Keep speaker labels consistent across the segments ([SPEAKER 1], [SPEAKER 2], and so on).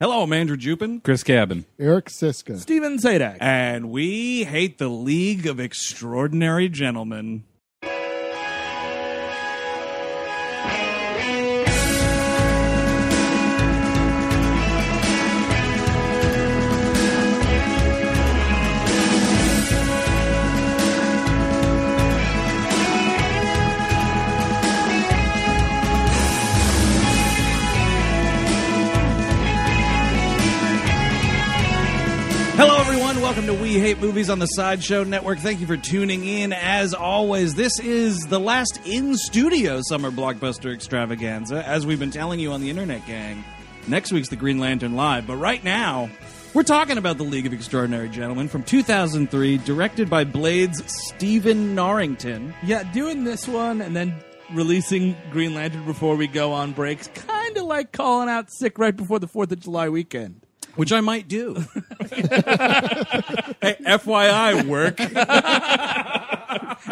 [SPEAKER 1] Hello, I'm Andrew Jupin.
[SPEAKER 2] Chris Cabin.
[SPEAKER 3] Eric Siska.
[SPEAKER 4] Steven Zadak.
[SPEAKER 1] And we hate the League of Extraordinary Gentlemen. Hello, everyone. Welcome to We Hate Movies on the Sideshow Network. Thank you for tuning in. As always, this is the last in studio summer blockbuster extravaganza, as we've been telling you on the internet, gang. Next week's the Green Lantern Live, but right now, we're talking about The League of Extraordinary Gentlemen from 2003, directed by Blades Stephen Norrington.
[SPEAKER 4] Yeah, doing this one and then releasing Green Lantern before we go on breaks, kind of like calling out sick right before the 4th of July weekend.
[SPEAKER 1] Which I might do. hey, FYI, work.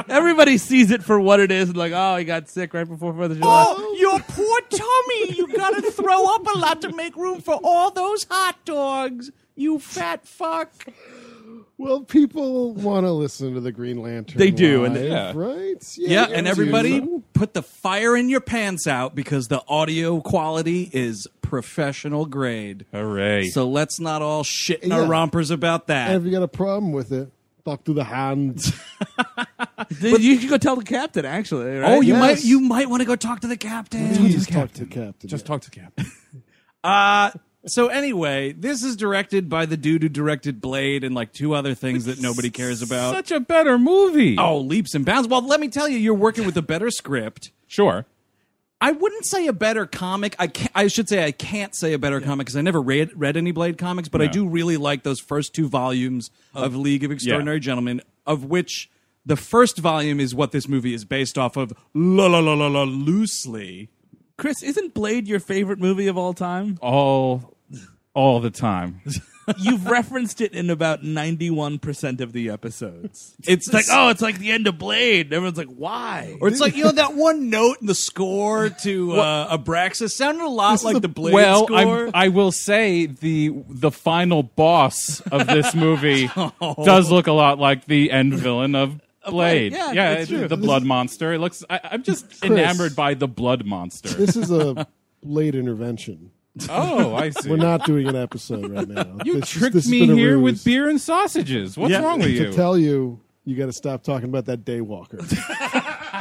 [SPEAKER 4] Everybody sees it for what it is and like, oh, he got sick right before 4th of July.
[SPEAKER 5] your poor tummy! You gotta throw up a lot to make room for all those hot dogs. You fat fuck!
[SPEAKER 3] Well, people want to listen to the Green Lantern.
[SPEAKER 4] They do, and
[SPEAKER 3] Live,
[SPEAKER 4] they-
[SPEAKER 2] yeah.
[SPEAKER 3] right?
[SPEAKER 1] Yeah,
[SPEAKER 3] they
[SPEAKER 1] and
[SPEAKER 3] do.
[SPEAKER 1] everybody put the fire in your pants out because the audio quality is professional grade.
[SPEAKER 2] Hooray.
[SPEAKER 1] So let's not all shit in our
[SPEAKER 3] Yeah.
[SPEAKER 1] rompers about
[SPEAKER 3] And
[SPEAKER 1] that.
[SPEAKER 3] if you got a problem with it, talk to the hand.
[SPEAKER 4] Dude, you should go tell the captain, actually. Right?
[SPEAKER 1] Oh, you
[SPEAKER 3] Yes.
[SPEAKER 1] might you might want to go talk to the captain.
[SPEAKER 3] Please talk to Captain.
[SPEAKER 2] Just talk to Cap.
[SPEAKER 1] Uh so anyway, this is directed by the dude who directed Blade and like two other things that nobody cares about.
[SPEAKER 2] Such a better movie.
[SPEAKER 1] oh, leaps and bounds. Well, let me tell you, you're working with a better script.
[SPEAKER 2] sure.
[SPEAKER 1] I wouldn't say a better comic. I can't, I should say I can't say a better comic because I never read read any Blade comics, but I
[SPEAKER 2] No.
[SPEAKER 1] do really like those first two volumes of League of Extraordinary Gentlemen, of which the first volume is what this movie is based off of, la la la la la loosely.
[SPEAKER 4] Chris, isn't Blade your favorite movie of all time?
[SPEAKER 2] All, all the time.
[SPEAKER 4] You've referenced it in about 91% of the episodes.
[SPEAKER 1] It's,
[SPEAKER 4] It's like, oh, it's like the end of Blade. Everyone's like, why?
[SPEAKER 1] Or it's like you know that one note in the score to uh, Abraxas sounded a lot like the Blade
[SPEAKER 2] well,
[SPEAKER 1] score.
[SPEAKER 2] I'm, I will say the the final boss of this movie
[SPEAKER 4] Oh.
[SPEAKER 2] does look a lot like the end villain of. Blade,
[SPEAKER 4] yeah, that's
[SPEAKER 2] it-
[SPEAKER 4] true.
[SPEAKER 2] the blood monster. It looks. I, I'm just enamored by the blood monster.
[SPEAKER 3] This is a late intervention.
[SPEAKER 2] oh, I see.
[SPEAKER 3] We're not doing an episode right now.
[SPEAKER 2] you
[SPEAKER 3] This is-
[SPEAKER 2] tricked
[SPEAKER 3] this has
[SPEAKER 2] me
[SPEAKER 3] been a
[SPEAKER 2] here
[SPEAKER 3] ruse
[SPEAKER 2] with beer and sausages. What's
[SPEAKER 1] Yeah.
[SPEAKER 2] wrong with
[SPEAKER 3] To
[SPEAKER 2] you?
[SPEAKER 3] tell you, you got to stop talking about that daywalker.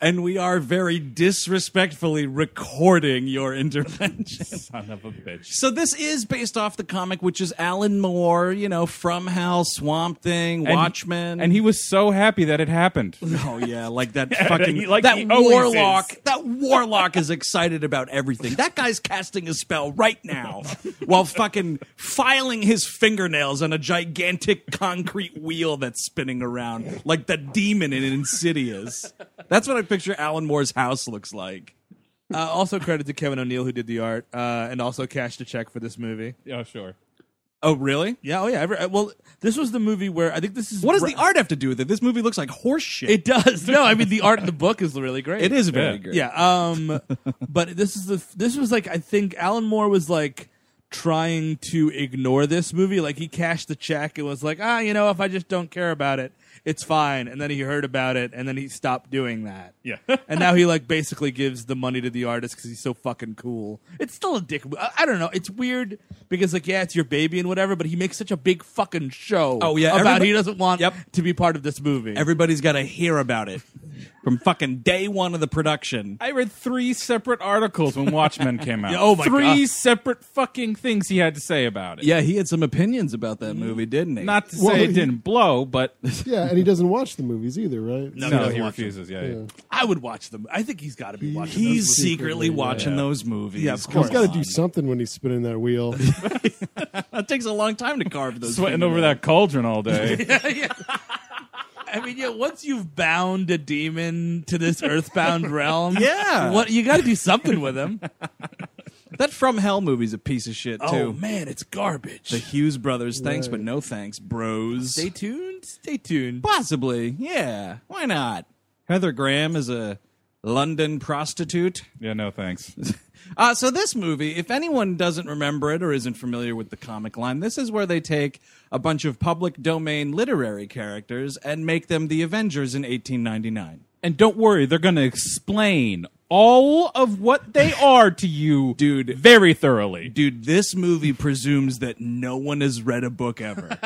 [SPEAKER 1] and we are very disrespectfully recording your intervention.
[SPEAKER 2] Son of a bitch.
[SPEAKER 1] So this is based off the comic, which is Alan Moore, you know, From Hell, Swamp Thing,
[SPEAKER 2] And-
[SPEAKER 1] Watchmen,
[SPEAKER 2] And he was so happy that it happened.
[SPEAKER 1] oh yeah, like that fucking
[SPEAKER 2] he- like
[SPEAKER 1] that
[SPEAKER 2] he always
[SPEAKER 1] warlock.
[SPEAKER 2] is.
[SPEAKER 1] That warlock is excited about everything. That guy's casting a spell right now while fucking filing his fingernails on a gigantic concrete wheel that's spinning around like the demon in Insidious. That's what I picture Alan Moore's house looks like.
[SPEAKER 4] Uh, also, credit to Kevin O'Neill, who did the art uh, and also cashed a check for this movie.
[SPEAKER 2] Oh, sure.
[SPEAKER 1] Oh really?
[SPEAKER 4] Yeah, oh yeah. Every, uh, well, this was the movie where I think this is
[SPEAKER 1] What does
[SPEAKER 4] ra-
[SPEAKER 1] the art have to do with it? This movie looks like horse shit.
[SPEAKER 4] It does. No, I mean the art in the book is really great.
[SPEAKER 1] it is very
[SPEAKER 2] Yeah.
[SPEAKER 1] good.
[SPEAKER 4] Yeah. Um, but this is the this was like I think Alan Moore was like trying to ignore this movie. Like he cashed the check and was like, ah, you know, if I just don't care about it, it's fine. And then he heard about it and then he stopped doing that.
[SPEAKER 2] Yeah.
[SPEAKER 4] and now he like basically gives the money to the artist because he's so fucking cool. It's still a dick. I, I don't know. It's weird because like yeah, it's your baby and whatever, but he makes such a big fucking show.
[SPEAKER 1] Oh, yeah,
[SPEAKER 4] about
[SPEAKER 1] everybody-
[SPEAKER 4] he doesn't want
[SPEAKER 1] Yep.
[SPEAKER 4] to be part of this movie.
[SPEAKER 1] Everybody's got to hear about it from fucking day one of the production.
[SPEAKER 2] I read three separate articles when Watchmen came out.
[SPEAKER 4] Yeah, oh my
[SPEAKER 2] three
[SPEAKER 4] God.
[SPEAKER 2] separate fucking things he had to say about it.
[SPEAKER 1] Yeah, he had some opinions about that movie, didn't he?
[SPEAKER 2] Not to say
[SPEAKER 3] Well,
[SPEAKER 2] it
[SPEAKER 3] he-
[SPEAKER 2] didn't blow, but
[SPEAKER 3] yeah, and he doesn't watch the movies either, right?
[SPEAKER 2] no,
[SPEAKER 4] doesn't
[SPEAKER 2] he
[SPEAKER 4] watch them.
[SPEAKER 2] refuses. Yeah, yeah.
[SPEAKER 4] I would watch them. I think he's got to be watching. those
[SPEAKER 1] He's
[SPEAKER 4] movies.
[SPEAKER 1] secretly watching those movies.
[SPEAKER 4] Yeah, of
[SPEAKER 3] He's
[SPEAKER 4] course.
[SPEAKER 3] got to do something when he's spinning that wheel.
[SPEAKER 1] That takes a long time to carve those.
[SPEAKER 2] sweating over that cauldron all day.
[SPEAKER 4] I mean, yeah. Once you've bound a demon to this earthbound realm,
[SPEAKER 1] Yeah.
[SPEAKER 4] what you got to do something with him.
[SPEAKER 1] that. That From Hell movie's a piece of shit too.
[SPEAKER 4] Oh man, it's garbage.
[SPEAKER 1] The Hughes brothers, thanks but no thanks, bros.
[SPEAKER 4] Stay tuned. Stay tuned.
[SPEAKER 1] Possibly, yeah. Why not? Heather Graham is a London prostitute.
[SPEAKER 2] yeah, no thanks.
[SPEAKER 1] Uh, so this movie, if anyone doesn't remember it or isn't familiar with the comic line, this is where they take a bunch of public domain literary characters and make them the Avengers in 1899.
[SPEAKER 2] And don't worry, they're going to explain all of what they are to you,
[SPEAKER 1] Dude.
[SPEAKER 2] very thoroughly.
[SPEAKER 1] Dude, this movie presumes that no one has read a book ever.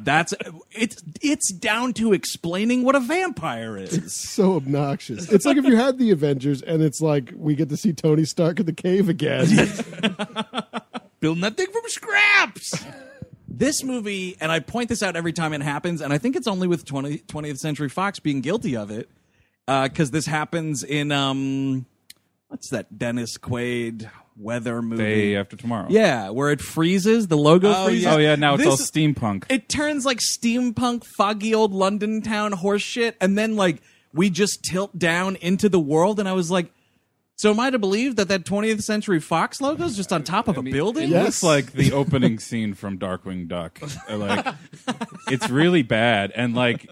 [SPEAKER 1] That's it's it's down to explaining what a vampire is.
[SPEAKER 3] so obnoxious. It's like if you had the Avengers and it's like we get to see Tony Stark in the cave again.
[SPEAKER 4] Build nothing from scraps.
[SPEAKER 1] this movie, and I point this out every time it happens, and I think it's only with 20, 20th Century Fox being guilty of it, because this happens in um, what's that Dennis Quaid weather movie?
[SPEAKER 2] Day after tomorrow.
[SPEAKER 1] Yeah, where it freezes, the logo
[SPEAKER 4] Oh,
[SPEAKER 1] freezes.
[SPEAKER 4] yeah.
[SPEAKER 2] Oh yeah, now it's
[SPEAKER 1] This-
[SPEAKER 2] all steampunk.
[SPEAKER 1] It turns like steampunk, foggy old London town horse shit, and then like we just tilt down into the world, and I was like. So am I to believe that that 20th Century Fox logo is just on top of a building?
[SPEAKER 3] yeah.
[SPEAKER 2] It's like the opening scene from Darkwing Duck. Uh, Like, it's really bad, and like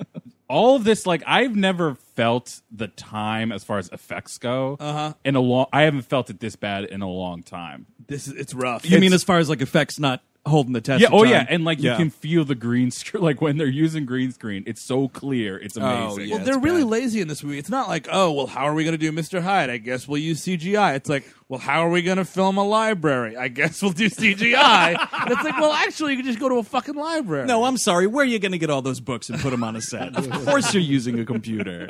[SPEAKER 2] all of this, like I've never felt the time as far as effects go uh-huh. in a long. I haven't felt it this bad in a long time.
[SPEAKER 4] This is it's rough.
[SPEAKER 1] You mean as far as like effects not holding the test?
[SPEAKER 2] Yeah.
[SPEAKER 1] of
[SPEAKER 2] Oh
[SPEAKER 1] time?
[SPEAKER 2] yeah, and like
[SPEAKER 1] Yeah.
[SPEAKER 2] you can feel the green screen. Like when they're using green screen, it's so clear. It's amazing.
[SPEAKER 1] Oh, yeah.
[SPEAKER 4] well, they're really lazy in this movie. It's not like, oh, well, how are we going to do Mr. Hyde? I guess we'll use CGI. It's like, well, how are we going to film a library? I guess we'll do CGI. and it's like, well, actually, you can just go to a fucking library.
[SPEAKER 1] No, I'm sorry. Where are you going to get all those books and put them on a set? of course you're using a computer.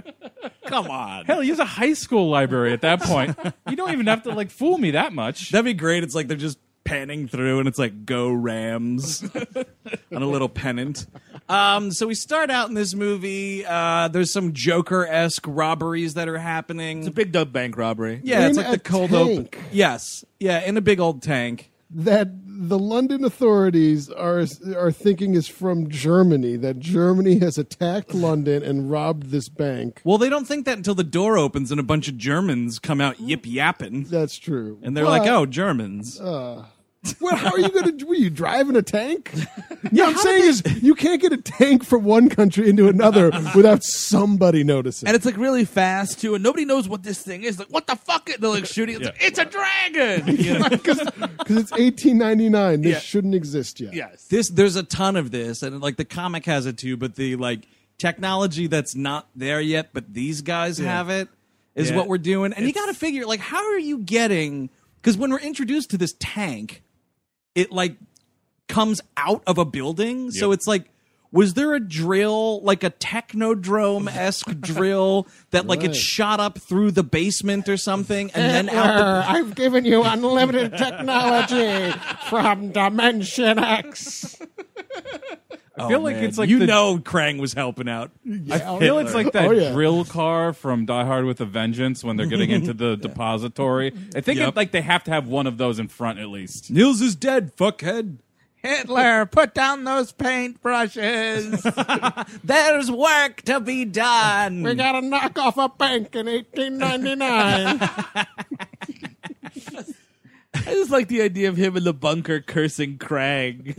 [SPEAKER 1] Come on.
[SPEAKER 2] Hell, use a high school library at that point. you don't even have to like fool me that much.
[SPEAKER 1] That'd be great. It's like they're just panning through and it's like, go Rams on a little pennant. Um, so we start out in this movie. Uh, there's some Joker esque robberies that are happening.
[SPEAKER 4] It's a big dub bank robbery.
[SPEAKER 1] yeah, it's
[SPEAKER 3] In
[SPEAKER 1] like the
[SPEAKER 3] a
[SPEAKER 1] cold
[SPEAKER 3] tank.
[SPEAKER 1] open. Yes. Yeah, in a big old tank.
[SPEAKER 3] that the London authorities are are thinking is from Germany. That Germany has attacked London and robbed this bank.
[SPEAKER 1] Well, they don't think that until the door opens and a bunch of Germans come out yip yapping.
[SPEAKER 3] That's true.
[SPEAKER 1] And they're
[SPEAKER 3] But-
[SPEAKER 1] like, oh, Germans.
[SPEAKER 2] uh,
[SPEAKER 3] well, how are you going to? Were you driving a tank? no, I'm saying is you can't get a tank from one country into another without somebody noticing.
[SPEAKER 4] And it's like really fast too, and nobody knows what this thing is. Like, what the fuck? They're like shooting. It's, like, it's a dragon.
[SPEAKER 3] because it's 1899. This
[SPEAKER 4] Yeah.
[SPEAKER 3] shouldn't exist yet.
[SPEAKER 4] yes.
[SPEAKER 1] this there's a ton of this and like the comic has it too but the like technology that's not there yet but these guys have it is
[SPEAKER 4] Yeah.
[SPEAKER 1] what we're doing and you got to figure like how are you getting cuz when we're introduced to this tank it like comes out of a building so
[SPEAKER 2] Yep.
[SPEAKER 1] it's like was there a drill like a technodrome esque drill that like it
[SPEAKER 3] Right.
[SPEAKER 1] shot up through the basement or something and then out the
[SPEAKER 6] Err, I've given you unlimited technology from Dimension X.
[SPEAKER 2] I feel like
[SPEAKER 1] Oh, Man,
[SPEAKER 2] it's like
[SPEAKER 1] you
[SPEAKER 2] the-
[SPEAKER 1] know Krang was helping out
[SPEAKER 2] I feel it's like that
[SPEAKER 3] Oh, yeah.
[SPEAKER 2] drill car from Die Hard with a Vengeance when they're getting into the depository. I think
[SPEAKER 1] Yep.
[SPEAKER 2] it, like they have to have one of those in front at least.
[SPEAKER 1] Nils is dead fuckhead
[SPEAKER 4] Hitler, put down those paintbrushes.
[SPEAKER 1] There's work to be done.
[SPEAKER 6] We got to knock off a bank in 1899.
[SPEAKER 4] I just like the idea of him in the bunker cursing Krang.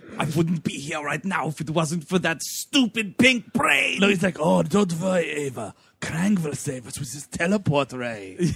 [SPEAKER 1] I wouldn't be here right now if it wasn't for that stupid pink brain.
[SPEAKER 4] no, he's like, oh, don't worry, Ava. Krang will save us with his teleport ray.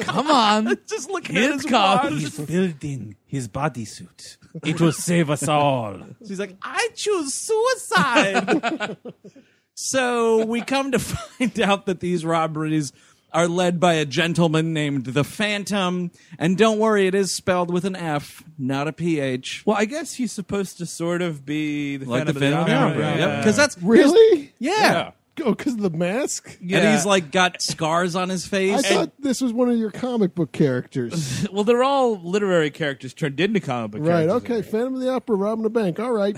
[SPEAKER 4] Come on,
[SPEAKER 1] just look at
[SPEAKER 4] his
[SPEAKER 1] his
[SPEAKER 4] cop.
[SPEAKER 1] watch.
[SPEAKER 2] building his bodysuit. It will save us all.
[SPEAKER 1] She's like, I choose suicide. so we come to find out that these robberies are led by a gentleman named the Phantom. And don't worry, it is spelled with an F, not a PH.
[SPEAKER 4] Well, I guess he's supposed to sort of be the
[SPEAKER 1] Like
[SPEAKER 4] Phantom
[SPEAKER 1] the
[SPEAKER 4] of
[SPEAKER 1] Phantom.
[SPEAKER 4] the
[SPEAKER 1] Opera.
[SPEAKER 4] Opera.
[SPEAKER 1] Yep, Because that's
[SPEAKER 3] Really?
[SPEAKER 1] yeah.
[SPEAKER 3] Oh, because of the mask.
[SPEAKER 4] Yeah.
[SPEAKER 1] And he's like got scars on his face.
[SPEAKER 3] I thought this was one of your comic book characters.
[SPEAKER 4] well, they're all literary characters turned into comic book
[SPEAKER 3] right.
[SPEAKER 4] characters.
[SPEAKER 3] Okay. Phantom of the Opera robbing a bank. All right.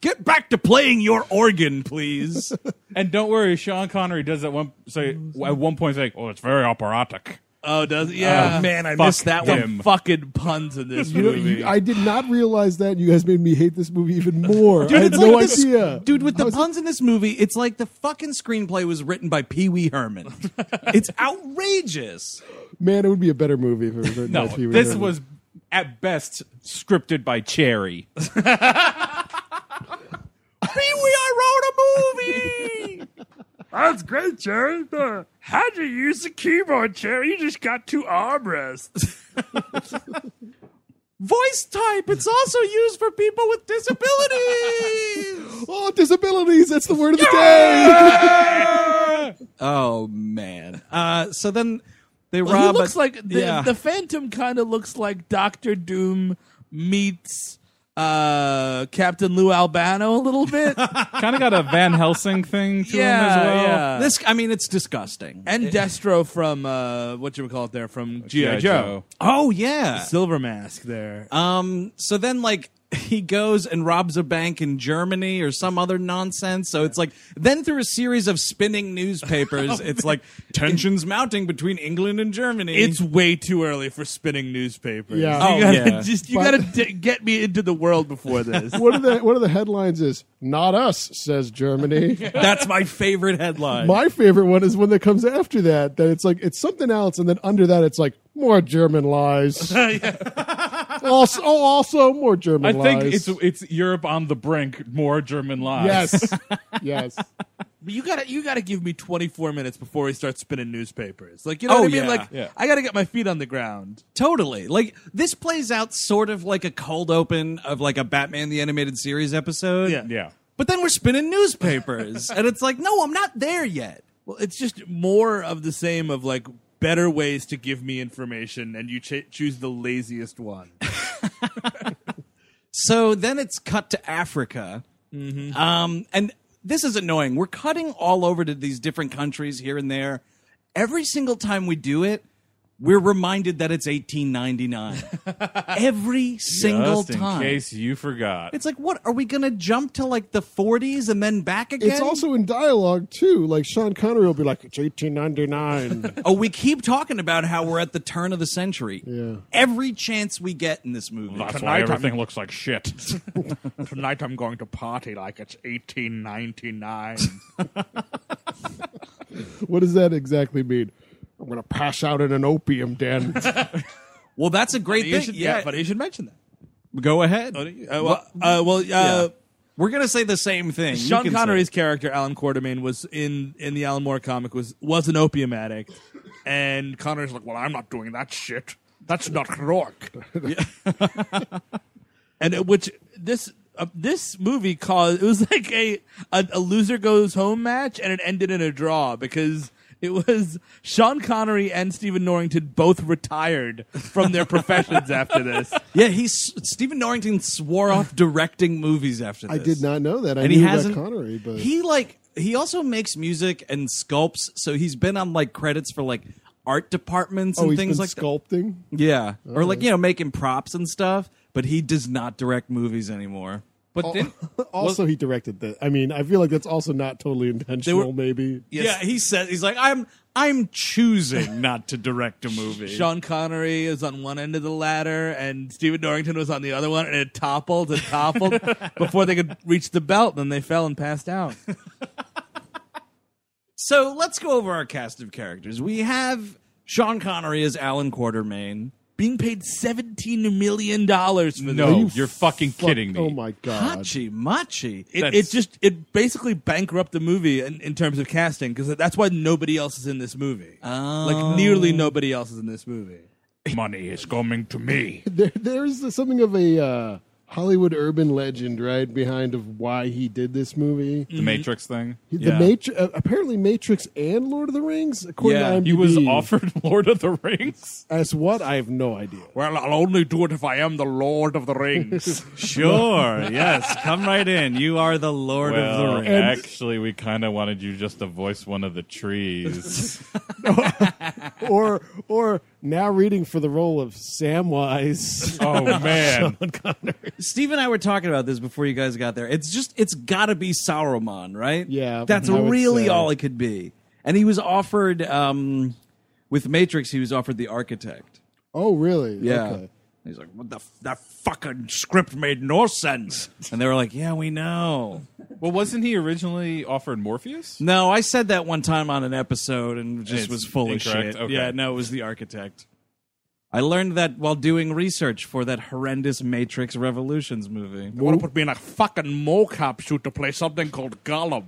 [SPEAKER 1] Get back to playing your organ, please.
[SPEAKER 2] And don't worry, Sean Connery does that one. So at one point, he's like, "Oh, it's very operatic."
[SPEAKER 4] Oh, does yeah,
[SPEAKER 2] Oh,
[SPEAKER 1] Man, I
[SPEAKER 2] Fuck
[SPEAKER 1] missed that one.
[SPEAKER 2] him.
[SPEAKER 4] The fucking puns in this
[SPEAKER 3] You know,
[SPEAKER 4] movie.
[SPEAKER 3] you- I did not realize that. You guys made me hate this movie even more. I had
[SPEAKER 1] it's
[SPEAKER 3] no
[SPEAKER 1] like this-
[SPEAKER 3] idea.
[SPEAKER 1] dude, with
[SPEAKER 3] I
[SPEAKER 1] the
[SPEAKER 3] was-
[SPEAKER 1] puns in this movie, it's like the fucking screenplay was written by Pee Wee Herman. it's outrageous.
[SPEAKER 3] man, it would be a better movie if it was written
[SPEAKER 2] No,
[SPEAKER 3] by Pee Wee
[SPEAKER 2] this
[SPEAKER 3] Herman.
[SPEAKER 2] was at best scripted by Cherry.
[SPEAKER 1] Pee Wee, I wrote a movie.
[SPEAKER 7] That's great, Jerry. Uh, How'd you use the keyboard, Jerry? You just got two armrests.
[SPEAKER 5] Voice type. It's also used for people with disabilities.
[SPEAKER 3] Oh, disabilities. That's the word of the day.
[SPEAKER 1] Oh man. Uh, so then they
[SPEAKER 4] Well,
[SPEAKER 1] rob.
[SPEAKER 4] he looks
[SPEAKER 1] a-
[SPEAKER 4] like the,
[SPEAKER 1] yeah.
[SPEAKER 4] the Phantom. Kind of looks like Doctor Doom meets uh, Captain Lou Albano a little bit. yeah,
[SPEAKER 2] kind of got a Van Helsing thing to him as well.
[SPEAKER 3] uh,
[SPEAKER 4] yeah.
[SPEAKER 1] this. I mean, it's disgusting.
[SPEAKER 4] and Destro from uh, what you would call it there from GI Joe.
[SPEAKER 1] oh yeah.
[SPEAKER 4] Silver Mask there.
[SPEAKER 1] Um. So then, like, he goes and robs a bank in Germany or some other nonsense. So it's like then through a series of spinning
[SPEAKER 3] Oh,
[SPEAKER 1] newspapers, it's like tensions mounting between England and Germany.
[SPEAKER 4] it's way too early for spinning newspapers.
[SPEAKER 3] Yeah.
[SPEAKER 1] Oh,
[SPEAKER 4] you gotta
[SPEAKER 1] yeah.
[SPEAKER 4] just you
[SPEAKER 3] But-
[SPEAKER 4] gotta d- get me into the world before this.
[SPEAKER 3] One of the one of the headlines is "Not us," says Germany.
[SPEAKER 1] that's my favorite headline.
[SPEAKER 3] My favorite one is one that comes after that. That it's like it's something else, and then under that it's like more German lies. also, oh, also more
[SPEAKER 2] I
[SPEAKER 3] German lies.
[SPEAKER 2] think it's it's Europe on the brink. More German lies.
[SPEAKER 3] yes, yes.
[SPEAKER 4] But you gotta you gotta give me 24 minutes before we start spinning newspapers. Like you know
[SPEAKER 1] Oh,
[SPEAKER 4] what I mean?
[SPEAKER 1] yeah.
[SPEAKER 4] Like
[SPEAKER 2] Yeah.
[SPEAKER 4] I gotta get my feet on the ground.
[SPEAKER 1] Totally. Like this plays out sort of like a cold open of like a Batman the Animated Series episode.
[SPEAKER 4] Yeah.
[SPEAKER 2] Yeah.
[SPEAKER 1] But then we're spinning newspapers, and it's like, no, I'm not there yet.
[SPEAKER 4] Well, it's just more of the same of like better ways to give me information, and you ch- choose the laziest one.
[SPEAKER 1] So then it's cut to Africa. Um, and this is annoying. We're cutting all over to these different countries here and there. Every single time we do it, we're reminded that it's 1899. Every single
[SPEAKER 2] Just in
[SPEAKER 1] time.
[SPEAKER 2] case you forgot.
[SPEAKER 1] It's like, what? Are we going to jump to like the 40s and then back again?
[SPEAKER 3] It's also in dialogue too. Like Sean Connery will be like, "It's 1899."
[SPEAKER 1] Oh, we keep talking about how we're at the turn of the century.
[SPEAKER 3] Yeah.
[SPEAKER 1] Every chance we get in this movie.
[SPEAKER 2] That's why everything looks like shit.
[SPEAKER 7] Tonight I'm going to party like it's 1899.
[SPEAKER 3] what does that exactly mean? I'm gonna pass out in an opium den.
[SPEAKER 1] Well, that's a great
[SPEAKER 4] You
[SPEAKER 1] thing.
[SPEAKER 4] should,
[SPEAKER 1] Yeah,
[SPEAKER 4] but you should mention that.
[SPEAKER 1] go ahead.
[SPEAKER 4] Uh, well, uh, well, uh,
[SPEAKER 1] We're gonna say the same thing. You
[SPEAKER 4] Sean
[SPEAKER 1] can say
[SPEAKER 4] Connery's
[SPEAKER 1] it.
[SPEAKER 4] character Alan Quartermain was in in the Alan Moore comic was was an opium addict, and Connery's like,
[SPEAKER 7] well, I'm not doing that shit. That's not heroic.
[SPEAKER 4] and it, which this uh, this movie caused it was like a, a a loser goes home match, and it ended in a draw because. It was Sean Connery and Stephen Norrington both retired from their professions after this.
[SPEAKER 1] yeah. He's Stephen Norrington swore off directing movies after
[SPEAKER 3] I
[SPEAKER 1] this.
[SPEAKER 3] did not know that. I
[SPEAKER 1] and
[SPEAKER 3] knew
[SPEAKER 1] he
[SPEAKER 3] about
[SPEAKER 1] hasn't.
[SPEAKER 3] Connery, but
[SPEAKER 1] he like he also makes music and sculpts. So he's been on like credits for like art departments
[SPEAKER 3] oh,
[SPEAKER 1] and
[SPEAKER 3] he's
[SPEAKER 1] things
[SPEAKER 3] been Oh.
[SPEAKER 1] like that.
[SPEAKER 3] sculpting.
[SPEAKER 1] Yeah, or like you know making props and stuff. But he does not direct movies anymore.
[SPEAKER 2] But
[SPEAKER 3] Oh.
[SPEAKER 2] then,
[SPEAKER 3] Also, he directed that. I mean, I feel like that's also not totally intentional. maybe
[SPEAKER 1] Yeah, he says he's like I'm I'm choosing not to direct a movie.
[SPEAKER 4] Sean Connery is on one end of the ladder, and Stephen Norrington was on the other one, and it toppled and toppled before they could reach the belt, and then they fell and passed out.
[SPEAKER 1] So let's go over our cast of characters. We have Sean Connery as Alan Quartermain.
[SPEAKER 4] Being paid $17 million dollars for
[SPEAKER 2] no,
[SPEAKER 4] this.
[SPEAKER 2] you are fucking kidding me.
[SPEAKER 3] Oh my god!
[SPEAKER 1] Hachi Machi.
[SPEAKER 4] It, it
[SPEAKER 2] That's-
[SPEAKER 4] just it basically bankrupt the movie in, in terms of casting because that's why nobody else is in this movie. Like
[SPEAKER 2] Oh.
[SPEAKER 4] nearly nobody else is in this movie.
[SPEAKER 2] Money is coming to me.
[SPEAKER 3] There, there's something of a uh, Hollywood urban legend right behind of why he did this movie.
[SPEAKER 2] The Matrix thing.
[SPEAKER 3] The
[SPEAKER 2] Yeah.
[SPEAKER 3] Matrix, uh, apparently Matrix and Lord of the Rings. According
[SPEAKER 1] Yeah,
[SPEAKER 3] to IMDb,
[SPEAKER 2] He was offered Lord of the Rings.
[SPEAKER 3] as what? I have no idea.
[SPEAKER 7] well, I'll only do it if I am the Lord of the Rings.
[SPEAKER 1] Sure, yes. Come right in. You are the Lord
[SPEAKER 2] Well,
[SPEAKER 1] of the Rings.
[SPEAKER 2] actually, we kind of wanted you just to voice one of the trees.
[SPEAKER 3] Or, or now reading for the role of Samwise.
[SPEAKER 2] oh man,
[SPEAKER 1] Steve and I were talking about this before you guys got there. It's just it's gotta be Sauron, right?
[SPEAKER 3] Yeah,
[SPEAKER 1] That's
[SPEAKER 3] I would
[SPEAKER 1] really
[SPEAKER 3] say.
[SPEAKER 1] all it could be. And he was offered um with Matrix, he was offered the architect.
[SPEAKER 3] oh, really?
[SPEAKER 1] Yeah.
[SPEAKER 3] Okay.
[SPEAKER 1] He's like, what the f- that fucking script made no sense. And they were like, yeah, we know.
[SPEAKER 2] Well, wasn't he originally offered Morpheus?
[SPEAKER 1] No, I said that one time on an episode and just
[SPEAKER 2] It's
[SPEAKER 1] was full
[SPEAKER 2] incorrect?
[SPEAKER 1] of shit.
[SPEAKER 2] Okay.
[SPEAKER 1] Yeah, no, it was the architect. I learned that while doing research for that horrendous Matrix Revolutions movie.
[SPEAKER 7] They want to put me in a fucking mocap suit to play something called Gollum.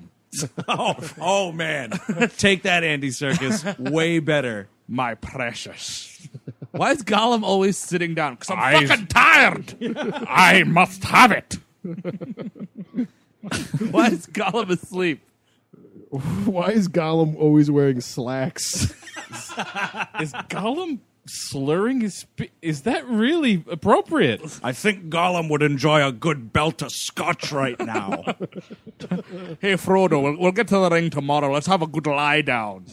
[SPEAKER 1] oh, oh man, take that, Andy Circus. Way better.
[SPEAKER 4] My precious. Why is Gollum always sitting down? Because I'm
[SPEAKER 2] I-
[SPEAKER 4] fucking tired.
[SPEAKER 2] I must have it.
[SPEAKER 4] Why is Gollum asleep?
[SPEAKER 3] Why is Gollum always wearing slacks?
[SPEAKER 2] Is Gollum slurring his? Spe- is that really appropriate?
[SPEAKER 1] I think Gollum would enjoy a good belt of scotch right now.
[SPEAKER 4] Hey, Frodo, we'll, we'll get to the ring tomorrow. Let's have a good lie down.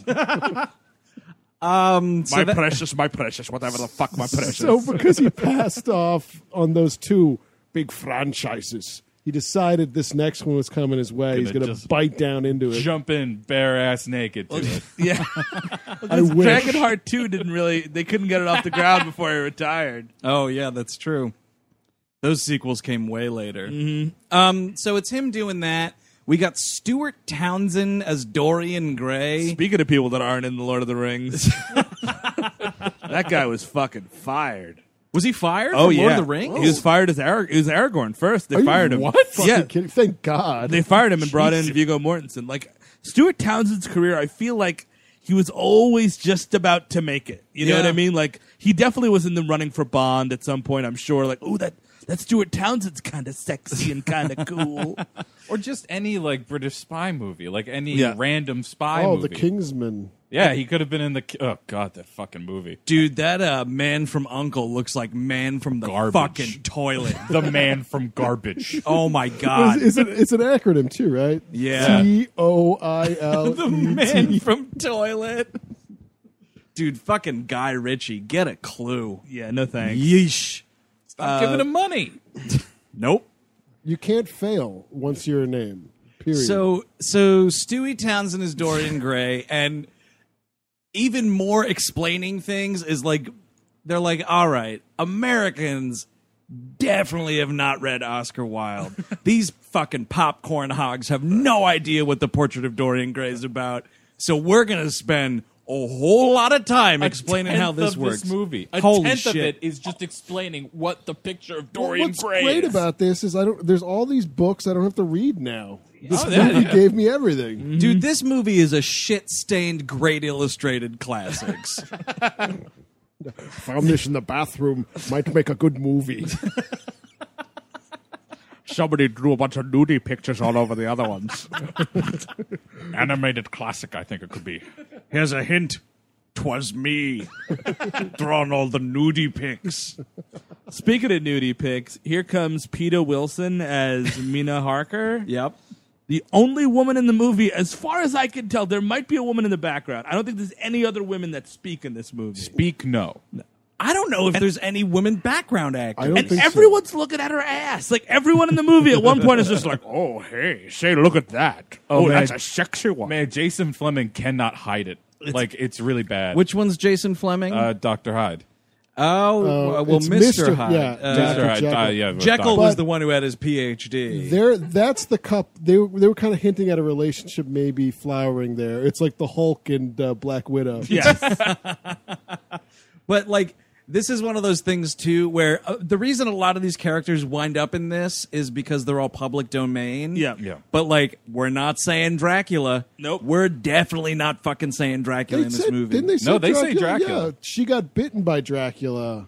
[SPEAKER 1] um,
[SPEAKER 4] my precious, my precious, whatever the fuck, my precious.
[SPEAKER 3] so because he passed off on those two big franchises, he decided this next one was coming his way. He's
[SPEAKER 2] Gonna
[SPEAKER 3] going to
[SPEAKER 2] just
[SPEAKER 3] bite down into it.
[SPEAKER 2] Jump in bare ass naked to it.
[SPEAKER 4] yeah.
[SPEAKER 3] I wish.
[SPEAKER 4] Dragonheart 2 didn't really, they couldn't get it off the ground before he retired.
[SPEAKER 1] Oh yeah, that's true. Those sequels came way later. Um, so it's him doing that. We got Stuart Townsend as Dorian Gray.
[SPEAKER 4] Speaking of people that aren't in The Lord of the Rings, that guy was fucking fired.
[SPEAKER 1] Was he fired?
[SPEAKER 4] Oh
[SPEAKER 1] from
[SPEAKER 4] yeah,
[SPEAKER 1] Lord of the Rings.
[SPEAKER 4] He was fired as Arag- he was Aragorn first. They
[SPEAKER 3] Are you
[SPEAKER 4] fired him.
[SPEAKER 3] What? Fucking
[SPEAKER 4] Yeah,
[SPEAKER 3] kidding. Thank God.
[SPEAKER 4] they fired him and brought in Viggo Mortensen. Like Stuart Townsend's career, I feel like he was always just about to make it. You know
[SPEAKER 1] Yeah.
[SPEAKER 4] what I mean? Like he definitely was in the running for Bond at some point. I'm sure. Like oh that. That Stuart Townsend's kind of sexy and kind of cool.
[SPEAKER 2] or just any like British spy movie, like any
[SPEAKER 4] Yeah.
[SPEAKER 2] random spy
[SPEAKER 3] oh,
[SPEAKER 2] movie.
[SPEAKER 3] the Kingsman.
[SPEAKER 2] Yeah, he could have been in the. ki- Oh god, that fucking movie.
[SPEAKER 1] Dude, that uh, man from Uncle looks like man from the
[SPEAKER 2] Garbage.
[SPEAKER 1] fucking toilet.
[SPEAKER 2] The man from garbage.
[SPEAKER 1] oh my god.
[SPEAKER 3] It's, it's, a- it's an acronym too, right?
[SPEAKER 1] Yeah.
[SPEAKER 3] T O I L.
[SPEAKER 1] the man from toilet. Dude, fucking Guy Ritchie, get a clue.
[SPEAKER 4] yeah, no thanks.
[SPEAKER 1] Yeesh.
[SPEAKER 2] I'm giving him money.
[SPEAKER 1] Nope.
[SPEAKER 3] You can't fail once you're a name. Period.
[SPEAKER 1] So so Stewie Townsend is Dorian Gray, and even more explaining things is like they're like, all right, Americans definitely have not read Oscar Wilde. These fucking popcorn hogs have no idea what the portrait of Dorian Gray is about. So we're gonna spend a whole lot of time explaining
[SPEAKER 2] tenth
[SPEAKER 1] how this
[SPEAKER 2] of
[SPEAKER 1] works.
[SPEAKER 2] This movie. A
[SPEAKER 1] Holy
[SPEAKER 2] tenth
[SPEAKER 1] shit.
[SPEAKER 2] of it is just explaining what the picture of
[SPEAKER 3] Well,
[SPEAKER 2] Dorian
[SPEAKER 3] what's
[SPEAKER 2] Gray.
[SPEAKER 3] great
[SPEAKER 2] is.
[SPEAKER 3] about this is I don't. There's all these books I don't have to read now. This
[SPEAKER 2] Oh, yeah,
[SPEAKER 3] movie
[SPEAKER 2] yeah.
[SPEAKER 3] gave me everything.
[SPEAKER 1] Dude, this movie is a shit stained great illustrated classics.
[SPEAKER 3] Found this in the bathroom. Might make a good movie.
[SPEAKER 4] Somebody drew a bunch of nudie pictures all over the other ones.
[SPEAKER 2] animated classic, I think it could be.
[SPEAKER 1] Here's a hint. Twas me. Drawn all the nudie pics.
[SPEAKER 4] Speaking of nudie pics, here comes Peter Wilson as Mina Harker.
[SPEAKER 1] Yep.
[SPEAKER 4] the only woman in the movie, as far as I can tell, there might be a woman in the background. I don't think there's any other women that speak in this movie.
[SPEAKER 2] Speak no.
[SPEAKER 1] I don't know if there's any women background
[SPEAKER 3] I
[SPEAKER 1] actors.
[SPEAKER 3] don't
[SPEAKER 4] And
[SPEAKER 3] think so.
[SPEAKER 4] everyone's looking at her ass. Like everyone in the movie at one point is just like, oh,
[SPEAKER 7] Oh, hey, say, look at that. Oh,
[SPEAKER 2] man.
[SPEAKER 7] that's a sexy one.
[SPEAKER 2] Man, Jason Fleming cannot hide it. like it's really bad.
[SPEAKER 1] Which one's Jason Fleming?
[SPEAKER 2] uh, Doctor Hyde?
[SPEAKER 1] oh,
[SPEAKER 3] uh,
[SPEAKER 1] uh, well,
[SPEAKER 3] it's
[SPEAKER 1] Mr.
[SPEAKER 3] Mr.
[SPEAKER 1] Hyde.
[SPEAKER 3] yeah,
[SPEAKER 1] Uh,
[SPEAKER 3] Dr.
[SPEAKER 2] Doctor Hyde.
[SPEAKER 3] Jekyll.
[SPEAKER 2] uh, yeah,
[SPEAKER 1] Jekyll
[SPEAKER 2] Doctor-
[SPEAKER 1] was the one who had his PhD.
[SPEAKER 3] There, that's the cup. They were- they were kind of hinting at a relationship maybe flowering there. It's like the Hulk and uh, Black Widow.
[SPEAKER 4] yes.
[SPEAKER 1] But like this is one of those things too where uh, the reason a lot of these characters wind up in this is because they're all public domain.
[SPEAKER 4] Yeah. Yeah.
[SPEAKER 1] But like we're not saying Dracula.
[SPEAKER 4] Nope.
[SPEAKER 1] We're definitely not fucking saying Dracula
[SPEAKER 3] They
[SPEAKER 1] in
[SPEAKER 3] said,
[SPEAKER 1] this movie.
[SPEAKER 3] Didn't they say
[SPEAKER 2] No, they say
[SPEAKER 3] Dracula?
[SPEAKER 2] Dracula.
[SPEAKER 3] Yeah, she got bitten by Dracula.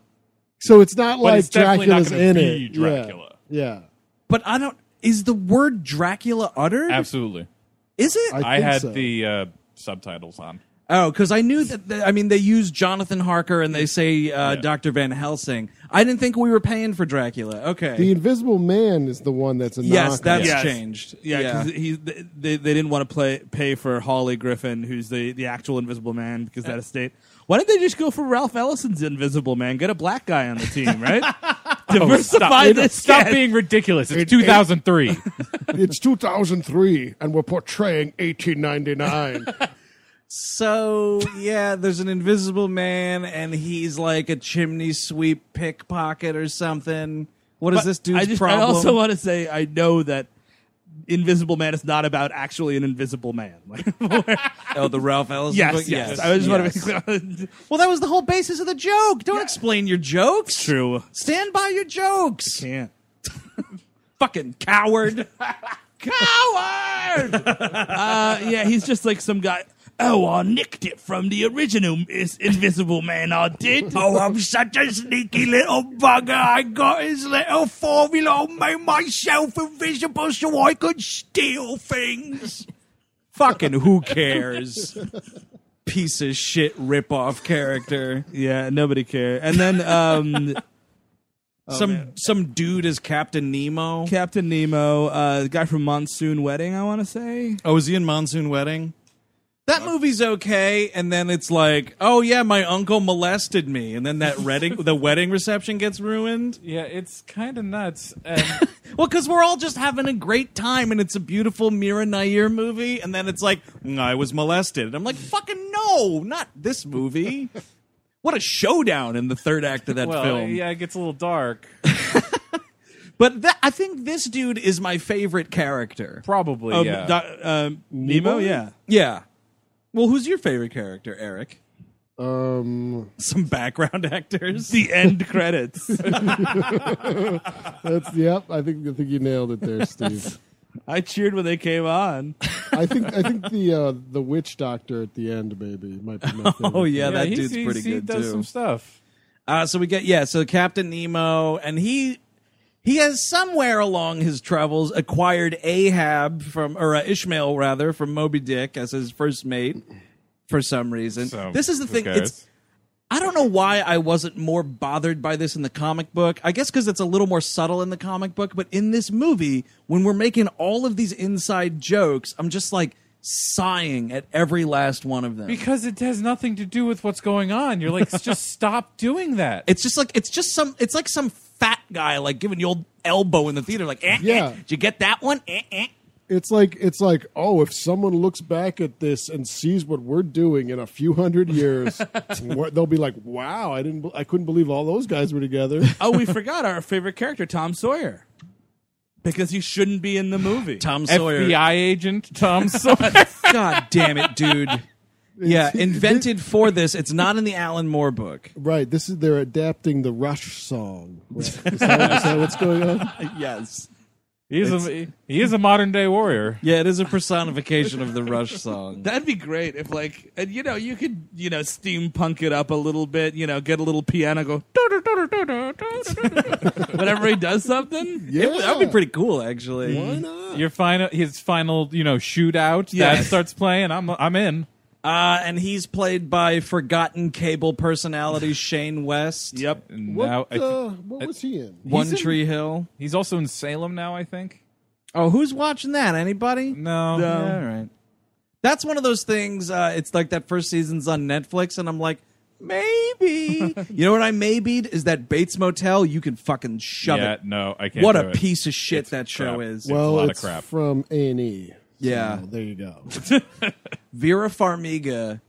[SPEAKER 3] So it's not like
[SPEAKER 2] it's definitely not
[SPEAKER 3] Dracula's
[SPEAKER 2] gonna
[SPEAKER 3] in
[SPEAKER 2] be
[SPEAKER 3] it.
[SPEAKER 2] Dracula.
[SPEAKER 3] Yeah.
[SPEAKER 1] but I don't is the word Dracula uttered?
[SPEAKER 2] Absolutely.
[SPEAKER 1] Is it?
[SPEAKER 3] I
[SPEAKER 2] I,
[SPEAKER 3] think
[SPEAKER 2] had
[SPEAKER 3] so.
[SPEAKER 2] the uh, subtitles on.
[SPEAKER 1] Oh, because I knew that. They, I mean, they use Jonathan Harker and they say uh, Doctor Van Helsing. I didn't think we were paying for Dracula. Okay.
[SPEAKER 3] The Invisible Man is the one that's a
[SPEAKER 1] yes,
[SPEAKER 3] knockoff.
[SPEAKER 1] that's
[SPEAKER 4] Yes.
[SPEAKER 1] changed.
[SPEAKER 4] Yeah, because he they, they didn't want to play pay for Holly Griffin, who's the, the actual Invisible Man, because that estate. Why didn't they just go for Ralph Ellison's Invisible Man? Get a black guy on the team, right? Oh, Diversify this.
[SPEAKER 2] Oh, Stop
[SPEAKER 4] cast.
[SPEAKER 2] being ridiculous. It's 2003.
[SPEAKER 3] it's 2003, and we're portraying 1899.
[SPEAKER 1] So yeah, there's an invisible man, and he's like a chimney sweep pickpocket or something. What is
[SPEAKER 4] But
[SPEAKER 1] this dude's
[SPEAKER 4] I just,
[SPEAKER 1] problem?
[SPEAKER 4] I also want to say I know that Invisible Man is not about actually an Invisible Man. Like,
[SPEAKER 1] oh, the Ralph Ellison. book?
[SPEAKER 4] yes, yes, I just want to make clear.
[SPEAKER 1] Well, that was the whole basis of the joke. Don't explain your jokes.
[SPEAKER 4] True.
[SPEAKER 1] Stand by your jokes.
[SPEAKER 4] Can't.
[SPEAKER 1] Fucking coward.
[SPEAKER 4] coward! uh, yeah, he's just like some guy. Oh, I nicked it from the original Miss Invisible Man. I did.
[SPEAKER 5] Oh, I'm such a sneaky little bugger. I got his little formula and made myself invisible so I could steal things. Fucking who cares? Piece of shit ripoff character.
[SPEAKER 4] Yeah, nobody cared. And then um,
[SPEAKER 1] some some dude is Captain Nemo.
[SPEAKER 4] Captain Nemo, uh, the guy from Monsoon Wedding, I want to say.
[SPEAKER 1] Oh, is he in Monsoon Wedding? That movie's okay, and then it's like, oh yeah, my uncle molested me, and then that wedding, the wedding reception gets ruined.
[SPEAKER 2] Yeah, it's kind of nuts. Uh, And
[SPEAKER 1] Well, because we're all just having a great time, and it's a beautiful Mira Nair movie, and then it's like, "Mm, I was molested, and I'm like, fucking no, not this movie. what a showdown in the third act of that
[SPEAKER 2] well,
[SPEAKER 1] film.
[SPEAKER 2] yeah, it gets a little dark.
[SPEAKER 1] But that, I think this dude is my favorite character.
[SPEAKER 2] Probably,
[SPEAKER 4] Um,
[SPEAKER 2] yeah.
[SPEAKER 4] doc- um, Nemo, yeah.
[SPEAKER 1] Yeah. Well, who's your favorite character, Eric?
[SPEAKER 3] Um,
[SPEAKER 1] Some background actors.
[SPEAKER 4] The end credits.
[SPEAKER 3] that's yep. I think I think you nailed it there, Steve.
[SPEAKER 4] I cheered when they came on.
[SPEAKER 3] I think I think the uh, the witch doctor at the end maybe might be my favorite.
[SPEAKER 1] Oh yeah,
[SPEAKER 2] yeah,
[SPEAKER 1] that
[SPEAKER 2] he's-
[SPEAKER 1] dude's
[SPEAKER 2] he's-
[SPEAKER 1] pretty
[SPEAKER 2] he
[SPEAKER 1] good
[SPEAKER 2] does
[SPEAKER 1] too.
[SPEAKER 2] some stuff.
[SPEAKER 1] Uh, so we get yeah, so Captain Nemo, and he he has somewhere along his travels acquired Ahab from or uh, Ishmael rather from Moby Dick as his first mate for some reason.
[SPEAKER 2] So,
[SPEAKER 1] this is the
[SPEAKER 2] who
[SPEAKER 1] thing. It's
[SPEAKER 2] cares?
[SPEAKER 1] I don't know why I wasn't more bothered by this in the comic book. I guess because it's a little more subtle in the comic book, but in this movie, when we're making all of these inside jokes, I'm just like sighing at every last one of them.
[SPEAKER 2] because it has nothing to do with what's going on. You're like, just stop doing that.
[SPEAKER 1] It's just like it's just some it's like some fat guy like giving you old elbow in the theater like eh, eh,
[SPEAKER 3] Yeah.
[SPEAKER 1] did you get that one eh, eh.
[SPEAKER 3] It's like it's like oh, if someone looks back at this and sees what we're doing in a few hundred years, wha- they'll be like, "Wow, I didn't, I couldn't believe all those guys were together."
[SPEAKER 4] Oh, we forgot our favorite character, Tom Sawyer. Because he shouldn't be in the movie.
[SPEAKER 1] Tom Sawyer
[SPEAKER 2] FBI agent Tom Sawyer.
[SPEAKER 1] God damn it dude yeah invented for this it's not in the Alan Moore book
[SPEAKER 3] Right. This is they're adapting the Rush song. Right. Is that, is that what's going on?
[SPEAKER 1] Uh, yes
[SPEAKER 2] He's a he is a modern day warrior.
[SPEAKER 1] yeah it is a personification of the Rush song
[SPEAKER 4] That'd be great if, like, and you know, you could, you know, steampunk it up a little bit, you know, get a little piano, go, whenever he does something.
[SPEAKER 3] Yeah,
[SPEAKER 1] that would be pretty cool actually
[SPEAKER 3] Why
[SPEAKER 1] Ah.
[SPEAKER 3] not?
[SPEAKER 2] Your final his final you know shootout that
[SPEAKER 4] Yes.
[SPEAKER 2] starts playing. I'm I'm in.
[SPEAKER 1] uh, and he's played by forgotten cable personality Shane West
[SPEAKER 4] Yep.
[SPEAKER 2] And
[SPEAKER 3] What,
[SPEAKER 2] now I thi-
[SPEAKER 3] uh, what was he in?
[SPEAKER 1] One
[SPEAKER 2] He's in-
[SPEAKER 1] Tree Hill
[SPEAKER 2] he's also in Salem now. I think.
[SPEAKER 1] oh who's watching that anybody
[SPEAKER 2] No.
[SPEAKER 1] Yeah, all right. That's one of those things. Uh, it's like that first season's on Netflix, and I'm like, maybe. you know what I maybe is that Bates Motel. You can fucking shove
[SPEAKER 2] Yeah,
[SPEAKER 1] it.
[SPEAKER 2] no, I can't.
[SPEAKER 1] What
[SPEAKER 2] do
[SPEAKER 1] a
[SPEAKER 2] it.
[SPEAKER 1] piece of shit
[SPEAKER 2] It's
[SPEAKER 1] that show
[SPEAKER 2] crap.
[SPEAKER 1] is.
[SPEAKER 2] It's a
[SPEAKER 3] well,
[SPEAKER 2] lot of
[SPEAKER 3] it's
[SPEAKER 2] crap.
[SPEAKER 3] from A and E.
[SPEAKER 1] Yeah.
[SPEAKER 3] there you go.
[SPEAKER 1] Vera Farmiga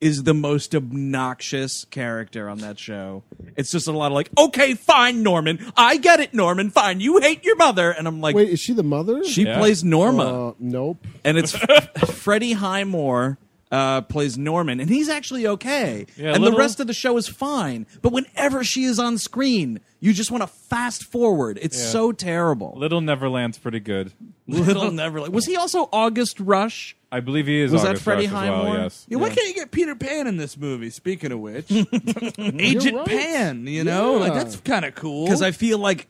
[SPEAKER 1] is the most obnoxious character on that show. It's just a lot of like, okay, fine, Norman, I get it, Norman, fine, you hate your mother, and I'm like,
[SPEAKER 3] Wait, is she the mother?
[SPEAKER 1] she
[SPEAKER 2] Yeah.
[SPEAKER 1] plays Norma.
[SPEAKER 3] Uh, nope.
[SPEAKER 1] and it's Freddie Highmore uh, plays Norman, and he's actually okay.
[SPEAKER 2] Yeah,
[SPEAKER 1] and the
[SPEAKER 2] little-
[SPEAKER 1] rest of the show is fine. But whenever she is on screen, you just want to fast forward. It's
[SPEAKER 2] Yeah.
[SPEAKER 1] so terrible.
[SPEAKER 2] Little Neverland's pretty good.
[SPEAKER 1] Little Neverland. Was he also August Rush?
[SPEAKER 2] I believe he is.
[SPEAKER 1] Was that
[SPEAKER 2] August
[SPEAKER 1] Freddie
[SPEAKER 2] Rush as
[SPEAKER 1] Highmore?
[SPEAKER 2] Well, yes.
[SPEAKER 4] Yeah, why can't you get Peter Pan in this movie? Speaking of which, Agent
[SPEAKER 3] right.
[SPEAKER 4] Pan, you know, like
[SPEAKER 3] Yeah.
[SPEAKER 4] that's kind of cool.
[SPEAKER 1] Because I feel like.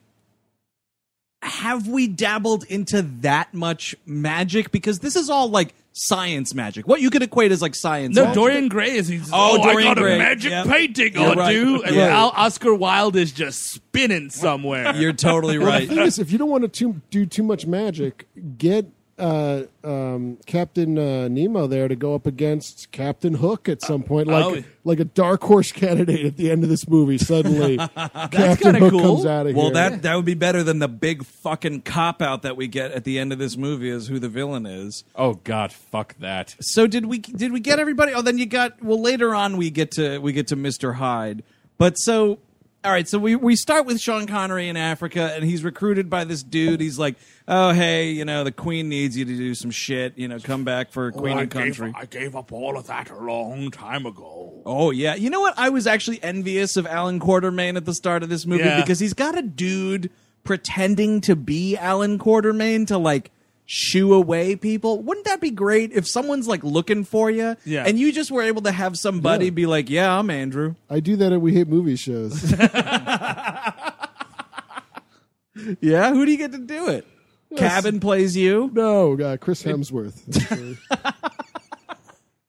[SPEAKER 1] Have we dabbled into that much magic? Because this is all like science magic. What you could equate as like science.
[SPEAKER 4] no
[SPEAKER 1] magic.
[SPEAKER 4] Dorian Gray is he's
[SPEAKER 1] Oh, Dorian
[SPEAKER 4] I got
[SPEAKER 1] Gray.
[SPEAKER 4] a magic
[SPEAKER 1] Yep.
[SPEAKER 4] painting
[SPEAKER 1] You're
[SPEAKER 4] or
[SPEAKER 1] right.
[SPEAKER 4] two, and
[SPEAKER 1] Yeah.
[SPEAKER 4] Al- Oscar Wilde is just spinning somewhere.
[SPEAKER 1] You're totally
[SPEAKER 3] Well, the
[SPEAKER 1] right.
[SPEAKER 3] thing is, if you don't want to too, do too much magic, get uh, um, Captain uh, Nemo there to go up against Captain Hook at some point, like
[SPEAKER 4] oh.
[SPEAKER 3] like a dark horse candidate at the end of this movie. Suddenly, Captain
[SPEAKER 4] kinda
[SPEAKER 3] Hook
[SPEAKER 4] cool.
[SPEAKER 3] comes out of
[SPEAKER 1] Well,
[SPEAKER 3] here.
[SPEAKER 1] that that would be better than the big fucking cop out that we get at the end of this movie is who the villain is.
[SPEAKER 2] Oh God, fuck that.
[SPEAKER 1] So did we did we get everybody? Oh, then you got well later on we get to we get to Mr. Hyde. But so all right, so we we start with Sean Connery in Africa and he's recruited by this dude. He's like, "Oh, hey, you know, the queen needs you to do some shit, you know, come back for queen
[SPEAKER 4] Oh, I
[SPEAKER 1] and
[SPEAKER 4] gave,
[SPEAKER 1] country."
[SPEAKER 4] I gave up all of that a long time ago.
[SPEAKER 1] Oh yeah, you know what? I was actually envious of Alan Quartermain at the start of this movie
[SPEAKER 4] Yeah.
[SPEAKER 1] because he's got a dude pretending to be Alan Quartermain to like shoo away people. Wouldn't that be great if someone's like looking for you
[SPEAKER 4] Yeah.
[SPEAKER 1] and you just were able to have somebody
[SPEAKER 3] Yeah.
[SPEAKER 1] be like, "Yeah, I'm Andrew."
[SPEAKER 3] I do that at We Hate Movie shows.
[SPEAKER 1] Yeah, who do you get to do it? Cabin plays you.
[SPEAKER 3] no, uh, Chris Hemsworth.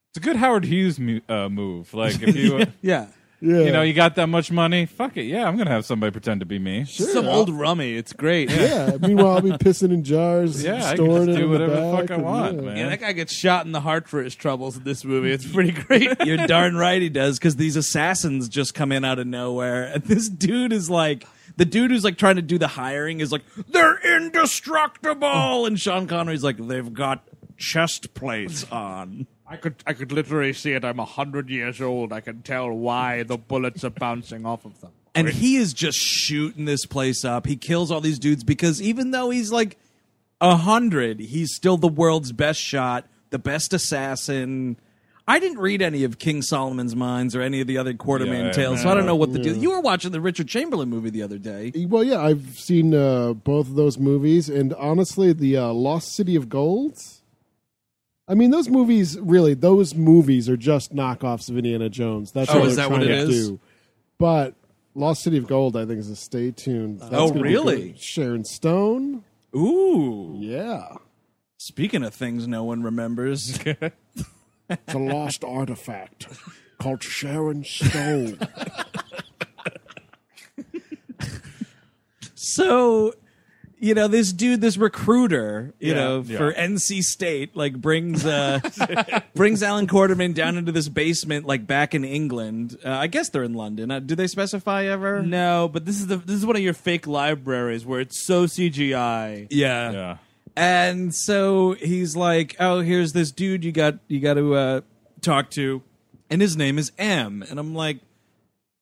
[SPEAKER 2] It's a good Howard Hughes mu- uh, move. Like if you
[SPEAKER 4] Yeah.
[SPEAKER 3] yeah.
[SPEAKER 2] you know you got that much money, fuck it. Yeah, I'm gonna have somebody pretend to be me.
[SPEAKER 4] Some old rummy. It's great. Yeah.
[SPEAKER 3] yeah. Meanwhile, I'll be pissing in jars.
[SPEAKER 2] Yeah, I can
[SPEAKER 3] storing
[SPEAKER 2] just
[SPEAKER 3] it
[SPEAKER 2] do
[SPEAKER 3] in
[SPEAKER 2] whatever
[SPEAKER 3] the,
[SPEAKER 2] the,
[SPEAKER 3] back
[SPEAKER 2] fuck I
[SPEAKER 3] and,
[SPEAKER 2] want,
[SPEAKER 3] yeah.
[SPEAKER 2] man.
[SPEAKER 4] that guy gets shot in the heart for his troubles in this movie. It's pretty great.
[SPEAKER 1] You're darn right he does because these assassins just come in out of nowhere, and this dude is like. The dude who's like trying to do the hiring is like, they're indestructible. And Sean Connery's like, they've got chest plates on.
[SPEAKER 7] I could, I could literally see it. I'm a hundred years old. I can tell why the bullets are bouncing off of them.
[SPEAKER 1] and he is just shooting this place up. He kills all these dudes because even though he's like a hundred, he's still the world's best shot, the best assassin. I didn't read any of King Solomon's Mines or any of the other Quartermain
[SPEAKER 2] Yeah,
[SPEAKER 1] tales, so I don't know what the deal. You were watching the Richard Chamberlain movie the other day.
[SPEAKER 3] Well, yeah, I've seen uh, both of those movies, and honestly, the uh, Lost City of Gold. I mean, those movies really; those movies are just knockoffs of Indiana Jones. That's
[SPEAKER 1] Oh,
[SPEAKER 3] what
[SPEAKER 1] is
[SPEAKER 3] they're
[SPEAKER 1] that what
[SPEAKER 3] trying
[SPEAKER 1] it
[SPEAKER 3] to
[SPEAKER 1] is?
[SPEAKER 3] do. But Lost City of Gold, I think, is a stay tuned. That's
[SPEAKER 1] Oh,
[SPEAKER 3] gonna be
[SPEAKER 1] really?
[SPEAKER 3] good. Sharon Stone.
[SPEAKER 1] Ooh,
[SPEAKER 3] Yeah,
[SPEAKER 1] speaking of things no one remembers,
[SPEAKER 3] it's a lost artifact called Sharon Stone.
[SPEAKER 1] so you know this dude this recruiter you
[SPEAKER 2] Yeah,
[SPEAKER 1] know
[SPEAKER 2] yeah.
[SPEAKER 1] for nc state like brings uh brings alan quarterman down into this basement like back in england uh, i guess they're in london uh, do they specify ever
[SPEAKER 4] no, but this is the this is one of your fake libraries where it's so CGI.
[SPEAKER 1] yeah.
[SPEAKER 2] Yeah.
[SPEAKER 1] and so he's like oh here's this dude you got you got to uh talk to and his name is m and i'm like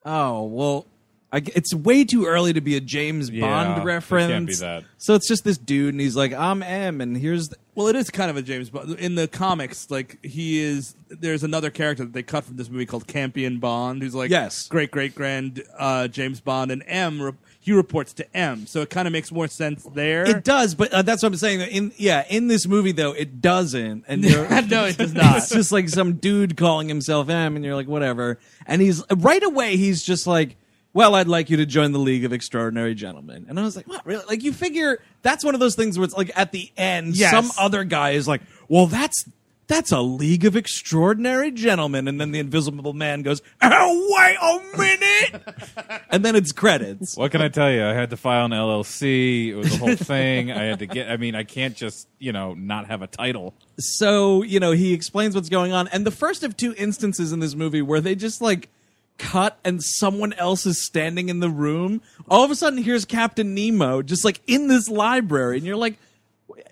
[SPEAKER 1] oh well I g it's way too early to be a James
[SPEAKER 2] Yeah, it can't
[SPEAKER 1] Bond
[SPEAKER 2] be
[SPEAKER 1] reference.
[SPEAKER 2] that.
[SPEAKER 1] So it's just this dude, and he's like, "I'm M," and here's the,
[SPEAKER 4] Well, it is kind of a James Bond in the comics. Like he is, there's another character that they cut from this movie called Campion Bond, who's like
[SPEAKER 1] Yes.
[SPEAKER 4] great great grand uh, James Bond, and M re- he reports to M, so it kind of makes more sense there.
[SPEAKER 1] It does, but uh, that's what I'm saying. In yeah, in this movie though, it doesn't, and you're,
[SPEAKER 4] no, it does not.
[SPEAKER 1] it's just like some dude calling himself M, and you're like, whatever. And he's right away, he's just like, well, I'd like you to join the League of Extraordinary Gentlemen. And I was like, what, really? Like, you figure that's one of those things where it's like at the end,
[SPEAKER 4] Yes.
[SPEAKER 1] some other guy is like, well, that's. That's a league of extraordinary gentlemen, and then the invisible man goes, "Oh, wait a minute!" and then it's credits.
[SPEAKER 2] What can I tell you? I had to file an LLC. It was a whole thing. I had to get. I mean, I can't just you know not have a title.
[SPEAKER 1] so you know he explains what's going on and the first of two instances in this movie where they just like cut and someone else is standing in the room all of a sudden here's captain nemo just like in this library and you're like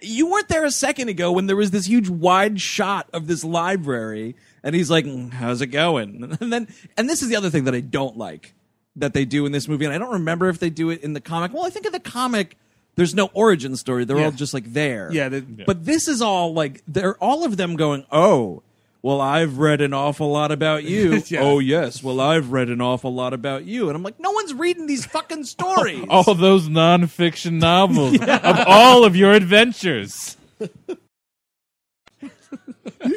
[SPEAKER 1] you weren't there a second ago when there was this huge wide shot of this library and he's like "Mm, how's it going and then and this is the other thing that i don't like that they do in this movie and i don't remember if they do it in the comic well i think in the comic there's no origin story they're all just like there
[SPEAKER 4] Yeah, they-
[SPEAKER 1] but this is all like they're all of them going oh well i've read an awful lot about you
[SPEAKER 4] Yeah.
[SPEAKER 1] oh yes well i've read an awful lot about you and i'm like no one's reading these fucking stories
[SPEAKER 2] All those nonfiction novels of all of your adventures.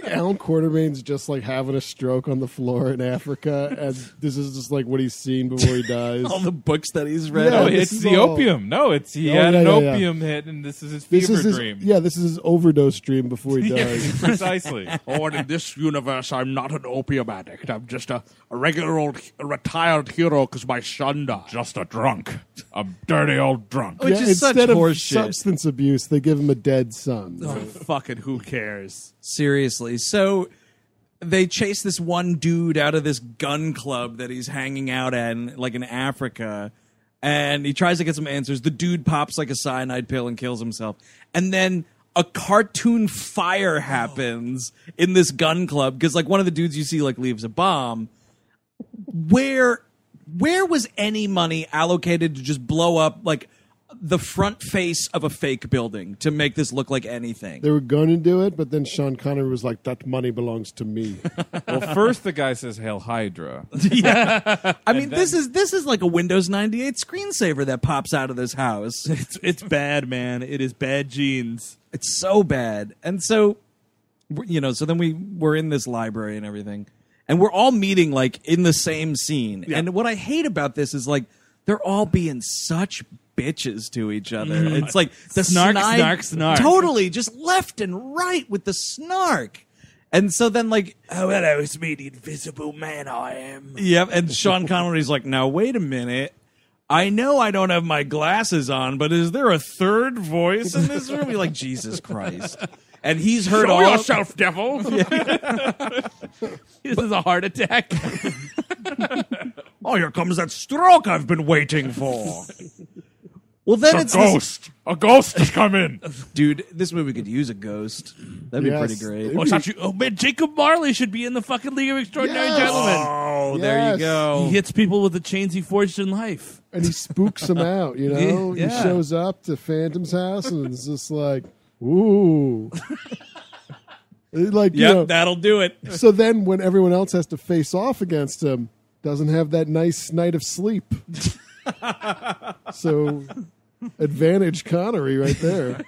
[SPEAKER 3] Alan Quartermain's just like having a stroke on the floor in Africa, and this is just like what he's seen before he dies.
[SPEAKER 1] all the books that he's read
[SPEAKER 2] No,
[SPEAKER 3] Yeah, this
[SPEAKER 2] Oh, it's
[SPEAKER 3] is
[SPEAKER 2] the
[SPEAKER 3] all-
[SPEAKER 2] opium. No, it's he
[SPEAKER 3] Oh,
[SPEAKER 2] had
[SPEAKER 3] yeah,
[SPEAKER 2] an
[SPEAKER 3] yeah, yeah.
[SPEAKER 2] opium hit, and this is his
[SPEAKER 3] this
[SPEAKER 2] fever
[SPEAKER 3] is his,
[SPEAKER 2] dream.
[SPEAKER 3] yeah, this is his overdose dream before he dies.
[SPEAKER 2] precisely.
[SPEAKER 7] Or Oh, in this universe, I'm not an opium addict. I'm just a, a regular old a retired hero because my son died. Oh.
[SPEAKER 2] Just a drunk, a dirty old drunk.
[SPEAKER 1] which
[SPEAKER 3] Yeah,
[SPEAKER 1] is such
[SPEAKER 3] instead of
[SPEAKER 1] horseshit
[SPEAKER 3] substance abuse, they give him a dead son.
[SPEAKER 1] Oh,
[SPEAKER 4] fucking who cares?
[SPEAKER 1] Seriously. So they chase this one dude out of this gun club that he's hanging out at, in, like in Africa, and he tries to get some answers. The dude pops like a cyanide pill and kills himself. And then a cartoon fire happens in this gun club because, like, one of the dudes you see like leaves a bomb. Where, where was any money allocated to just blow up like the front face of a fake building to make this look like anything.
[SPEAKER 3] They were going to do it, but then Sean Connery was like, "That money belongs to me."
[SPEAKER 2] Well, first the guy says "Hail Hydra."
[SPEAKER 1] I mean, this is this is like a Windows 98 screensaver that pops out of this house.
[SPEAKER 4] It's it's bad, man. It is bad genes.
[SPEAKER 1] It's so bad. And so, w- you know, so then we we're in this library and everything, and we're all meeting like in the same scene. And what I hate about this is like they're all being such bitches to each other. It's like the
[SPEAKER 4] Mm-hmm. Snark,
[SPEAKER 1] snide-
[SPEAKER 4] snark, snark.
[SPEAKER 1] Totally, just left and right with the snark. And so then, like,
[SPEAKER 5] Oh, hello, it's me, the invisible man I am.
[SPEAKER 1] Yep, and Sean Connery's like, now wait a minute. I know I don't have my glasses on, but is there a third voice in this room? You're like, Jesus Christ. And he's heard
[SPEAKER 7] Show
[SPEAKER 1] all
[SPEAKER 7] yourself, devil.
[SPEAKER 4] This is a heart attack.
[SPEAKER 5] Oh, here comes that stroke I've been waiting for.
[SPEAKER 1] Well then
[SPEAKER 7] A
[SPEAKER 1] it's this-
[SPEAKER 7] ghost. A ghost has come in.
[SPEAKER 1] dude, this movie could use a ghost. That'd be
[SPEAKER 3] Yes.
[SPEAKER 1] pretty great.
[SPEAKER 3] It'd
[SPEAKER 4] Oh, it's not you- oh, man, Jacob Marley should be in the fucking League of Extraordinary
[SPEAKER 3] Yes.
[SPEAKER 4] Gentlemen.
[SPEAKER 1] Oh,
[SPEAKER 3] Yes.
[SPEAKER 4] He hits people with the chains he forged in life.
[SPEAKER 3] and he spooks him out. You know,
[SPEAKER 4] Yeah.
[SPEAKER 3] he shows up to Phantom's house and it's just like, ooh, It, like you know.
[SPEAKER 1] that'll do it.
[SPEAKER 3] so then, when everyone else has to face off against him, doesn't have that nice night of sleep. so, advantage Connery right there.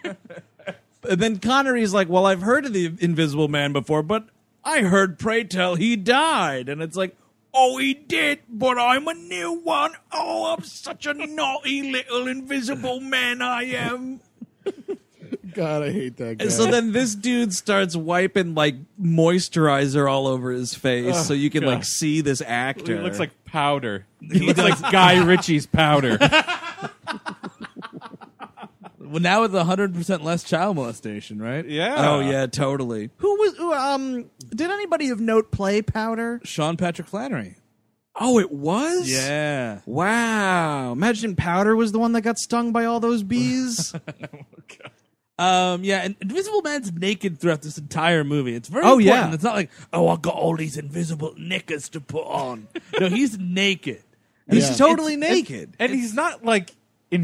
[SPEAKER 1] And then Connery's like, Well, I've heard of the invisible man before, but I heard Pray Tell he died. And it's like,
[SPEAKER 5] Oh, he did, but I'm a new one. Oh, I'm such a naughty little invisible man I am.
[SPEAKER 3] God, I hate that guy.
[SPEAKER 1] And so then this dude starts wiping like moisturizer all over his face so you can like see this
[SPEAKER 2] He
[SPEAKER 1] actor.
[SPEAKER 2] looks like powder. He looks like Guy Ritchie's powder.
[SPEAKER 4] Well, now with 100% less child molestation, right?
[SPEAKER 2] Yeah.
[SPEAKER 1] Oh yeah, totally. Who was who, um did anybody of note play Powder?
[SPEAKER 4] Sean Patrick Flannery.
[SPEAKER 1] Oh, it was?
[SPEAKER 4] Yeah.
[SPEAKER 1] Wow. Imagine Powder was the one that got stung by all those bees.
[SPEAKER 4] Um, yeah, and Invisible Man's naked throughout this entire movie. It's very
[SPEAKER 1] Oh,
[SPEAKER 4] important.
[SPEAKER 1] yeah.
[SPEAKER 4] It's not like, oh, I got all these invisible knickers to put on. no, he's naked.
[SPEAKER 1] He's
[SPEAKER 3] Yeah.
[SPEAKER 1] totally naked.
[SPEAKER 2] and he's not like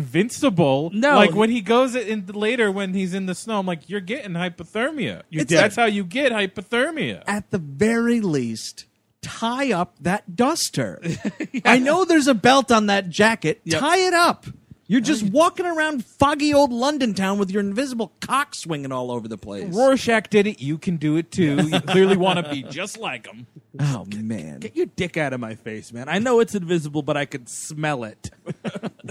[SPEAKER 2] invincible.
[SPEAKER 4] No.
[SPEAKER 2] like when he goes in later when he's in the snow, I'm like, you're getting hypothermia. You
[SPEAKER 1] It's dead.
[SPEAKER 2] That's how you get hypothermia.
[SPEAKER 1] At the very least, tie up that duster. I know there's a belt on that jacket. Tie it up. You're just walking around foggy old London town with your invisible cock swinging all over the place.
[SPEAKER 2] Rorschach did it. You can do it too. You clearly want to be just like him.
[SPEAKER 1] Oh man,
[SPEAKER 4] Get your dick out of my face, man. I know it's invisible, but I can smell it.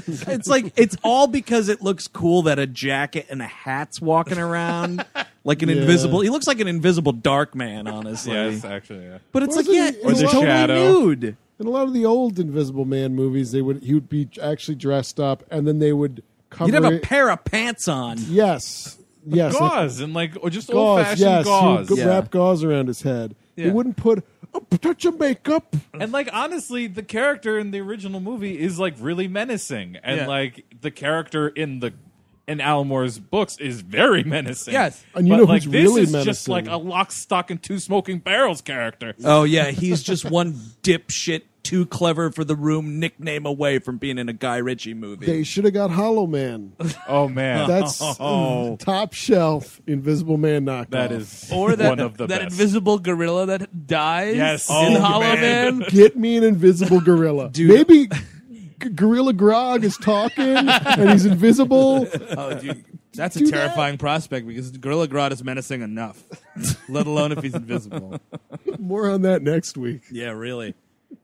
[SPEAKER 1] it's like it's all because it looks cool that a jacket and a hat's walking around like an invisible. He looks like an invisible dark man, honestly.
[SPEAKER 2] actually. Yeah.
[SPEAKER 1] But it's
[SPEAKER 3] Or
[SPEAKER 1] like
[SPEAKER 3] the-
[SPEAKER 1] yeah,
[SPEAKER 3] or
[SPEAKER 1] it's
[SPEAKER 2] the
[SPEAKER 1] totally
[SPEAKER 2] shadow.
[SPEAKER 1] nude.
[SPEAKER 3] In a lot of the old Invisible Man movies, they would he would be actually dressed up, and then they would cover
[SPEAKER 1] You'd have a
[SPEAKER 3] it-
[SPEAKER 1] pair of pants on.
[SPEAKER 3] Yes, yes, like
[SPEAKER 2] Gauze and like or just old
[SPEAKER 3] gauze.
[SPEAKER 2] fashioned
[SPEAKER 3] Yes,
[SPEAKER 2] gauze.
[SPEAKER 3] he would
[SPEAKER 1] Yeah.
[SPEAKER 3] go- wrap gauze around his head. He wouldn't put a touch of makeup.
[SPEAKER 2] And like honestly, the character in the original movie is like really menacing, and
[SPEAKER 4] Yeah.
[SPEAKER 2] like the character in the in Alan Moore's books is very menacing.
[SPEAKER 4] Yes.
[SPEAKER 3] And you
[SPEAKER 2] But,
[SPEAKER 3] know
[SPEAKER 2] like,
[SPEAKER 3] who's
[SPEAKER 2] this
[SPEAKER 3] really
[SPEAKER 2] is just
[SPEAKER 3] menacing?
[SPEAKER 2] like a lock, stock, and two smoking barrels character.
[SPEAKER 1] Oh yeah, he's just one dipshit too clever for the room nickname away from being in a Guy Ritchie movie.
[SPEAKER 3] They should have got Hollow Man.
[SPEAKER 2] Oh man,
[SPEAKER 3] That's
[SPEAKER 1] Oh.
[SPEAKER 3] top shelf Invisible Man knockoff.
[SPEAKER 2] that is
[SPEAKER 4] Or that,
[SPEAKER 2] one of the
[SPEAKER 4] that
[SPEAKER 2] best.
[SPEAKER 4] invisible gorilla that dies
[SPEAKER 2] Yes.
[SPEAKER 4] in
[SPEAKER 2] Oh,
[SPEAKER 4] Hollow
[SPEAKER 2] man.
[SPEAKER 4] Man.
[SPEAKER 3] Get me an invisible gorilla. Maybe G- Gorilla Grog is talking and he's invisible.
[SPEAKER 4] Oh, dude, that's a
[SPEAKER 3] Do that.
[SPEAKER 4] terrifying prospect because Gorilla Grodd is menacing enough, let alone if he's invisible.
[SPEAKER 3] More on that next week.
[SPEAKER 1] Yeah, really.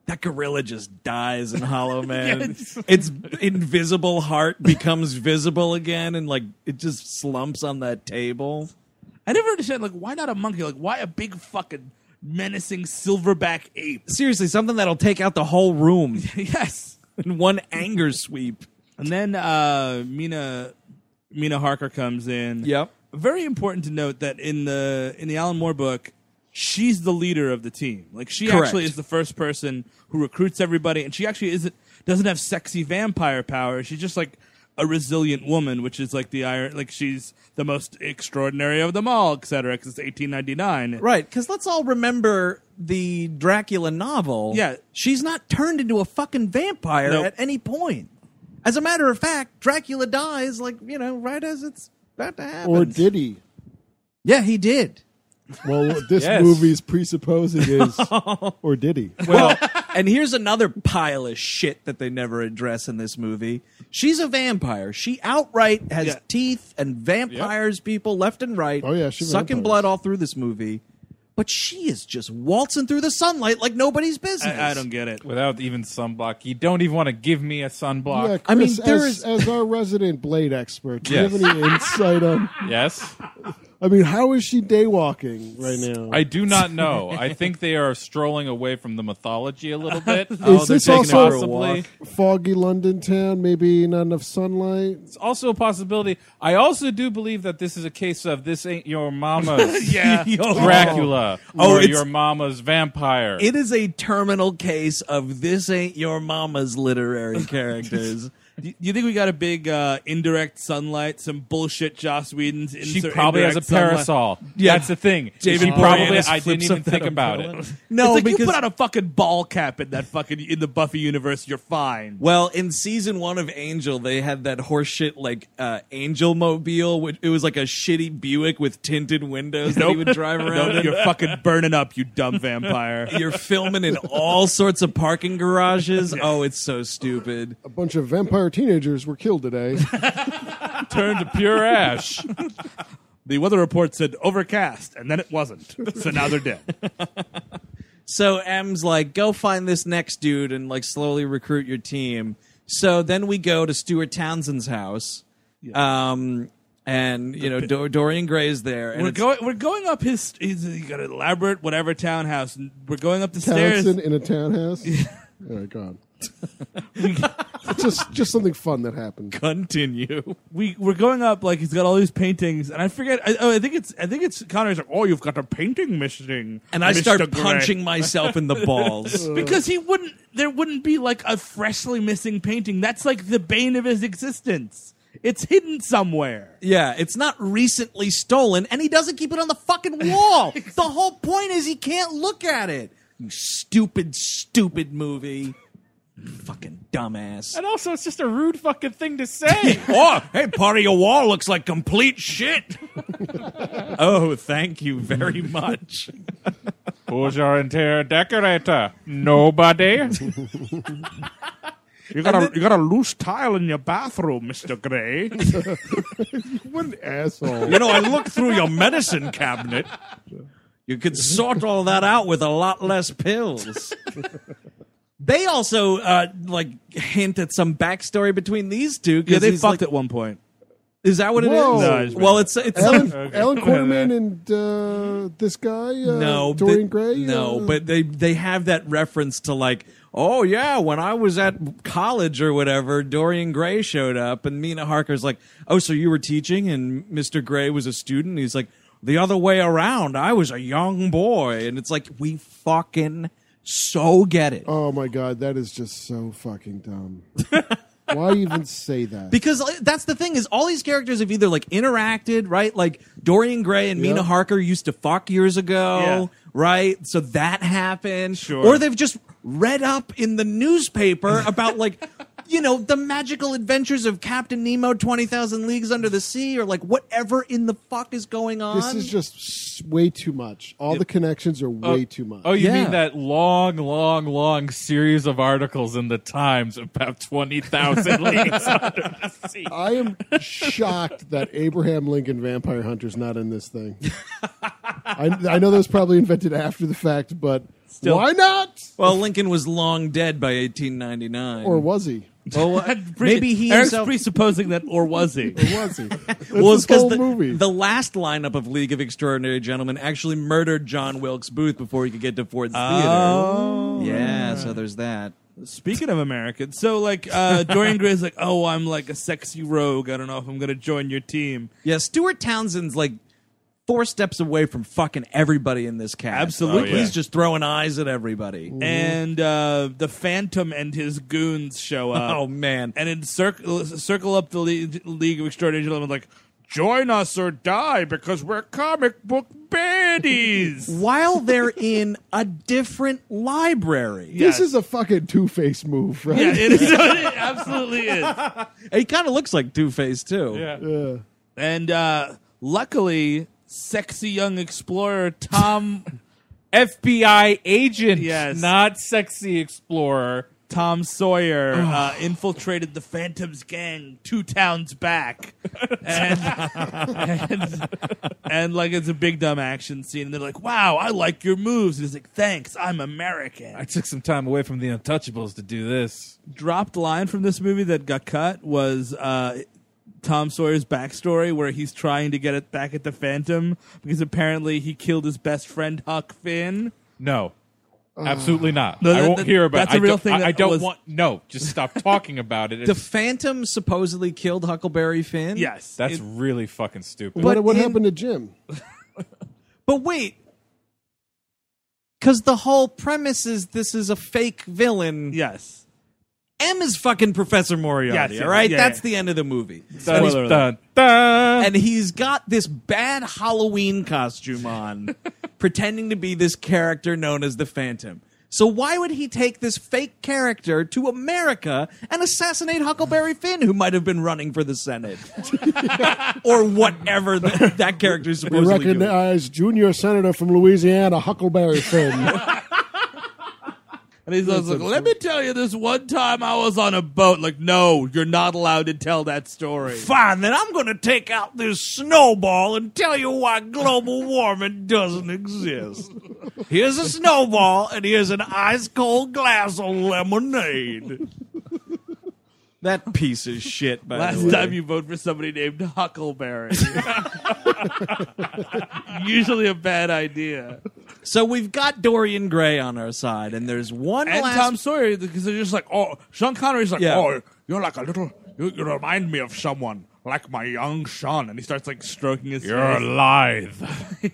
[SPEAKER 1] That gorilla just dies in Hollow Man. Its invisible heart becomes visible again, and like it just slumps on that table.
[SPEAKER 4] I never understand, like, why not a monkey? Like, why a big fucking menacing silverback ape?
[SPEAKER 1] Seriously, something that'll take out the whole room
[SPEAKER 4] yes.
[SPEAKER 1] in one anger sweep.
[SPEAKER 4] And then uh, Mina Mina Harker comes in.
[SPEAKER 1] Yep.
[SPEAKER 4] Very important to note that in the in the Alan Moore book, she's the leader of the team. Like she
[SPEAKER 1] Correct.
[SPEAKER 4] actually is the first person who recruits everybody, and she actually isn't doesn't have sexy vampire power. She's just like a resilient woman, which is like the iron. Like she's the most extraordinary of them all, et cetera. Because it's eighteen ninety nine.
[SPEAKER 1] Right, because let's all remember the Dracula novel.
[SPEAKER 4] Yeah.
[SPEAKER 1] She's not turned into a fucking vampire
[SPEAKER 4] Nope.
[SPEAKER 1] at any point. As a matter of fact, Dracula dies like you know right as it's about to happen.
[SPEAKER 3] Or did he?
[SPEAKER 1] yeah, he did.
[SPEAKER 3] Well, what this
[SPEAKER 2] Yes.
[SPEAKER 3] movie's presupposing is, or did he?
[SPEAKER 1] Well, and here's another pile of shit that they never address in this movie. She's a vampire. She outright has
[SPEAKER 4] Yeah.
[SPEAKER 1] teeth and vampires people left and right.
[SPEAKER 3] Oh, yeah, she
[SPEAKER 1] sucking
[SPEAKER 3] vampires.
[SPEAKER 1] blood all through this movie. But she is just waltzing through the sunlight like nobody's business.
[SPEAKER 4] I, I don't get it.
[SPEAKER 2] Without even sunblock, you don't even want to give me a sunblock.
[SPEAKER 3] Yeah,
[SPEAKER 1] I mean,
[SPEAKER 3] Chris,
[SPEAKER 1] there
[SPEAKER 3] as,
[SPEAKER 1] is-
[SPEAKER 3] as our resident blade expert, do
[SPEAKER 2] Yes.
[SPEAKER 3] you have any insight on?
[SPEAKER 2] Yes,
[SPEAKER 3] I mean, how is she day walking right now?
[SPEAKER 2] I do not know. I think they are strolling away from the mythology a little bit.
[SPEAKER 5] Oh,
[SPEAKER 3] is this
[SPEAKER 2] taking
[SPEAKER 3] also
[SPEAKER 2] possibly.
[SPEAKER 3] foggy London town? Maybe not enough sunlight.
[SPEAKER 2] It's also a possibility. I also do believe that this is a case of this ain't your mama's Dracula
[SPEAKER 1] Oh,
[SPEAKER 2] or
[SPEAKER 1] it's-
[SPEAKER 2] your mama's vampire.
[SPEAKER 1] It is a terminal case of this ain't your mama's literary characters.
[SPEAKER 4] Do you think we got a big uh, indirect sunlight? Some bullshit Joss Whedon's.
[SPEAKER 2] she
[SPEAKER 4] insert
[SPEAKER 2] probably has a
[SPEAKER 4] indirect sunlight?
[SPEAKER 2] parasol.
[SPEAKER 1] Yeah.
[SPEAKER 2] That's the thing.
[SPEAKER 4] David
[SPEAKER 2] she probably.
[SPEAKER 4] Boreanaz
[SPEAKER 2] I didn't
[SPEAKER 4] flips
[SPEAKER 2] even
[SPEAKER 4] up that
[SPEAKER 2] think about
[SPEAKER 4] umbrella.
[SPEAKER 2] it.
[SPEAKER 1] No,
[SPEAKER 4] it's like you
[SPEAKER 1] because-
[SPEAKER 4] put on a fucking ball cap in that fucking in the Buffy universe, you're fine.
[SPEAKER 1] Well, in season one of Angel, they had that horseshit like uh, Angel Mobile, which it was like a shitty Buick with tinted windows that he would drive around.
[SPEAKER 4] No,
[SPEAKER 1] in.
[SPEAKER 4] you're fucking burning up, you dumb vampire.
[SPEAKER 1] You're filming in all sorts of parking garages. Oh, it's so stupid.
[SPEAKER 3] A bunch of vampire teenagers were killed today.
[SPEAKER 2] Turned to pure ash.
[SPEAKER 4] the weather report said overcast, and then it wasn't. So now they're dead.
[SPEAKER 1] So M's like, go find this next dude and like slowly recruit your team. So then we go to Stuart Townsend's house. Um, and you know Dor- Dorian Gray's there, and
[SPEAKER 4] We're
[SPEAKER 1] it's-
[SPEAKER 4] going. We're going up his. He's he got an elaborate whatever townhouse. and We're going up the
[SPEAKER 3] Townsend
[SPEAKER 4] stairs.
[SPEAKER 3] in a townhouse. All right, go on. just, just something fun that happened.
[SPEAKER 1] continue.
[SPEAKER 4] We we're going up like he's got all these paintings, and I forget. I, oh, I think it's. I think it's Connor's like, oh, you've got a painting missing,
[SPEAKER 1] And I
[SPEAKER 4] Mr.
[SPEAKER 1] start
[SPEAKER 4] Gray."
[SPEAKER 1] punching myself in the balls.
[SPEAKER 4] because he wouldn't. There wouldn't be like a freshly missing painting. That's like the bane of his existence. It's hidden somewhere.
[SPEAKER 1] Yeah, it's not recently stolen, and he doesn't keep it on the fucking wall. the whole point is he can't look at it. You stupid, stupid movie. fucking dumbass.
[SPEAKER 2] And also, it's just a rude fucking thing to say.
[SPEAKER 1] Oh, hey, part of your wall looks like complete shit. oh, thank you very much.
[SPEAKER 2] Who's your interior decorator? Nobody.
[SPEAKER 7] You got a you got a loose tile in your bathroom, Mister Gray.
[SPEAKER 3] What an asshole!
[SPEAKER 1] You know, I looked through your medicine cabinet. You could sort all that out with a lot less pills. they also uh, like hint at some backstory between these two. 'cause
[SPEAKER 4] Yeah, they
[SPEAKER 1] he's
[SPEAKER 4] fucked
[SPEAKER 1] like-
[SPEAKER 4] at one point.
[SPEAKER 1] Is that what it is?
[SPEAKER 3] Whoa. No, it's-
[SPEAKER 1] well, it's it's
[SPEAKER 3] Alan,
[SPEAKER 1] some-
[SPEAKER 3] Alan Quarterman and uh, this guy, uh,
[SPEAKER 1] no
[SPEAKER 3] Dorian
[SPEAKER 1] but-
[SPEAKER 3] Gray.
[SPEAKER 1] No,
[SPEAKER 3] uh,
[SPEAKER 1] but they they have that reference to like, oh yeah, when I was at college or whatever, Dorian Gray showed up, and Mina Harker's like, oh, so you were teaching, and Mr. Gray was a student. He's like, the other way around, I was a young boy, and it's like we fucking so get it.
[SPEAKER 3] oh my god, that is just so fucking dumb. Why even say that?
[SPEAKER 1] because like, that's the thing is all these characters have either like interacted right like dorian gray and mina
[SPEAKER 3] Yeah.
[SPEAKER 1] harker used to fuck years ago
[SPEAKER 4] Yeah.
[SPEAKER 1] right so that happened
[SPEAKER 4] Sure.
[SPEAKER 1] or they've just read up in the newspaper about like you know the magical adventures of captain nemo 20000 leagues under the sea or like whatever in the fuck is going on
[SPEAKER 3] this is just s- way too much. All the connections are way too much.
[SPEAKER 2] Oh, you
[SPEAKER 1] Yeah.
[SPEAKER 2] mean that long, long, long series of articles in the Times about 20,000 leagues under the sea?
[SPEAKER 3] I am shocked that Abraham Lincoln Vampire Hunter's not in this thing. I, I know that was probably invented after the fact, but why not?
[SPEAKER 1] well lincoln was long dead by 1899
[SPEAKER 3] Or was he?
[SPEAKER 1] well, what- maybe he
[SPEAKER 4] Eric's
[SPEAKER 1] himself
[SPEAKER 4] presupposing that, or was he?
[SPEAKER 3] Or was he? That's
[SPEAKER 1] it's
[SPEAKER 3] this whole
[SPEAKER 1] the,
[SPEAKER 3] movie.
[SPEAKER 1] the last lineup of League of Extraordinary Gentlemen actually murdered John Wilkes Booth before he could get to Ford's
[SPEAKER 3] Oh.
[SPEAKER 1] Theater. Yeah, so there's that.
[SPEAKER 4] Speaking of Americans, so like uh, Dorian Gray's like, oh, I'm like a sexy rogue. I don't know if I'm gonna join your team.
[SPEAKER 1] Yeah, Stuart Townsend's like four steps away from fucking everybody in this cast.
[SPEAKER 4] Absolutely.
[SPEAKER 1] He's just throwing eyes at everybody.
[SPEAKER 4] And uh, the Phantom and his goons show up.
[SPEAKER 1] Oh, man.
[SPEAKER 4] And encircle circle up the Le- League of Extraordinary Gentlemen, like
[SPEAKER 7] Join us or die because we're comic book baddies.
[SPEAKER 1] while they're in a different library.
[SPEAKER 3] This is a fucking two face move, right?
[SPEAKER 4] Yeah, it, is, it absolutely is.
[SPEAKER 1] He kind of looks like Two Face too.
[SPEAKER 3] Yeah.
[SPEAKER 4] And uh, luckily, sexy young explorer Tom
[SPEAKER 2] FBI agent,
[SPEAKER 4] Yes.
[SPEAKER 2] not sexy explorer.
[SPEAKER 4] Tom Sawyer uh, infiltrated the Phantom's gang two towns back, and, and and like it's a big dumb action scene. And they're like, "Wow, I like your moves." And he's like, "Thanks, I'm American."
[SPEAKER 2] I took some time away from the Untouchables to do this.
[SPEAKER 4] dropped line from this movie that got cut was uh, Tom Sawyer's backstory, where he's trying to get it back at the Phantom because apparently he killed his best friend Huck Finn.
[SPEAKER 2] No,
[SPEAKER 5] Uh,
[SPEAKER 2] absolutely not.
[SPEAKER 4] No,
[SPEAKER 2] I
[SPEAKER 4] that-
[SPEAKER 2] won't
[SPEAKER 4] that-
[SPEAKER 2] hear about.
[SPEAKER 4] that's
[SPEAKER 2] it.
[SPEAKER 4] a real
[SPEAKER 2] I don't,
[SPEAKER 4] thing
[SPEAKER 2] I, I
[SPEAKER 4] that
[SPEAKER 2] don't
[SPEAKER 4] was-
[SPEAKER 2] want. No, just stop talking about it.
[SPEAKER 1] The
[SPEAKER 2] It's-
[SPEAKER 1] Phantom supposedly killed Huckleberry Finn.
[SPEAKER 4] Yes,
[SPEAKER 2] that's
[SPEAKER 4] It-
[SPEAKER 2] really fucking stupid.
[SPEAKER 1] But
[SPEAKER 3] What, what
[SPEAKER 1] in-
[SPEAKER 3] happened to Jim?
[SPEAKER 1] But wait. Because the whole premise is this is a fake villain.
[SPEAKER 4] yes.
[SPEAKER 1] M is fucking Professor Moriarty,
[SPEAKER 4] Yes,
[SPEAKER 1] all right?
[SPEAKER 4] yeah,
[SPEAKER 1] That's
[SPEAKER 4] yeah.
[SPEAKER 1] the end of the movie.
[SPEAKER 2] Dun,
[SPEAKER 4] Spoiler alert.
[SPEAKER 2] dun, dun.
[SPEAKER 1] And he's got this bad Halloween costume on, pretending to be this character known as the Phantom. So why would he take this fake character to America and assassinate Huckleberry Finn, who might have been running for the Senate? or whatever th- that character is
[SPEAKER 3] We
[SPEAKER 1] supposedly doing.
[SPEAKER 3] recognize uh, junior senator from Louisiana, Huckleberry Finn.
[SPEAKER 4] And he's like, "Let me tell you this one time I was on a boat." Like, no, you're not allowed to tell that story.
[SPEAKER 5] Fine, then I'm going to take out this snowball and tell you why global warming doesn't exist. Here's a snowball, and here's an ice cold glass of lemonade.
[SPEAKER 1] That piece of shit, by the
[SPEAKER 4] Last
[SPEAKER 1] way.
[SPEAKER 4] time you vote for somebody named Huckleberry, usually a bad idea.
[SPEAKER 1] So we've got Dorian Gray on our side, and there's one
[SPEAKER 4] And
[SPEAKER 1] last.
[SPEAKER 4] Tom Sawyer because they're just like,
[SPEAKER 7] Oh, Sean Connery's like,
[SPEAKER 1] Yeah.
[SPEAKER 7] oh, you're like a little. You, you remind me of someone like my young son, and he starts like stroking his.
[SPEAKER 4] You're
[SPEAKER 7] face.
[SPEAKER 2] Lithe.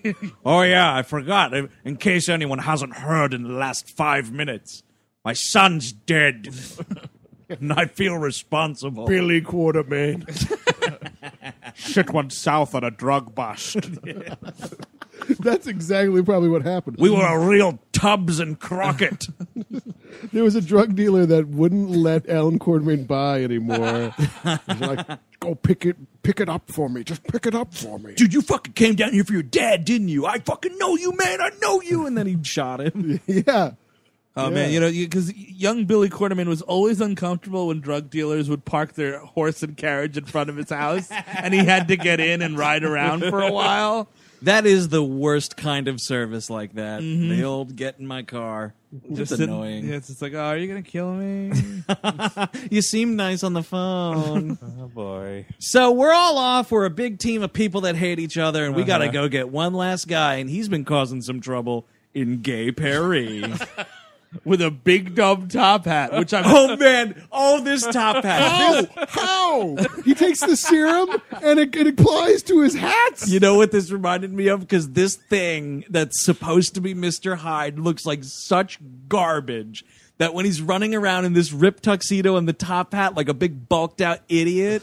[SPEAKER 5] Oh, yeah, I forgot. In- In case anyone hasn't heard in the last five minutes, my son's dead. and I feel responsible.
[SPEAKER 3] Billy Quartermain.
[SPEAKER 7] Shit went south on a drug bust.
[SPEAKER 3] That's exactly probably what happened.
[SPEAKER 5] We were a real Tubbs and Crockett.
[SPEAKER 3] There was a drug dealer that wouldn't let Alan Quartermain buy anymore. He's like, go pick it, pick it up for me. Just pick it up for me.
[SPEAKER 5] Dude, you fucking came down here for your dad, didn't you? I fucking know you, man. I know you.
[SPEAKER 1] and then he shot him.
[SPEAKER 3] Yeah.
[SPEAKER 4] oh man, you know, because young Billy Quarterman was always uncomfortable when drug dealers would park their horse and carriage in front of his house, and he had to get in and ride around for a while.
[SPEAKER 1] That is the worst kind of service like that.
[SPEAKER 5] Mm-hmm.
[SPEAKER 1] The old get in my car. Just
[SPEAKER 4] sitting-
[SPEAKER 1] annoying.
[SPEAKER 4] Yeah, it's just like, oh, are you gonna kill me?
[SPEAKER 1] You seem nice on the phone.
[SPEAKER 2] Oh boy.
[SPEAKER 1] so we're all off. We're a big team of people that hate each other, and we got to
[SPEAKER 2] Uh-huh.
[SPEAKER 1] go get one last guy, and he's been causing some trouble in Gay Paris.
[SPEAKER 4] With a big dumb top hat, which I'm
[SPEAKER 1] oh, man. Oh, this top hat.
[SPEAKER 3] How? How? He takes the serum and it, it applies to his hats.
[SPEAKER 1] You know what this reminded me of? Because this thing that's supposed to be Mr. Hyde looks like such garbage that when he's running around in this ripped tuxedo and the top hat like a big bulked out idiot.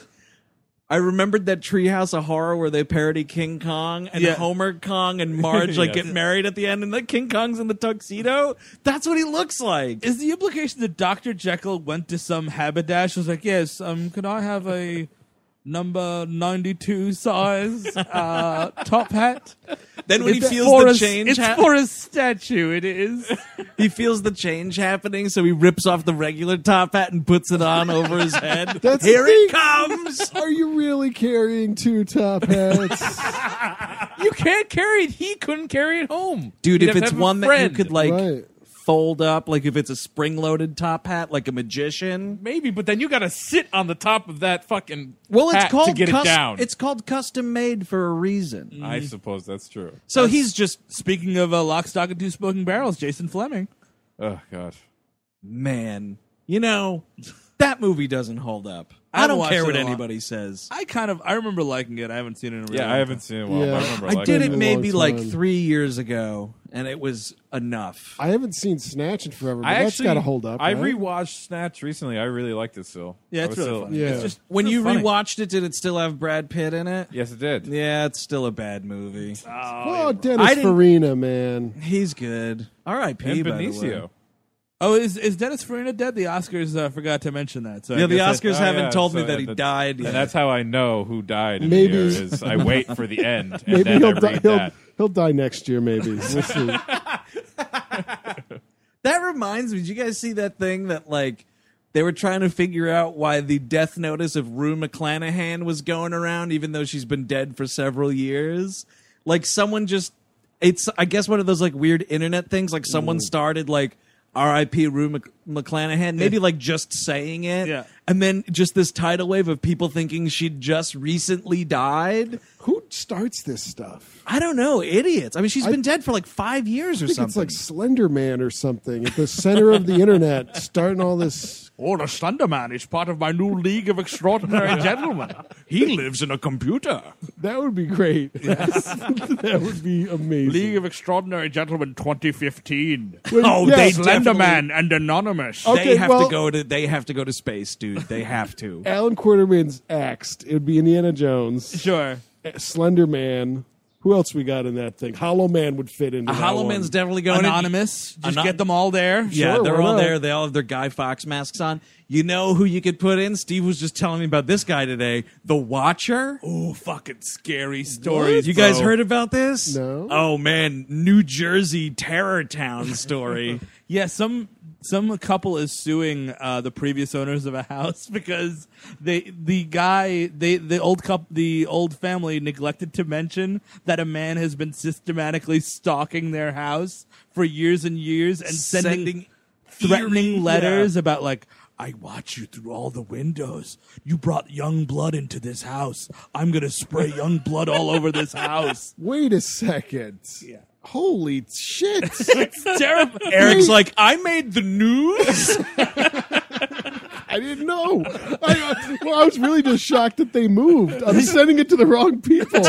[SPEAKER 1] I remembered that Treehouse of Horror where they parody King Kong and
[SPEAKER 4] Yeah.
[SPEAKER 1] Homer Kong and Marge like get
[SPEAKER 2] Yes.
[SPEAKER 1] married at the end and the King Kong's in the tuxedo. That's what he looks like.
[SPEAKER 4] is the implication that Dr. Jekyll went to some haberdash was like, yes, um, could I have a number 92 size uh, top hat?
[SPEAKER 1] then when he
[SPEAKER 4] It's
[SPEAKER 1] feels
[SPEAKER 4] for
[SPEAKER 1] the
[SPEAKER 4] a-
[SPEAKER 1] change,
[SPEAKER 4] It's
[SPEAKER 1] ha-
[SPEAKER 4] for a statue, it is.
[SPEAKER 1] he feels the change happening, so he rips off the regular top hat and puts it on over his head.
[SPEAKER 3] That's the
[SPEAKER 1] Here it
[SPEAKER 3] thing.
[SPEAKER 1] comes.
[SPEAKER 3] Are you really carrying two top hats?
[SPEAKER 2] You can't carry it. He couldn't carry it home.
[SPEAKER 1] dude
[SPEAKER 2] He'd
[SPEAKER 1] if
[SPEAKER 2] have to
[SPEAKER 1] it's
[SPEAKER 2] have a
[SPEAKER 1] one that you
[SPEAKER 2] friend.
[SPEAKER 1] could like
[SPEAKER 3] Right.
[SPEAKER 1] fold up like if it's a spring loaded top hat like a magician
[SPEAKER 2] maybe, but then you got to sit on the top of that fucking.
[SPEAKER 1] well it's
[SPEAKER 2] hat
[SPEAKER 1] called
[SPEAKER 2] to get
[SPEAKER 1] cus-
[SPEAKER 2] it down. Mm-hmm.
[SPEAKER 1] it's called custom made for a reason
[SPEAKER 2] I suppose that's true.
[SPEAKER 1] so he's just
[SPEAKER 4] Speaking of uh, Lock, Stock, and Two Smoking Barrels, Jason Fleming.
[SPEAKER 2] Oh gosh.
[SPEAKER 1] man you know that movie doesn't hold up
[SPEAKER 4] I
[SPEAKER 1] i,
[SPEAKER 4] haven't
[SPEAKER 1] don't
[SPEAKER 4] watched
[SPEAKER 1] care
[SPEAKER 4] it
[SPEAKER 1] what
[SPEAKER 4] in a while.
[SPEAKER 1] anybody says
[SPEAKER 4] I kind of, I remember liking it. I haven't seen it in a really
[SPEAKER 2] Yeah, I
[SPEAKER 4] long
[SPEAKER 5] Oh,
[SPEAKER 2] haven't seen it. Well,
[SPEAKER 3] Yeah.
[SPEAKER 2] I remember.
[SPEAKER 1] i
[SPEAKER 2] liking
[SPEAKER 1] did
[SPEAKER 3] it
[SPEAKER 1] it
[SPEAKER 3] a long
[SPEAKER 1] maybe like
[SPEAKER 3] time.
[SPEAKER 1] three years ago and it was enough.
[SPEAKER 3] I haven't seen Snatch in forever, but
[SPEAKER 2] I
[SPEAKER 3] that's
[SPEAKER 2] actually
[SPEAKER 3] got to hold up.
[SPEAKER 2] I
[SPEAKER 3] right?
[SPEAKER 2] rewatched Snatch recently. I really liked it still.
[SPEAKER 4] Yeah,
[SPEAKER 2] I
[SPEAKER 4] it's
[SPEAKER 2] was
[SPEAKER 4] really
[SPEAKER 2] still-
[SPEAKER 4] funny.
[SPEAKER 3] yeah.
[SPEAKER 4] It's just
[SPEAKER 1] when
[SPEAKER 4] it's
[SPEAKER 1] you
[SPEAKER 4] funny.
[SPEAKER 1] rewatched it, did it still have Brad Pitt in it?
[SPEAKER 2] Yes, it did.
[SPEAKER 1] Yeah, it's still a bad movie.
[SPEAKER 3] Oh,
[SPEAKER 1] I
[SPEAKER 3] Dennis
[SPEAKER 1] didn't-
[SPEAKER 3] Farina, man.
[SPEAKER 1] He's good. R.I.P.
[SPEAKER 2] And
[SPEAKER 1] by the way.
[SPEAKER 2] Benicio.
[SPEAKER 4] Oh, is is Dennis Farina dead? The Oscars uh, forgot to mention that. So I
[SPEAKER 1] Yeah, the
[SPEAKER 4] guess I-
[SPEAKER 1] Oscars
[SPEAKER 2] Oh,
[SPEAKER 1] haven't
[SPEAKER 2] yeah,
[SPEAKER 1] told
[SPEAKER 2] so
[SPEAKER 1] me that
[SPEAKER 2] yeah,
[SPEAKER 1] he
[SPEAKER 2] that's-
[SPEAKER 1] died. Yet.
[SPEAKER 2] And that's how I know who died. In
[SPEAKER 3] Maybe-
[SPEAKER 2] the year is I wait for the end and
[SPEAKER 3] Maybe
[SPEAKER 2] then
[SPEAKER 3] he'll,
[SPEAKER 2] I read
[SPEAKER 3] die, he'll,
[SPEAKER 2] that.
[SPEAKER 3] he'll die next year, maybe. We'll see.
[SPEAKER 1] That reminds me. Did you guys see that thing that like they were trying to figure out why the death notice of Rue McClanahan was going around, even though she's been dead for several years? Like someone just, it's I guess one of those like weird internet things. Like someone started like. R.I.P. Rue Mc- McClanahan, maybe like just saying it,
[SPEAKER 4] Yeah.
[SPEAKER 1] and then just this tidal wave of people thinking she'd just recently died.
[SPEAKER 3] Who starts this stuff?
[SPEAKER 1] I don't know, idiots. I mean, she's been dead for like five years or
[SPEAKER 3] I think
[SPEAKER 1] something.
[SPEAKER 3] it's like Slender Man or something at the center of the internet, starting all this.
[SPEAKER 7] Oh, the Slender Man is part of my new League of Extraordinary Gentlemen. He lives in a computer.
[SPEAKER 3] That would be great. that would be amazing.
[SPEAKER 7] League of Extraordinary Gentlemen 2015.
[SPEAKER 3] Well,
[SPEAKER 1] Oh,
[SPEAKER 3] yes,
[SPEAKER 1] they
[SPEAKER 7] Slender Man and Anonymous.
[SPEAKER 3] Okay,
[SPEAKER 1] they have
[SPEAKER 3] well-
[SPEAKER 1] to go to they have to go to space, dude. They have to.
[SPEAKER 3] Alan Quarterman's axed. It would be Indiana Jones, eh,
[SPEAKER 4] Sure.
[SPEAKER 3] Slender Man. Who else we got in that thing? Hollow Man would fit into.
[SPEAKER 1] A
[SPEAKER 3] that
[SPEAKER 1] Hollow
[SPEAKER 3] one.
[SPEAKER 1] Man's definitely going in.
[SPEAKER 4] Anonymous. Just
[SPEAKER 1] Anon-
[SPEAKER 4] get them all there.
[SPEAKER 1] Yeah,
[SPEAKER 3] Sure,
[SPEAKER 1] they're
[SPEAKER 3] why
[SPEAKER 1] all
[SPEAKER 3] not?
[SPEAKER 1] there. They all have their Guy Fox masks on. You know who you could put in? Steve was just telling me about this guy today, the Watcher.
[SPEAKER 4] Oh, fucking scary stories.
[SPEAKER 1] you guys
[SPEAKER 4] bro.
[SPEAKER 1] heard about this?
[SPEAKER 3] No.
[SPEAKER 1] Oh man, New Jersey terror town story.
[SPEAKER 4] Yeah, some some couple is suing uh, the previous owners of a house because they the guy they the old cup the old family neglected to mention that a man has been systematically stalking their house for years and years and sending,
[SPEAKER 1] Sending
[SPEAKER 4] threatening
[SPEAKER 1] eerie-
[SPEAKER 4] letters about like I watch you through all the windows. You brought young blood into this house. I'm gonna spray young blood all over this house.
[SPEAKER 3] Wait a second. Yeah. Holy shit!
[SPEAKER 4] Terrifying.
[SPEAKER 1] Eric's like, I made the news.
[SPEAKER 3] I didn't know. I, I- well, I was really just shocked that they moved. I'm sending it to the wrong people.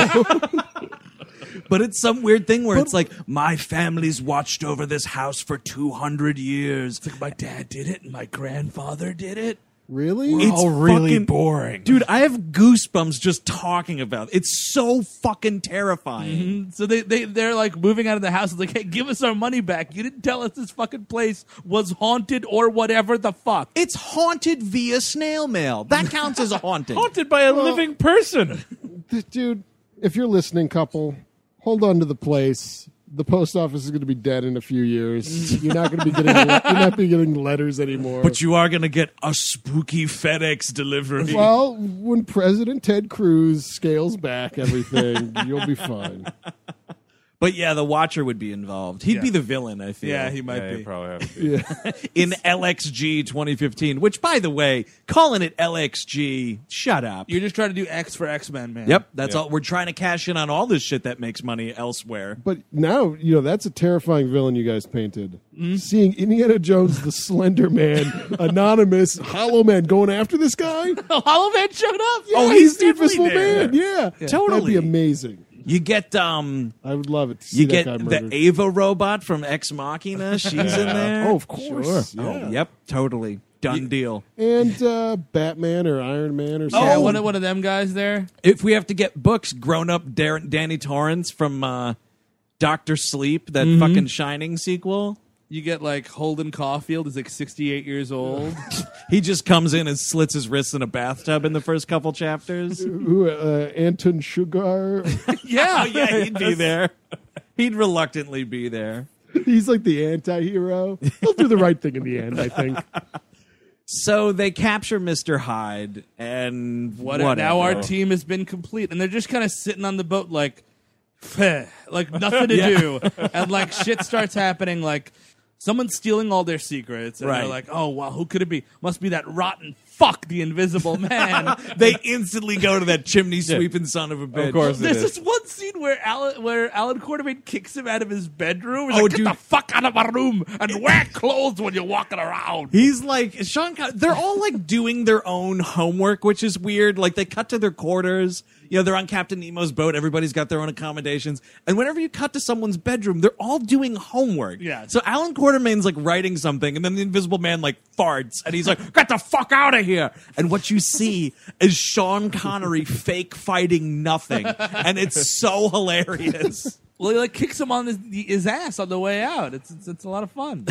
[SPEAKER 1] But it's some weird thing where it's like, my family's watched over this house for 200 years. It's like, my dad did it and my grandfather did it.
[SPEAKER 3] really?
[SPEAKER 1] It's really boring. Dude, I have goosebumps just talking about it. It's so fucking terrifying.
[SPEAKER 4] So they, they, they're like moving out of the house. It's like, hey, give us our money back. You didn't tell us this fucking place was haunted or whatever the fuck.
[SPEAKER 1] It's haunted via snail mail. That counts as a haunting.
[SPEAKER 2] Haunted by a living person.
[SPEAKER 3] Th- dude, if you're listening, couple, hold on to the place. The post office is going to be dead in a few years. You're not going to be getting you're not be getting letters anymore.
[SPEAKER 1] But you are going to get a spooky FedEx delivery.
[SPEAKER 3] well, when President Ted Cruz scales back everything, you'll be fine.
[SPEAKER 1] But yeah, the Watcher would be involved. He'd be the villain, I feel.
[SPEAKER 4] Yeah, he might
[SPEAKER 2] Yeah,
[SPEAKER 4] be.
[SPEAKER 2] you probably have to.
[SPEAKER 1] In LXG 2015, which, by the way, calling it LXG, shut up.
[SPEAKER 4] You're just trying to do X for X Men, man.
[SPEAKER 1] Yep, that's all. We're trying to cash in on all this shit that makes money elsewhere.
[SPEAKER 3] But now, you know, that's a terrifying villain you guys painted.
[SPEAKER 1] Mm-hmm.
[SPEAKER 3] Seeing Indiana Jones, the Slender Man, Anonymous, Hollow Man going after this guy?
[SPEAKER 4] Hollow Man showed up.
[SPEAKER 3] oh,
[SPEAKER 1] Oh, he's
[SPEAKER 3] the
[SPEAKER 1] definitely
[SPEAKER 3] Invisible
[SPEAKER 1] there.
[SPEAKER 3] Man. Yeah. That'd
[SPEAKER 1] Totally.
[SPEAKER 3] be amazing.
[SPEAKER 1] You get um,
[SPEAKER 3] I would love it to see
[SPEAKER 1] you
[SPEAKER 3] that
[SPEAKER 1] get
[SPEAKER 3] guy
[SPEAKER 1] the
[SPEAKER 3] murdered.
[SPEAKER 1] Ava robot from Ex Machina. She's in there.
[SPEAKER 3] Oh, of course.
[SPEAKER 1] Oh, yep, totally done deal.
[SPEAKER 3] And uh, Batman or Iron
[SPEAKER 1] Oh,
[SPEAKER 3] Man or
[SPEAKER 4] Yeah,
[SPEAKER 3] something.
[SPEAKER 4] Oh, one, of, one of them guys there.
[SPEAKER 1] If we have to get books, grown up Dar- Danny Torrance from uh, Doctor Sleep,
[SPEAKER 3] Mm-hmm.
[SPEAKER 1] that fucking Shining sequel.
[SPEAKER 4] You get like Holden Caulfield is like 68 years old.
[SPEAKER 1] He just comes in and slits his wrists in a bathtub in the first couple chapters.
[SPEAKER 3] Who, uh, Anton Sugar.
[SPEAKER 1] yeah, yeah, he'd be there. He'd reluctantly be there.
[SPEAKER 3] He's like the anti hero. He'll do the right thing in the end, I think.
[SPEAKER 1] So they capture Mr. Hyde and
[SPEAKER 4] what
[SPEAKER 1] what?
[SPEAKER 4] if now our team has been complete. And they're just kind of sitting on the boat like, "Pfeh," like nothing to do. And like shit starts happening like someone's stealing all their secrets. And
[SPEAKER 1] Right.
[SPEAKER 4] they're like, oh, wow, who could it be? Must be that rotten fuck the Invisible Man.
[SPEAKER 1] they instantly go to that chimney sweeping son of a bitch.
[SPEAKER 2] Of course, it
[SPEAKER 4] There's
[SPEAKER 2] is.
[SPEAKER 4] this one scene where Alan, where Alan Quartermain kicks him out of his bedroom. He's
[SPEAKER 1] Oh,
[SPEAKER 4] like, Get
[SPEAKER 1] dude.
[SPEAKER 4] the fuck out of my room and wear clothes when you're walking around.
[SPEAKER 1] He's like Sean. Con- They're all like doing their own homework, which is weird. Like they cut to their quarters. You know, they're on Captain Nemo's boat. Everybody's got their own accommodations. And whenever you cut to someone's bedroom, they're all doing homework.
[SPEAKER 4] Yeah.
[SPEAKER 1] So Alan Quartermain's like writing something, and then the Invisible Man like farts, and he's like, "Get the fuck out of here!" And what you see is Sean Connery fake fighting nothing, and it's so hilarious.
[SPEAKER 4] Well, he like kicks him on his, his ass on the way out. It's it's, it's a lot of fun.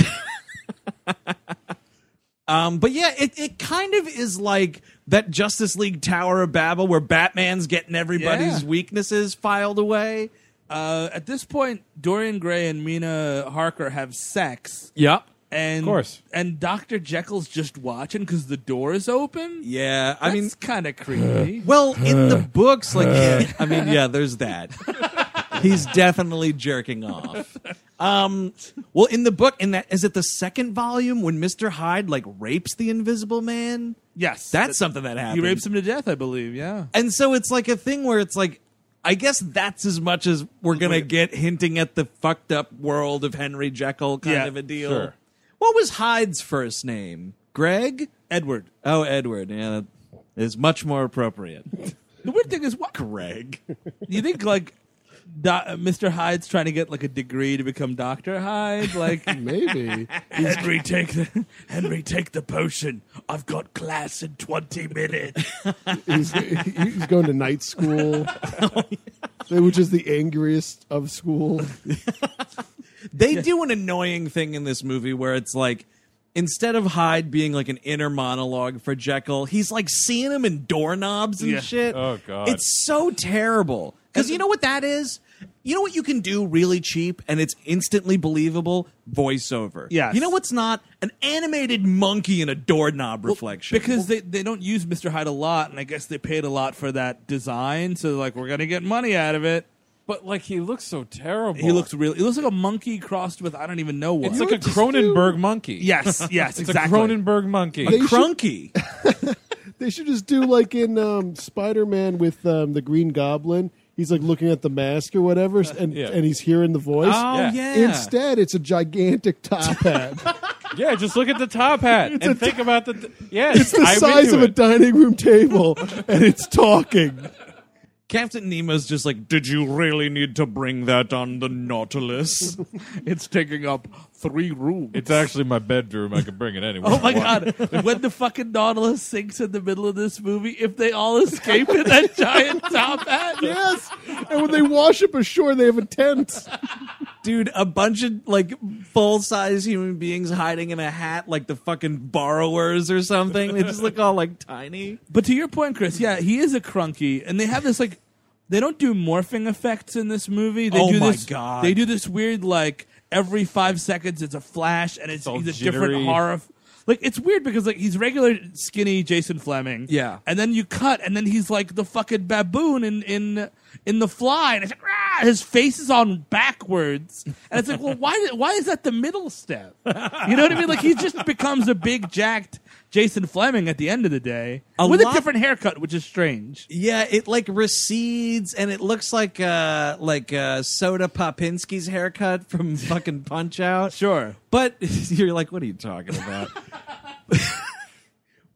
[SPEAKER 1] Um, but yeah, it, it kind of is like that Justice League Tower of Babel where Batman's getting everybody's
[SPEAKER 4] Yeah.
[SPEAKER 1] weaknesses filed away.
[SPEAKER 4] uh, at this point, Dorian Gray and Mina Harker have sex,
[SPEAKER 2] Yep.
[SPEAKER 4] and
[SPEAKER 2] Of course.
[SPEAKER 4] and Doctor Jekyll's just watching because the door is open.
[SPEAKER 1] Yeah, I mean,
[SPEAKER 4] That's kind of creepy.
[SPEAKER 1] well, in the books, like, yeah, I mean, yeah, there's that. He's definitely jerking off. Um, well, in the book, in that is it the second volume when Mister Hyde like rapes the Invisible Man?
[SPEAKER 4] yes,
[SPEAKER 1] That's something that happened.
[SPEAKER 4] he rapes him to death, I believe. Yeah.
[SPEAKER 1] And so it's like a thing where it's like, I guess that's as much as we're going to get hinting at the fucked up world of Henry Jekyll kind
[SPEAKER 4] Yeah,
[SPEAKER 1] of a deal.
[SPEAKER 2] sure.
[SPEAKER 1] What was Hyde's first name? Greg?
[SPEAKER 4] Edward.
[SPEAKER 1] Oh, Edward. Yeah, that is much more appropriate.
[SPEAKER 4] The weird thing is, what
[SPEAKER 1] Greg.
[SPEAKER 4] you think like Do- uh, Mr. Hyde's trying to get like a degree to become Doctor Hyde? Like
[SPEAKER 3] Maybe.
[SPEAKER 7] Henry, take the Henry, take the potion. I've got class in twenty minutes.
[SPEAKER 3] He's, he's going to night school, which is the angriest of school.
[SPEAKER 1] They do an annoying thing in this movie where it's like instead of Hyde being like an inner monologue for Jekyll, he's like seeing him in doorknobs and
[SPEAKER 4] Yeah.
[SPEAKER 1] shit.
[SPEAKER 2] Oh, God.
[SPEAKER 1] It's so terrible. Cuz you know what that is? You know what you can do really cheap and it's instantly believable? Voiceover.
[SPEAKER 4] Yes.
[SPEAKER 1] You know what's not? An animated monkey in a doorknob reflection.
[SPEAKER 4] because they, they don't use Mr. Hyde a lot, and I guess they paid a lot for that design, so like we're gonna get money out of it.
[SPEAKER 2] But like he looks so terrible.
[SPEAKER 4] He looks really. He looks like a monkey crossed with I don't even know what.
[SPEAKER 2] It's like a Cronenberg monkey.
[SPEAKER 4] yes, yes,
[SPEAKER 2] It's
[SPEAKER 4] exactly.
[SPEAKER 2] a Cronenberg monkey.
[SPEAKER 3] They should-
[SPEAKER 1] Crunky.
[SPEAKER 3] They should just do like in um, Spider Man with um, the Green Goblin. He's like looking at the mask or whatever, and
[SPEAKER 2] Yeah.
[SPEAKER 3] and he's hearing the voice.
[SPEAKER 1] Oh
[SPEAKER 2] Yeah.
[SPEAKER 1] yeah.
[SPEAKER 3] Instead, it's a gigantic top hat.
[SPEAKER 2] yeah, just look at the top hat and think about the. Th- yeah,
[SPEAKER 3] It's the size of a dining room table, and it's talking.
[SPEAKER 1] Captain Nemo's just like, "Did you really need to bring that on the Nautilus?"
[SPEAKER 7] It's taking up three rooms.
[SPEAKER 2] It's actually my bedroom. I can bring it anywhere.
[SPEAKER 4] Oh my god! When the fucking Nautilus sinks in the middle of this movie, if they all escape in that giant top hat,
[SPEAKER 3] Yes, and when they wash up ashore, they have a tent.
[SPEAKER 1] dude a bunch of like full-size human beings hiding in a hat like the fucking borrowers or something they just look all like tiny
[SPEAKER 4] But to your point, Chris, yeah, he is a crunky, and they have this like they don't do morphing effects in this movie. They
[SPEAKER 1] Oh
[SPEAKER 4] do
[SPEAKER 1] my
[SPEAKER 4] this,
[SPEAKER 1] God.
[SPEAKER 4] They do this weird like every five seconds it's a flash, and it's,
[SPEAKER 2] all
[SPEAKER 4] he's a
[SPEAKER 2] jittery.
[SPEAKER 4] different horror. f- Like it's weird because like he's regular skinny Jason Fleming,
[SPEAKER 1] Yeah.
[SPEAKER 4] and then you cut, and then he's like the fucking baboon in in in the fly, and it's like, "Rah!" his face is on backwards, and it's like, well, why did- why is that the middle step? You know what I mean? Like he just becomes a big jacked Jason Fleming at the end of the day
[SPEAKER 1] A
[SPEAKER 4] with
[SPEAKER 1] lot-
[SPEAKER 4] a different haircut, which is strange.
[SPEAKER 1] yeah it like recedes and it looks like uh like uh soda popinski's haircut from fucking punch out
[SPEAKER 4] Sure.
[SPEAKER 1] but you're like what are you talking about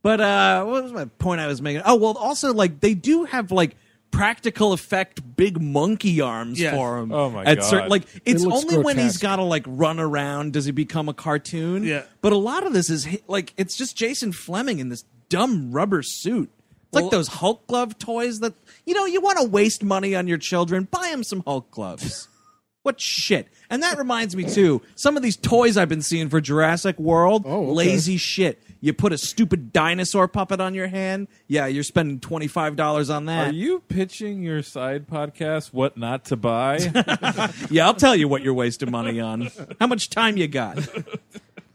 [SPEAKER 1] but uh what was my point i was making oh well also like they do have like practical effect big monkey arms
[SPEAKER 4] Yes.
[SPEAKER 1] for him
[SPEAKER 2] Oh, my
[SPEAKER 1] at
[SPEAKER 2] God.
[SPEAKER 1] certain like it's
[SPEAKER 3] looks
[SPEAKER 1] only when he's
[SPEAKER 3] grotesque.
[SPEAKER 1] gotta like run around does he become a cartoon
[SPEAKER 4] Yeah.
[SPEAKER 1] but a lot of this is hi- like it's just jason fleming in this dumb rubber suit it's like
[SPEAKER 4] Well-
[SPEAKER 1] those hulk glove toys that you know you want to waste money on your children buy them some hulk gloves what shit? And that reminds me too. Some of these toys I've been seeing for Jurassic World,
[SPEAKER 3] Oh, okay.
[SPEAKER 1] lazy shit. You put a stupid dinosaur puppet on your hand. Yeah, you're spending twenty five dollars on
[SPEAKER 2] Are
[SPEAKER 1] that.
[SPEAKER 2] you pitching your side podcast? What not to buy?
[SPEAKER 1] yeah, I'll tell you what you're wasting money on. How much time you got?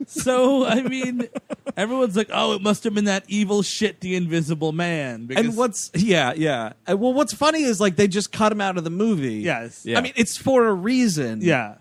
[SPEAKER 4] So Oh, I mean, everyone's like, "Oh, it must have been that evil shit, the Invisible Man." Because,
[SPEAKER 1] And what's yeah yeah. And, well, what's funny is like they just cut him out of the movie.
[SPEAKER 4] Yes.
[SPEAKER 2] Yeah.
[SPEAKER 1] I mean it's for a reason.
[SPEAKER 4] Yeah.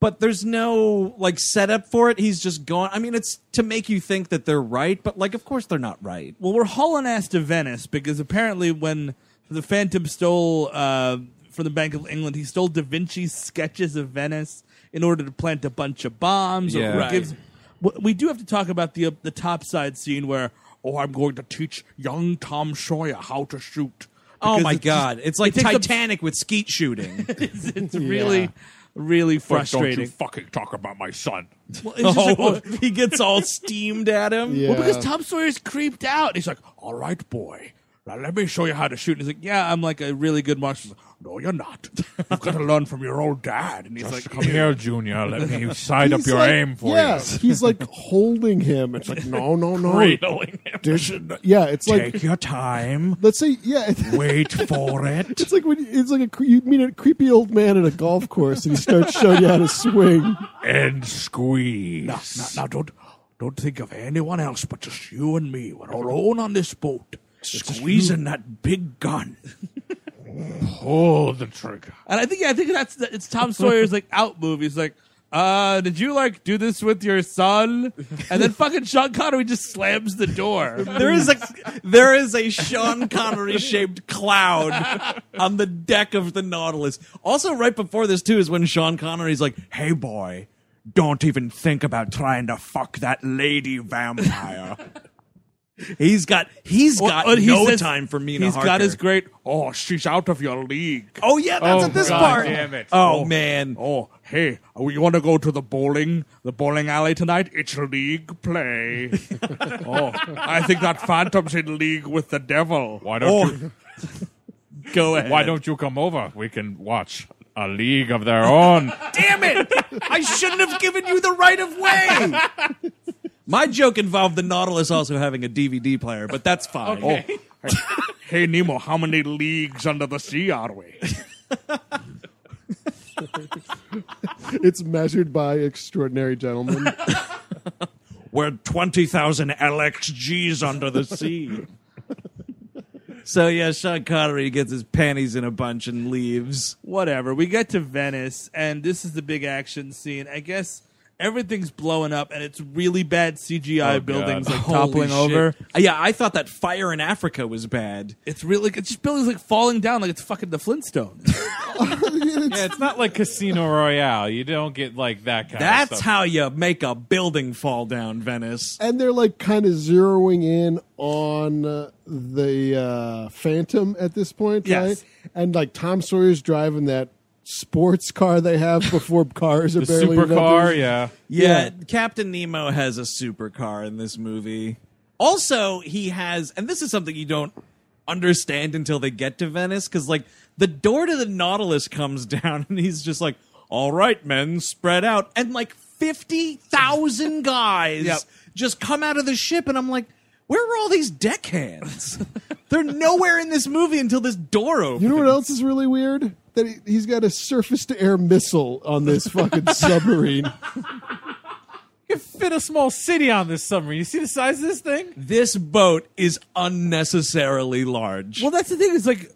[SPEAKER 1] but there's no like setup for it. He's just going. I mean, it's to make you think that they're right, but like, of course they're not right.
[SPEAKER 4] Well, we're hauling ass to Venice because apparently when the Phantom stole uh, from the Bank of England, he stole Da Vinci's sketches of Venice in order to plant a bunch of bombs.
[SPEAKER 2] Yeah.
[SPEAKER 4] Or
[SPEAKER 2] Right.
[SPEAKER 4] gives, w- we do have to talk about the uh, the top side scene where
[SPEAKER 7] Oh, I'm going to teach young Tom Sawyer how to shoot.
[SPEAKER 1] Oh
[SPEAKER 4] Because
[SPEAKER 1] my
[SPEAKER 4] it's just-
[SPEAKER 1] god, it's like
[SPEAKER 4] it takes up-
[SPEAKER 1] Titanic with skeet shooting.
[SPEAKER 4] it's, it's really really
[SPEAKER 7] But don't you
[SPEAKER 4] frustrating.
[SPEAKER 7] fucking talk about my son.
[SPEAKER 4] Well, it's just
[SPEAKER 1] Oh.
[SPEAKER 4] like, well,
[SPEAKER 1] he gets all steamed at him.
[SPEAKER 3] Yeah.
[SPEAKER 7] Well, because Tom Sawyer's creeped out. He's like, all right, boy. Now let me show you how to shoot. And he's like, yeah, I'm like a really good marksman. He's like, No, you're not. You've got to learn from your old dad. And he's like,
[SPEAKER 2] Come here, Junior. Let me side up
[SPEAKER 3] He's
[SPEAKER 2] your
[SPEAKER 3] like-
[SPEAKER 2] aim for
[SPEAKER 3] yes, he's like holding him. It's like no, no, no.
[SPEAKER 2] Cradling
[SPEAKER 3] There's- yeah, it's like
[SPEAKER 5] Take your time.
[SPEAKER 3] let's say yeah.
[SPEAKER 5] Wait for it.
[SPEAKER 3] It's like when it's like a cre- you meet a creepy old man at a golf course and he starts showing you how to swing.
[SPEAKER 2] and squeeze.
[SPEAKER 7] now, now, now don't, don't think of anyone else but just you and me. We're alone on this boat.
[SPEAKER 5] Squeezing that big gun.
[SPEAKER 2] Pull the trigger.
[SPEAKER 4] and I think I think that's the, it's Tom Sawyer's like out movie. He's like. Uh, did you like do this with your son? And then fucking Sean Connery just slams the door.
[SPEAKER 1] There is a there is a Sean Connery shaped cloud on the deck of the Nautilus. Also, right before this too is when Sean Connery's like,
[SPEAKER 5] Hey, boy, don't even think about trying to fuck that lady vampire.
[SPEAKER 1] he's got he's
[SPEAKER 4] Or-
[SPEAKER 1] got
[SPEAKER 4] or he
[SPEAKER 1] no
[SPEAKER 4] says-
[SPEAKER 1] time for Mina.
[SPEAKER 4] He's got
[SPEAKER 1] Harker.
[SPEAKER 4] his great.
[SPEAKER 7] Oh, she's out of your league.
[SPEAKER 1] Oh yeah, that's
[SPEAKER 2] Oh,
[SPEAKER 1] at this
[SPEAKER 2] God
[SPEAKER 1] part.
[SPEAKER 2] damn it.
[SPEAKER 1] Oh, man,
[SPEAKER 7] Oh, hey, you want to go to the bowling, the bowling alley tonight? It's league play. oh, I think that phantom's in league with the devil.
[SPEAKER 2] Why don't
[SPEAKER 4] Oh.
[SPEAKER 2] you,
[SPEAKER 1] go ahead.
[SPEAKER 2] Why don't you come over? We can watch a league of their own.
[SPEAKER 1] Damn it! I shouldn't have given you the right of way. My joke involved the Nautilus also having a DVD player, but that's fine.
[SPEAKER 7] Hey, Nemo, how many leagues under the sea are we?
[SPEAKER 3] It's measured by extraordinary gentlemen.
[SPEAKER 5] We're 20,000 LXGs under the sea.
[SPEAKER 1] So yeah, Sean Connery gets his panties in a bunch and leaves.
[SPEAKER 4] Whatever. We get to Venice, and this is the big action scene. I guess everything's blowing up, and it's really bad CGI
[SPEAKER 2] Oh, God.
[SPEAKER 4] buildings like
[SPEAKER 1] Holy
[SPEAKER 4] toppling
[SPEAKER 1] shit.
[SPEAKER 4] over.
[SPEAKER 1] Uh, Yeah, I thought that fire in Africa was bad.
[SPEAKER 4] It's really like it's just buildings like falling down, like it's fucking the Flintstones.
[SPEAKER 2] yeah, it's not like Casino Royale. You don't get like that kind of
[SPEAKER 1] That's
[SPEAKER 2] stuff.
[SPEAKER 1] how you make a building fall down, Venice.
[SPEAKER 3] and they're like kind of zeroing in on uh, the uh, Phantom at this point,
[SPEAKER 4] Yes.
[SPEAKER 3] right? And like Tom Sawyer's driving that sports car they have before cars are
[SPEAKER 2] the
[SPEAKER 3] barely
[SPEAKER 2] supercar,
[SPEAKER 3] invented.
[SPEAKER 2] yeah.
[SPEAKER 1] Yeah,
[SPEAKER 3] Yeah.
[SPEAKER 1] Captain Nemo has a supercar in this movie. Also, he has, and this is something you don't understand until they get to Venice, because like the door to the Nautilus comes down, and he's just like, "All right, men, spread out," and like fifty thousand guys
[SPEAKER 4] Yep.
[SPEAKER 1] just come out of the ship, and I'm like. Where were all these deckhands? They're nowhere in this movie until this door opens.
[SPEAKER 3] You know what else is really weird? That he, he's got a surface-to-air missile on this fucking submarine.
[SPEAKER 2] You can fit a small city on this submarine. You see the size of this thing?
[SPEAKER 1] This boat is unnecessarily large.
[SPEAKER 4] well, that's the thing. Is like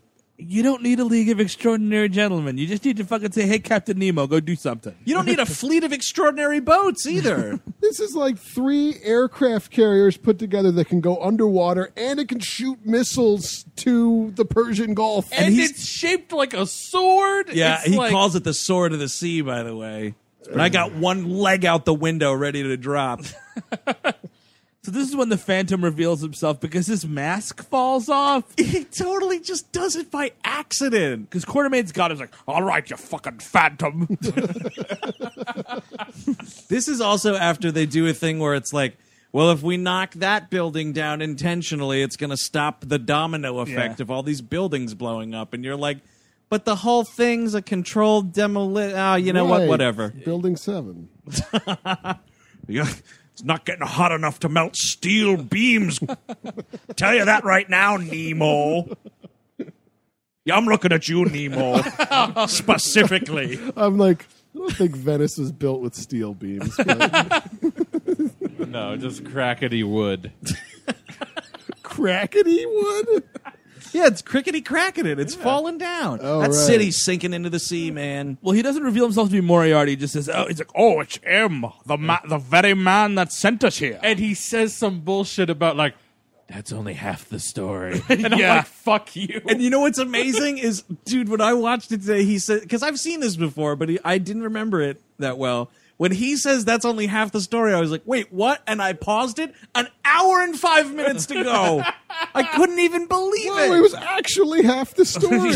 [SPEAKER 4] you don't need a League of Extraordinary Gentlemen. You just need to fucking say, "Hey, Captain Nemo, go do something."
[SPEAKER 1] You don't need a fleet of extraordinary boats either.
[SPEAKER 3] This is like three aircraft carriers put together that can go underwater and it can shoot missiles to the Persian Gulf.
[SPEAKER 2] And,
[SPEAKER 1] he's-
[SPEAKER 2] it's shaped like a sword.
[SPEAKER 1] Yeah,
[SPEAKER 2] It's
[SPEAKER 1] he
[SPEAKER 2] like-
[SPEAKER 1] calls it the sword of the sea, by the way. And I got one leg out the window ready to drop.
[SPEAKER 4] So this is when the Phantom reveals himself because his mask falls off.
[SPEAKER 1] he totally just does it by accident.
[SPEAKER 4] Because Quartermain's got his like,
[SPEAKER 7] All right, you fucking phantom.
[SPEAKER 1] This is also after they do a thing where it's like, well, if we knock that building down intentionally, it's going to stop the domino effect
[SPEAKER 4] Yeah.
[SPEAKER 1] of all these buildings blowing up. And you're like, but the whole thing's a controlled demolition. Oh, you know what?
[SPEAKER 3] Right.
[SPEAKER 1] Whatever.
[SPEAKER 3] Building seven.
[SPEAKER 5] Yeah, it's not getting hot enough to melt steel beams. Tell you that right now, Nemo. Yeah, I'm looking at you, Nemo, specifically.
[SPEAKER 3] I'm like, I don't think Venice was built with steel beams. But
[SPEAKER 2] No, just crackety wood.
[SPEAKER 3] crackety wood.
[SPEAKER 1] Yeah, it's crickety cracking it. It's falling down. that
[SPEAKER 3] right.
[SPEAKER 1] city's sinking into the sea, man.
[SPEAKER 4] Well, he doesn't reveal himself to be Moriarty. He just says, "Oh,
[SPEAKER 7] He's like, oh, it's him, the ma- the very man that sent us here.
[SPEAKER 2] and he says some bullshit about like that's only half the story. And I'm
[SPEAKER 7] Yeah.
[SPEAKER 2] like, fuck you.
[SPEAKER 1] And you know what's amazing is, dude, when I watched it today, he said because I've seen this before, but he, I didn't remember it that well. When he says that's only half the story, I was like, wait, what? And I paused it. An hour and five minutes to go. I couldn't even believe
[SPEAKER 3] Oh,
[SPEAKER 1] it.
[SPEAKER 3] it was actually half the story.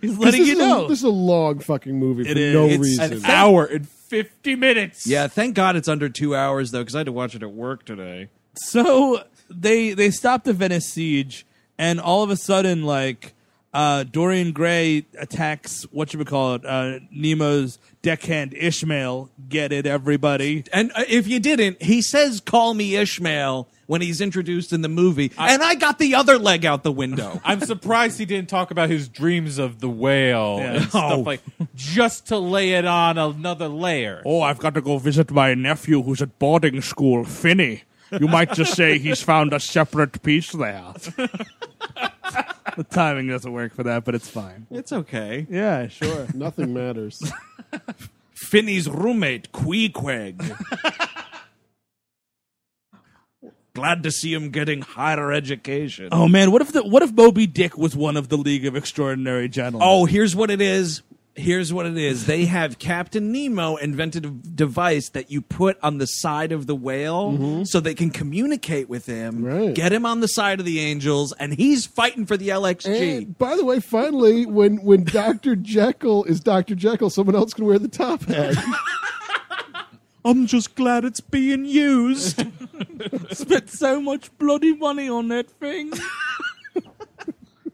[SPEAKER 4] he's letting
[SPEAKER 3] this
[SPEAKER 4] you
[SPEAKER 3] is
[SPEAKER 4] know."
[SPEAKER 3] A, this is a long fucking movie for
[SPEAKER 1] is.
[SPEAKER 3] no
[SPEAKER 1] It's an
[SPEAKER 3] reason.
[SPEAKER 1] hour.
[SPEAKER 2] hour and 50 minutes.
[SPEAKER 1] yeah, thank God it's under two hours though, because I had to watch it at work today.
[SPEAKER 4] so they they stop the Venice siege, and all of a sudden, like uh, Dorian Gray attacks what you call it, uh, Nemo's deckhand Ishmael. Get it, everybody?
[SPEAKER 1] And uh, if you didn't, he says, "Call me Ishmael" when he's introduced in the movie, and I got the other leg out the window.
[SPEAKER 2] I'm surprised he didn't talk about his dreams of the whale and stuff like just to lay it on another layer.
[SPEAKER 7] Oh, I've got to go visit my nephew who's at boarding school, Finney. You might just say he's found a separate piece there.
[SPEAKER 4] The timing doesn't work for that, but it's fine.
[SPEAKER 1] it's okay.
[SPEAKER 4] Yeah, sure.
[SPEAKER 3] Nothing matters.
[SPEAKER 5] Finney's roommate, Queequeg. Glad to see him getting higher education.
[SPEAKER 4] oh man, what if the what if Moby Dick was one of the League of Extraordinary Gentlemen?
[SPEAKER 1] Oh, here's what it is. Here's what it is. They have Captain Nemo invented a device that you put on the side of the whale
[SPEAKER 5] Mm-hmm.
[SPEAKER 1] so they can communicate with him,
[SPEAKER 3] Right.
[SPEAKER 1] get him on the side of the angels, and he's fighting for the LXG.
[SPEAKER 3] And by the way, finally, when when Doctor Jekyll is Doctor Jekyll, someone else can wear the top hat.
[SPEAKER 1] I'm just glad it's being used.
[SPEAKER 4] spent so much bloody money on that thing.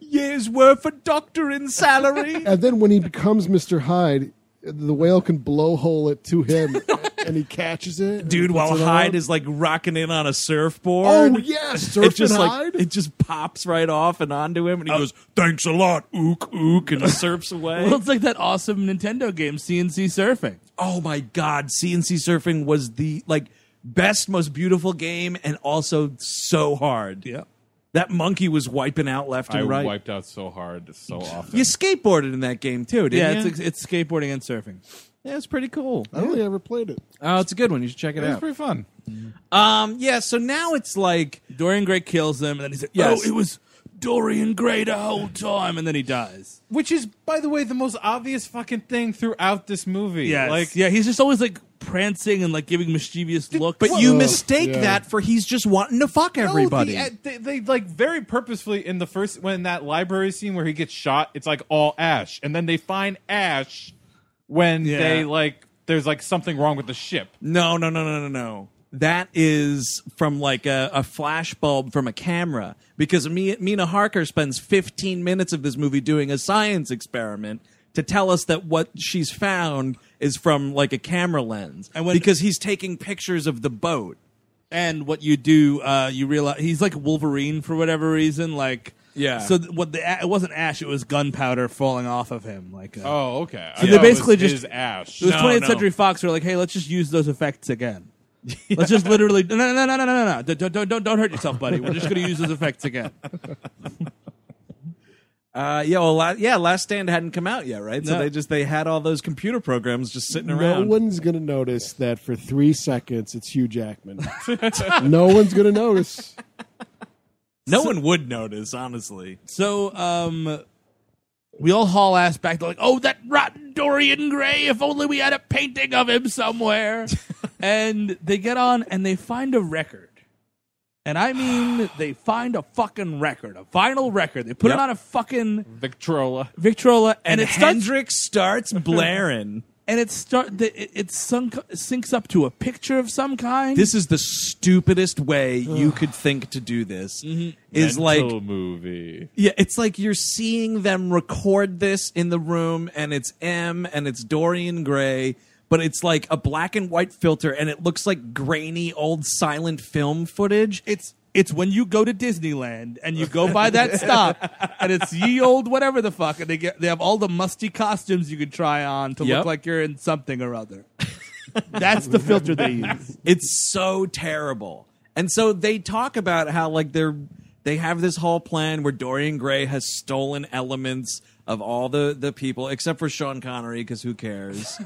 [SPEAKER 1] Years worth of doctoring salary.
[SPEAKER 3] and then when he becomes Mister Hyde, the whale can blowhole it to him, and he catches it.
[SPEAKER 1] Dude,
[SPEAKER 3] and
[SPEAKER 1] while
[SPEAKER 3] puts it
[SPEAKER 1] Hyde
[SPEAKER 3] on.
[SPEAKER 1] is like rocking in on a surfboard.
[SPEAKER 3] oh yes, Surf
[SPEAKER 1] it just
[SPEAKER 3] and
[SPEAKER 1] like
[SPEAKER 3] Hyde.
[SPEAKER 1] it just pops right off and onto him, and he goes, "Thanks a lot, ook ook," and surfs away.
[SPEAKER 4] well, it's like that awesome Nintendo game, CNC Surfing.
[SPEAKER 1] oh my god, CNC surfing was the like best, most beautiful game, and also so hard.
[SPEAKER 4] Yeah.
[SPEAKER 1] That monkey was wiping out left
[SPEAKER 2] I
[SPEAKER 1] and right.
[SPEAKER 2] wiped out so hard so often.
[SPEAKER 1] you skateboarded in that game too, didn't
[SPEAKER 4] Yeah,
[SPEAKER 1] you?
[SPEAKER 4] it's it's skateboarding and surfing.
[SPEAKER 1] yeah, it's pretty cool.
[SPEAKER 3] I only ever played it.
[SPEAKER 1] Oh, it's a good one. You should check it
[SPEAKER 2] It was
[SPEAKER 1] out.
[SPEAKER 2] pretty fun.
[SPEAKER 1] Um, yeah. So now it's like
[SPEAKER 4] Dorian Gray kills him, and then he's like,
[SPEAKER 1] Yes.
[SPEAKER 4] "Oh, it was Dorian Gray the whole time," and then he dies.
[SPEAKER 2] Which is, by the way, the most obvious fucking thing throughout this movie.
[SPEAKER 4] Yeah,
[SPEAKER 2] Like,
[SPEAKER 4] like yeah, he's just always like prancing and like giving mischievous looks.
[SPEAKER 1] But you
[SPEAKER 3] Ugh,
[SPEAKER 1] mistake
[SPEAKER 3] yeah.
[SPEAKER 1] that for he's just wanting to fuck
[SPEAKER 2] No,
[SPEAKER 1] everybody.
[SPEAKER 2] the- uh, they, they, like very purposefully in the first when that library scene where he gets shot, it's like all ash, and then they find ash when
[SPEAKER 4] Yeah.
[SPEAKER 2] they like there's like something wrong with the ship.
[SPEAKER 1] no, no, no, no, no, no. That is from like a, a flash bulb from a camera because Mi- Mina Harker spends 15 minutes of this movie doing a science experiment to tell us that what she's found is from like a camera lens
[SPEAKER 4] And when-
[SPEAKER 1] because he's taking pictures of the boat.
[SPEAKER 4] and what you do, uh, you realize he's like Wolverine for whatever reason. Like
[SPEAKER 1] Yeah.
[SPEAKER 4] so th- what the a- it wasn't ash, it was gunpowder falling off of him. Like uh,
[SPEAKER 2] Oh, okay.
[SPEAKER 4] So they basically just-
[SPEAKER 2] ash.
[SPEAKER 4] It was
[SPEAKER 1] No,
[SPEAKER 4] 20th
[SPEAKER 1] no.
[SPEAKER 4] Century Fox. Were like, hey, let's just use those effects again. Let's just literally no no no no no no no don't don't- don't don't don't hurt yourself, buddy. We're just gonna use those effects again.
[SPEAKER 1] Uh, yeah, well, la- yeah, Last Stand hadn't come out yet, right? So
[SPEAKER 4] No.
[SPEAKER 1] they just they had all those computer programs just sitting
[SPEAKER 3] No
[SPEAKER 1] around.
[SPEAKER 3] one's gonna notice that for three seconds it's Hugh Jackman. no one's gonna notice.
[SPEAKER 1] no one would notice, honestly.
[SPEAKER 4] So um, we all haul ass back. They're like, oh, that rotten Dorian Gray. If only we had a painting of him somewhere. and they get on and they find a record. And I mean, they find a fucking record, a vinyl record. They put
[SPEAKER 1] Yep.
[SPEAKER 4] it on a fucking
[SPEAKER 2] Victrola.
[SPEAKER 4] Victrola,
[SPEAKER 1] And,
[SPEAKER 4] and, it starts
[SPEAKER 1] Hendrix starts blaring.
[SPEAKER 4] and it start the- it, it sunk, syncs up to a picture of some kind.
[SPEAKER 1] this is the stupidest way you could think to do this
[SPEAKER 4] Mm-hmm.
[SPEAKER 1] is like
[SPEAKER 2] movie.
[SPEAKER 1] yeah it's like you're seeing them record this in the room and it's m and it's dorian gray but it's like a black and white filter and it looks like grainy old silent film footage
[SPEAKER 4] it's it's when you go to Disneyland and you go by that stop and it's ye old whatever the fuck and they get they have all the musty costumes you can try on to
[SPEAKER 1] Yep.
[SPEAKER 4] look like you're in something or other. That's the filter they use.
[SPEAKER 1] it's so terrible and so they talk about how like they're They have this whole plan where Dorian Gray has stolen elements of all the the people except for Sean Connery because who cares?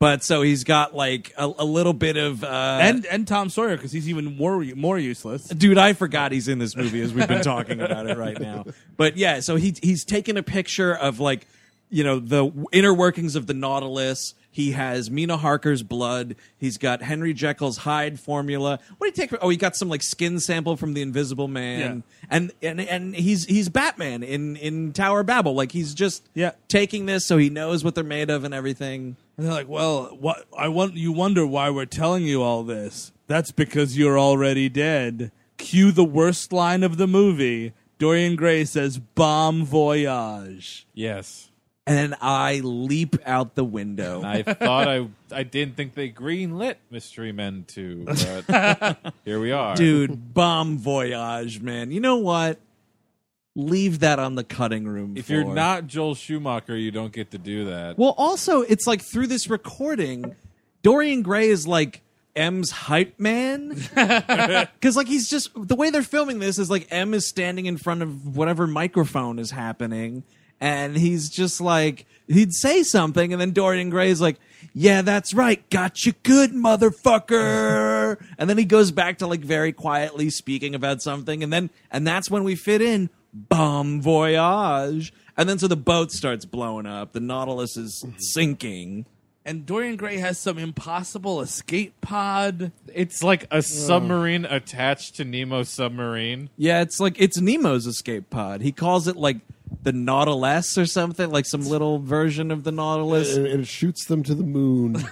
[SPEAKER 1] but so he's got like a, a little bit of uh,
[SPEAKER 4] and and Tom Sawyer because he's even more more useless.
[SPEAKER 1] Dude, I forgot he's in this movie as we've been talking about it right now. But yeah, so he he's taken a picture of like, you know, the inner workings of the Nautilus. He has Mina Harker's blood. He's got Henry Jekyll's hide formula. What do you take? Oh, he got some like skin sample from the Invisible Man, and and and he's he's Batman in in Tower of Babel. Like he's just
[SPEAKER 4] Yeah.
[SPEAKER 1] taking this so he knows what they're made of and everything.
[SPEAKER 4] And they're like, "Well, what I want you wonder why we're telling you all this. That's because you're already dead." Cue the worst line of the movie. Dorian Gray says, "Bomb voyage."
[SPEAKER 2] Yes.
[SPEAKER 1] And I leap out the window.
[SPEAKER 2] I thought I I didn't think they green lit Mystery Men 2, but here we are.
[SPEAKER 1] dude bomb voyage man you know what leave that on the cutting room
[SPEAKER 2] If you're
[SPEAKER 1] floor.
[SPEAKER 2] not Joel Schumacher, you don't get to do that.
[SPEAKER 1] well also it's like through this recording dorian gray is like m's hype man because like he's just the way they're filming this is like m is standing in front of whatever microphone is happening and he's just like he'd say something and then dorian gray's like yeah that's right gotcha good motherfucker and then he goes back to like very quietly speaking about something and then and that's when we fit in bon voyage and then so the boat starts blowing up the nautilus is sinking
[SPEAKER 4] And Dorian Gray has some impossible escape pod.
[SPEAKER 2] It's like a submarine attached to Nemo's submarine.
[SPEAKER 1] Yeah, it's like it's Nemo's escape pod. He calls it like the Nautilus or something, like some little version of the Nautilus.
[SPEAKER 3] and, and it shoots them to the moon.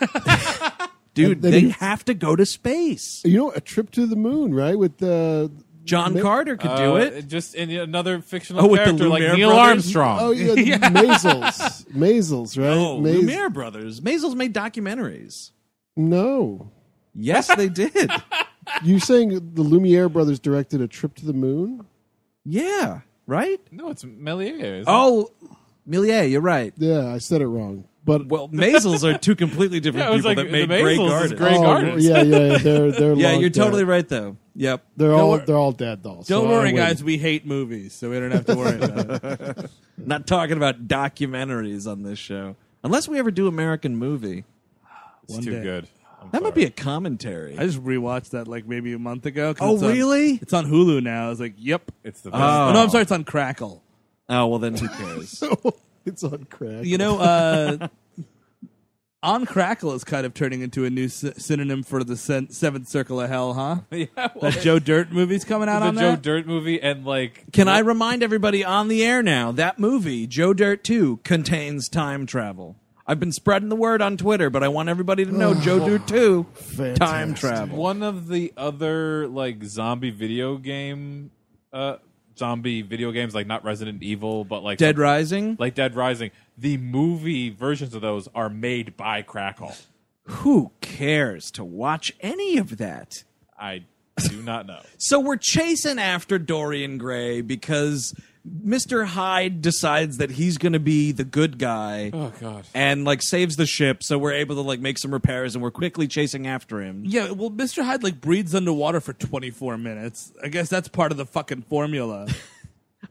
[SPEAKER 1] Dude,
[SPEAKER 3] then
[SPEAKER 1] they
[SPEAKER 3] he-
[SPEAKER 1] have to go to space.
[SPEAKER 3] you know, a trip to the moon, right? With the
[SPEAKER 1] John
[SPEAKER 3] Ma-
[SPEAKER 1] Carter could
[SPEAKER 2] Uh,
[SPEAKER 1] do it.
[SPEAKER 2] Just in another fictional
[SPEAKER 1] Oh, with the
[SPEAKER 2] character like
[SPEAKER 1] Lumiere
[SPEAKER 2] Neil
[SPEAKER 1] brothers?
[SPEAKER 2] Armstrong.
[SPEAKER 3] Oh yeah, the Maisels, Maisels, right?
[SPEAKER 1] Oh,
[SPEAKER 3] Maiz-
[SPEAKER 1] Lumiere brothers. Maisels made documentaries.
[SPEAKER 3] No,
[SPEAKER 1] Yes, they did.
[SPEAKER 3] you saying the Lumiere brothers directed a trip to the moon?
[SPEAKER 1] Yeah, right?
[SPEAKER 2] No, it's Melier.
[SPEAKER 1] Oh, Millier, you're right.
[SPEAKER 3] Yeah, I said it wrong, but
[SPEAKER 1] Well, Maisels are two completely different
[SPEAKER 2] Yeah, it was
[SPEAKER 1] people
[SPEAKER 2] like
[SPEAKER 1] that
[SPEAKER 2] the
[SPEAKER 1] made Grey
[SPEAKER 2] Maisels is
[SPEAKER 1] Garden.
[SPEAKER 2] Grey-
[SPEAKER 3] oh,
[SPEAKER 2] Gardens.
[SPEAKER 3] yeah, yeah, yeah, they're they're
[SPEAKER 1] yeah,
[SPEAKER 3] long
[SPEAKER 1] you're totally
[SPEAKER 3] dead.
[SPEAKER 1] right though. Yep.
[SPEAKER 3] They're all
[SPEAKER 4] wor-
[SPEAKER 3] they're all dead dolls.
[SPEAKER 4] Don't worry, guys. We hate movies, so we don't have to worry about it.
[SPEAKER 1] Not talking about documentaries on this show. Unless we ever do American movie.
[SPEAKER 2] it's
[SPEAKER 4] one
[SPEAKER 2] too
[SPEAKER 4] day.
[SPEAKER 2] good. I'm
[SPEAKER 1] That might
[SPEAKER 2] sorry.
[SPEAKER 1] be a commentary.
[SPEAKER 4] I just rewatched that like maybe a month ago. 'cause
[SPEAKER 1] Oh,
[SPEAKER 4] it's on-
[SPEAKER 1] really?
[SPEAKER 4] It's on Hulu now. I was like, "Yep."
[SPEAKER 2] It's the best.
[SPEAKER 1] Oh.
[SPEAKER 4] Oh, no, I'm sorry. It's on Crackle.
[SPEAKER 1] Oh well, then who cares?
[SPEAKER 3] It's on crack.
[SPEAKER 4] You know, uh, on Crackle is kind of turning into a new sy- synonym for the sen- Seventh Circle of Hell, huh?
[SPEAKER 2] yeah, well,
[SPEAKER 4] That Joe Dirt movie's coming out
[SPEAKER 2] the
[SPEAKER 4] on
[SPEAKER 2] Joe
[SPEAKER 4] that.
[SPEAKER 2] Dirt movie and like
[SPEAKER 1] Can I remind everybody on the air now that movie Joe Dirt Two contains time travel? I've been spreading the word on Twitter, but I want everybody to know Joe Dirt Two time
[SPEAKER 3] Fantastic.
[SPEAKER 1] travel.
[SPEAKER 2] one of the other like zombie video game uh zombie video games like not Resident Evil but like
[SPEAKER 1] Dead Rising.
[SPEAKER 2] like Dead Rising the movie versions of those are made by Crackle
[SPEAKER 1] Who cares to watch any of that?
[SPEAKER 2] I do not know
[SPEAKER 1] So we're chasing after Dorian Gray because Mr. Hyde decides that he's going to be the good guy.
[SPEAKER 2] oh god
[SPEAKER 1] And like saves the ship, so we're able to like make some repairs, and we're quickly chasing after him.
[SPEAKER 4] Yeah, well, Mr. Hyde like breathes underwater for 24 minutes. I guess that's part of the fucking formula.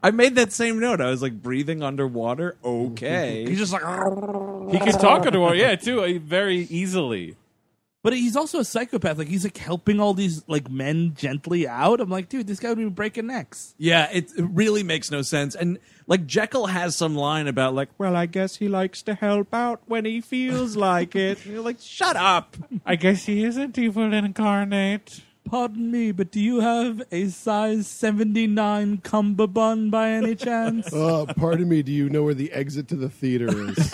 [SPEAKER 1] I made that same note. I was like, breathing underwater? Okay.
[SPEAKER 4] He's just like, "Arr."
[SPEAKER 2] he can talk to her yeah too uh, very easily
[SPEAKER 4] but he's also a psychopath. Like he's like helping all these like men gently out. I'm like, dude, this guy would be breaking necks.
[SPEAKER 1] yeah, it, it really makes no sense. And like, Jekyll has some line about, like, well, I guess he likes to help out when he feels like it. And you're like, shut up.
[SPEAKER 2] I guess he isn't evil incarnate
[SPEAKER 4] Pardon me, but do you have a size 79 cummerbund by any chance?
[SPEAKER 3] Uh, pardon me. Do you know where the exit to the theater is?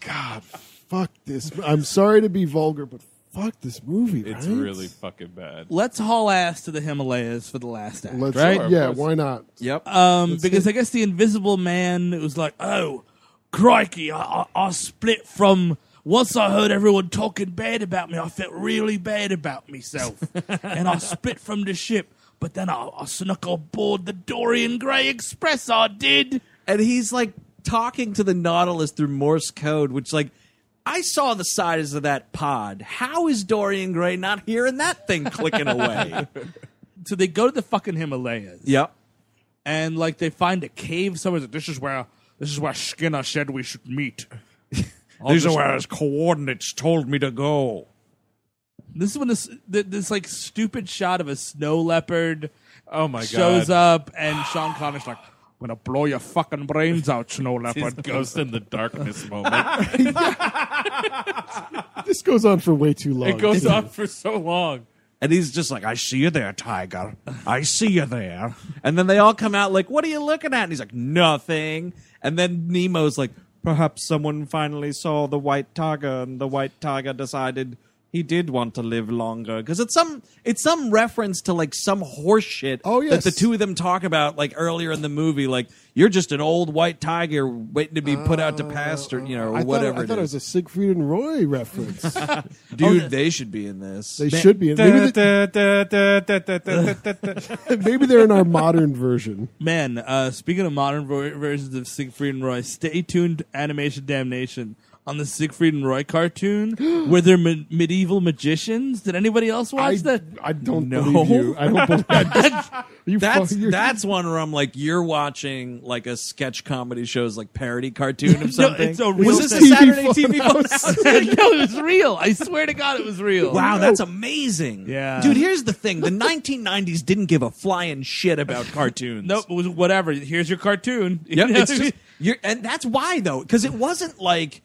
[SPEAKER 3] God, fuck this. I'm sorry to be vulgar, but fuck this movie.
[SPEAKER 2] it's
[SPEAKER 3] right?
[SPEAKER 2] really fucking bad
[SPEAKER 4] Let's haul ass to the Himalayas for the last act.
[SPEAKER 3] Let's,
[SPEAKER 2] Right?
[SPEAKER 3] Yeah,
[SPEAKER 2] Of course.
[SPEAKER 3] why not?
[SPEAKER 1] Yep.
[SPEAKER 4] Um, because I guess the Invisible Man was like, oh, crikey, I, I, I split from. Once I heard everyone talking bad about me, I felt really bad about myself. and I split from the ship, but then I, I snuck aboard the Dorian Gray Express, I did.
[SPEAKER 1] and he's like talking to the Nautilus through Morse code, which, like, I saw the size of that pod. How is Dorian Gray not hearing that thing clicking away?
[SPEAKER 4] so they go to the fucking Himalayas.
[SPEAKER 1] Yep.
[SPEAKER 4] And like they find a cave somewhere. Like, this is where
[SPEAKER 7] This is where Skinner said we should meet.
[SPEAKER 5] These are where his coordinates told me to go.
[SPEAKER 4] this is when this th- this like stupid shot of a snow leopard
[SPEAKER 2] Oh my
[SPEAKER 4] shows
[SPEAKER 2] god!
[SPEAKER 4] up, and Sean Connery's like,
[SPEAKER 7] I'm gonna blow your fucking brains out, Snow Leopard.
[SPEAKER 2] Ghost in the darkness moment.
[SPEAKER 3] This goes on for way too long.
[SPEAKER 2] it goes on for so long.
[SPEAKER 1] And he's just like, I see you there, Tiger. I see you there. And then they all come out like, What are you looking at? And he's like, Nothing. And then Nemo's like, Perhaps someone finally saw the white tiger, and the white tiger decided he did want to live longer. Because it's some it's some reference to like some horse shit
[SPEAKER 3] Oh,
[SPEAKER 1] that the
[SPEAKER 3] yes.
[SPEAKER 1] two of them talk about like earlier in the movie. Like, you're just an old white tiger waiting to be put out to pasture, you know, or
[SPEAKER 3] I
[SPEAKER 1] whatever
[SPEAKER 3] Thought, I
[SPEAKER 1] it
[SPEAKER 3] thought it
[SPEAKER 1] is.
[SPEAKER 3] was a Siegfried and Roy reference.
[SPEAKER 1] Dude, they should be in this.
[SPEAKER 3] they should be. In, maybe, they, maybe they're in our modern version.
[SPEAKER 4] "Man, uh, speaking of modern vo- versions of Siegfried and Roy, stay tuned. Animation Damnation." On the Siegfried and Roy cartoon, where they're ma- medieval magicians. Did anybody else watch
[SPEAKER 3] I,
[SPEAKER 4] that?
[SPEAKER 3] I don't
[SPEAKER 1] No.
[SPEAKER 3] believe you. I don't believe I- you.
[SPEAKER 1] That's
[SPEAKER 3] fuck- you're-
[SPEAKER 1] that's one where I'm like, you're watching like a sketch comedy show's like parody cartoon of something.
[SPEAKER 4] it's a real
[SPEAKER 1] Was this a
[SPEAKER 4] thing.
[SPEAKER 1] Saturday
[SPEAKER 3] TV
[SPEAKER 1] TV
[SPEAKER 3] Funhouse.
[SPEAKER 1] funhouse?
[SPEAKER 4] no, it was real. I swear to God, it was real.
[SPEAKER 1] Wow, that's amazing.
[SPEAKER 4] Yeah.
[SPEAKER 1] dude. Here's the thing: the 1990s didn't give a flying shit about cartoons.
[SPEAKER 4] Nope, it was whatever. Here's your cartoon. You
[SPEAKER 1] Yep,
[SPEAKER 4] know?
[SPEAKER 1] it's just, you're, and that's why though, because it wasn't like,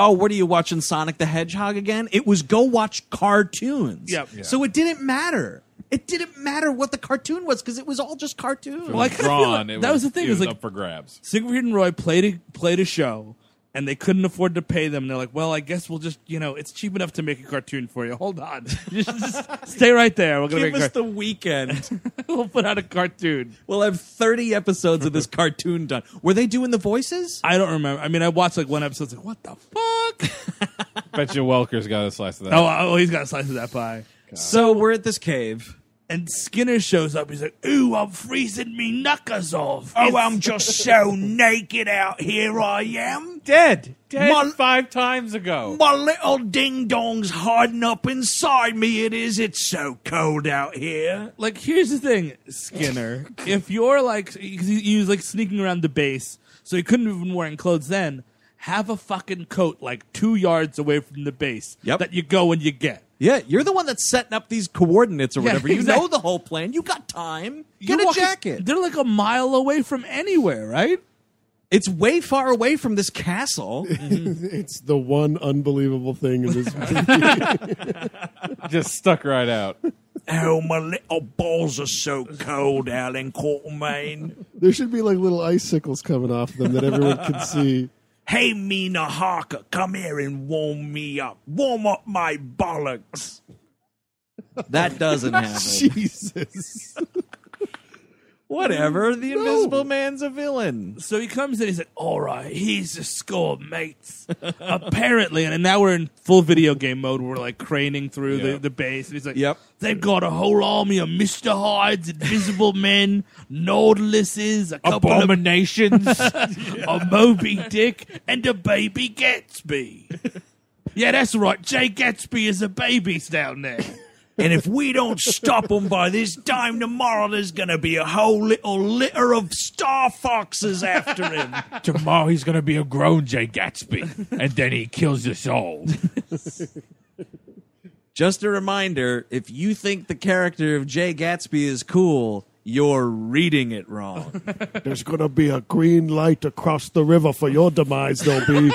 [SPEAKER 1] oh, what are you watching Sonic the Hedgehog again? It was go watch cartoons.
[SPEAKER 4] Yep. Yeah.
[SPEAKER 1] So it didn't matter. It didn't matter what the cartoon was because it was all just cartoons.
[SPEAKER 4] Well, I kinda feel
[SPEAKER 2] Drawn.
[SPEAKER 4] like-
[SPEAKER 2] it
[SPEAKER 4] that was the thing,
[SPEAKER 2] It
[SPEAKER 4] it was
[SPEAKER 2] was
[SPEAKER 4] like-
[SPEAKER 2] up for grabs.
[SPEAKER 4] Siegfried and Roy played a, played a show, and they couldn't afford to pay them. They're like, well, I guess we'll just, you know, it's cheap enough to make a cartoon for you. Hold on, just, just stay right there. We're gonna
[SPEAKER 1] Give
[SPEAKER 4] make a
[SPEAKER 1] us the weekend.
[SPEAKER 4] car- we'll put out a cartoon.
[SPEAKER 1] We'll have 30 episodes of this cartoon done. Were they doing the voices?
[SPEAKER 4] I don't remember. I mean, I watched like one episode. It's like, what the fuck?
[SPEAKER 2] Bet you Welker's got a slice of that.
[SPEAKER 4] oh, oh, he's got a slice of that pie.
[SPEAKER 1] So we're at this cave.
[SPEAKER 4] And Skinner shows up. He's like, ooh, I'm freezing me knuckles off.
[SPEAKER 5] Oh, I'm just so naked out here. I am.
[SPEAKER 2] dead, dead
[SPEAKER 5] Mon-
[SPEAKER 2] five times ago.
[SPEAKER 5] My little ding dong's hiding up inside me. It is. It's so cold out here.
[SPEAKER 4] like here's the thing, Skinner. if you're like, because he, he was like sneaking around the base, so he couldn't have been wearing clothes then. Have a fucking coat like two yards away from the base
[SPEAKER 1] Yep.
[SPEAKER 4] that you go and you get.
[SPEAKER 1] Yeah, you're the one that's setting up these coordinates or
[SPEAKER 4] Yeah,
[SPEAKER 1] whatever.
[SPEAKER 4] exact-
[SPEAKER 1] You know the whole plan. You got time. Get
[SPEAKER 4] You're
[SPEAKER 1] a
[SPEAKER 4] walking-
[SPEAKER 1] jacket.
[SPEAKER 4] They're like a mile away from anywhere, right?
[SPEAKER 1] It's way far away from this castle.
[SPEAKER 3] It's the one unbelievable thing in this. movie.
[SPEAKER 2] Just stuck right out.
[SPEAKER 5] Oh, my little balls are so cold, Alan Quatermain.
[SPEAKER 3] there should be like little icicles coming off them that everyone can see.
[SPEAKER 5] Hey, Mina Harker, come here and warm me up. Warm up my bollocks.
[SPEAKER 1] that doesn't happen.
[SPEAKER 3] Jesus.
[SPEAKER 1] whatever. The Invisible Man's a villain.
[SPEAKER 4] So he comes in. He's like, "All right, here's the score, mates." Apparently, and now we're in full video game mode. We're like craning through
[SPEAKER 2] Yeah.
[SPEAKER 4] the, the base, and he's like,
[SPEAKER 1] Yep.
[SPEAKER 4] They've got a whole army of Mister Hydes, Invisible Men, Nautiluses, a couple of
[SPEAKER 5] Abominations.
[SPEAKER 4] a Moby Dick and a baby Gatsby. Yeah, that's right. Jay Gatsby is a baby's down there.
[SPEAKER 5] and if we don't stop them by this time tomorrow, there's going to be a whole little litter of star foxes after him.
[SPEAKER 7] Tomorrow he's gonna be a grown Jay Gatsby, and then he kills us all.
[SPEAKER 1] Just a reminder if you think the character of Jay Gatsby is cool, you're reading it wrong.
[SPEAKER 3] There's going to be a green light across the river for your demise, there'll be.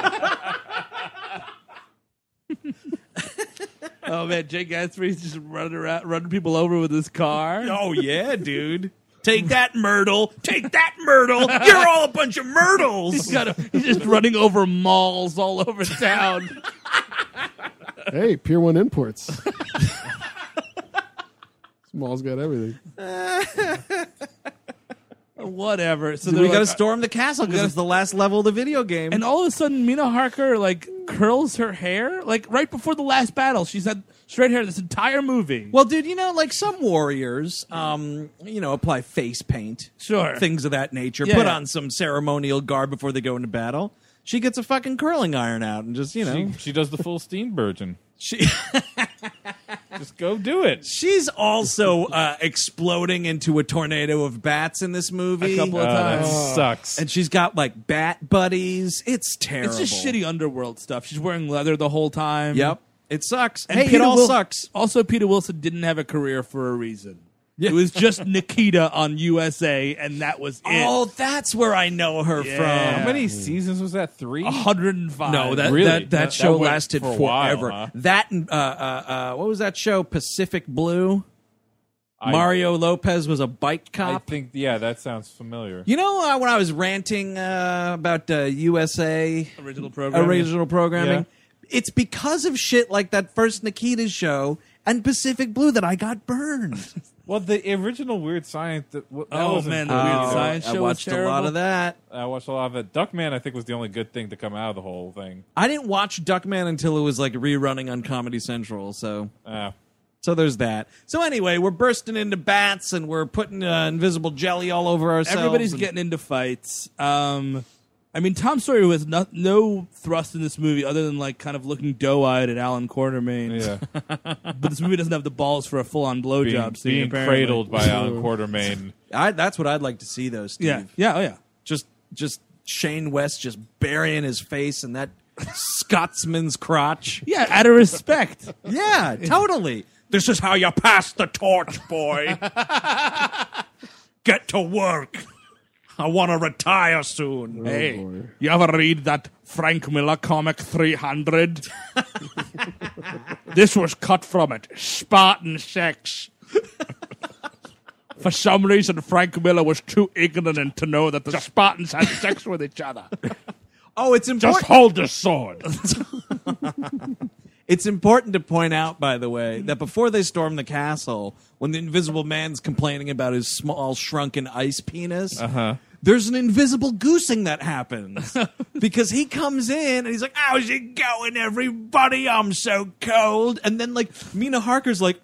[SPEAKER 4] Oh man, Jay Gatsby's just running around, running people over with his car.
[SPEAKER 1] oh, yeah, dude.
[SPEAKER 5] Take that, Myrtle. Take that, Myrtle. You're all a bunch of
[SPEAKER 4] He's,
[SPEAKER 5] Myrtles.
[SPEAKER 4] got a, he's just running over malls all over town.
[SPEAKER 3] hey, Pier 1 Imports. Small's got everything.
[SPEAKER 4] Whatever. So
[SPEAKER 1] We
[SPEAKER 4] they're
[SPEAKER 1] got to
[SPEAKER 4] like-
[SPEAKER 1] storm the castle because it's the last level of the video game.
[SPEAKER 4] and all of a sudden, Mina Harker like curls her hair, like right before the last battle. She's had straight hair this entire movie.
[SPEAKER 1] well, dude, you know, like some warriors, um, you know, apply face paint,
[SPEAKER 4] Sure.
[SPEAKER 1] things of that nature,
[SPEAKER 4] Yeah,
[SPEAKER 1] put
[SPEAKER 4] yeah.
[SPEAKER 1] on some ceremonial garb before they go into battle. She gets a fucking curling iron out and just, you know,
[SPEAKER 2] She, she does the full Steenburgen.
[SPEAKER 1] she.
[SPEAKER 2] Just go do it.
[SPEAKER 1] She's also uh, exploding into a tornado of bats in this movie.
[SPEAKER 4] a couple of
[SPEAKER 2] Oh, that
[SPEAKER 4] times.
[SPEAKER 2] sucks.
[SPEAKER 1] and she's got like bat buddies. It's terrible.
[SPEAKER 4] It's just shitty underworld stuff. She's wearing leather the whole time.
[SPEAKER 1] Yep. It sucks. And
[SPEAKER 4] Hey,
[SPEAKER 1] it all
[SPEAKER 4] Wil-
[SPEAKER 1] sucks.
[SPEAKER 4] Also, Peter Wilson didn't have a career for a reason. It was just Nikita on USA, and that was it.
[SPEAKER 1] Oh, that's where I know her
[SPEAKER 4] Yeah.
[SPEAKER 2] How
[SPEAKER 1] from.
[SPEAKER 2] many seasons was that? Three.
[SPEAKER 4] 105.
[SPEAKER 1] No, that
[SPEAKER 2] Uh, Really?
[SPEAKER 1] that, that,
[SPEAKER 2] That-
[SPEAKER 1] show
[SPEAKER 2] that went
[SPEAKER 1] lasted
[SPEAKER 2] for a while,
[SPEAKER 1] forever.
[SPEAKER 2] huh?
[SPEAKER 1] That and, uh, uh, uh, what was that show? Pacific Blue.
[SPEAKER 2] I-
[SPEAKER 1] Mario Lopez was a bike
[SPEAKER 2] I
[SPEAKER 1] cop.
[SPEAKER 2] think yeah, that sounds familiar.
[SPEAKER 1] you know uh, when I was ranting uh, about uh, USA
[SPEAKER 4] original program.
[SPEAKER 1] original programming, it's because of shit like that first Nikita show and Pacific Blue that I got burned.
[SPEAKER 2] Well, the original Weird Science. That, w- that
[SPEAKER 4] Oh
[SPEAKER 2] wasn't
[SPEAKER 4] man, the
[SPEAKER 2] good.
[SPEAKER 4] Weird
[SPEAKER 1] Oh,
[SPEAKER 4] Science
[SPEAKER 1] I
[SPEAKER 4] show
[SPEAKER 1] watched
[SPEAKER 4] was
[SPEAKER 1] a
[SPEAKER 4] terrible.
[SPEAKER 1] lot of that.
[SPEAKER 2] I watched a lot of it. Duckman, I think, was the only good thing to come out of the whole thing.
[SPEAKER 1] I didn't watch Duckman until it was like rerunning on Comedy Central, so
[SPEAKER 2] Uh,
[SPEAKER 1] so there's that. So anyway, we're bursting into bats and we're putting uh, invisible jelly all over ourselves.
[SPEAKER 4] Everybody's
[SPEAKER 1] and-
[SPEAKER 4] getting into fights. Um, I mean, Tom Sawyer was no, no thrust in this movie other than like kind of looking doe-eyed at Alan Quartermain.
[SPEAKER 2] yeah,
[SPEAKER 4] But this movie doesn't have the balls for a full-on
[SPEAKER 2] being,
[SPEAKER 4] blowjob scene.
[SPEAKER 2] being
[SPEAKER 4] apparently.
[SPEAKER 2] cradled by Alan Quartermain.
[SPEAKER 1] I, that's what I'd like to see though, Steve.
[SPEAKER 4] Yeah, yeah, oh yeah.
[SPEAKER 1] Just just Shane West just burying his face in that Scotsman's crotch.
[SPEAKER 4] Yeah, out of respect.
[SPEAKER 1] Yeah, totally.
[SPEAKER 5] This is how you pass the torch, boy. Get to work. I want to retire soon.
[SPEAKER 7] Hey, you ever read that Frank Miller comic 300? this was cut from it. Spartan sex. For some reason, Frank Miller was too ignorant to know that the Spartans had sex with each other.
[SPEAKER 1] Oh, it's
[SPEAKER 7] Just
[SPEAKER 1] important.
[SPEAKER 7] hold the sword.
[SPEAKER 1] It's important to point out, by the way, that before they storm the castle, when the Invisible Man's complaining about his small, shrunken ice penis,
[SPEAKER 4] Uh-huh.
[SPEAKER 1] there's an invisible goosing that happens because he comes in and he's like, "How's it going, everybody? I'm so cold." And then like Mina Harker's like,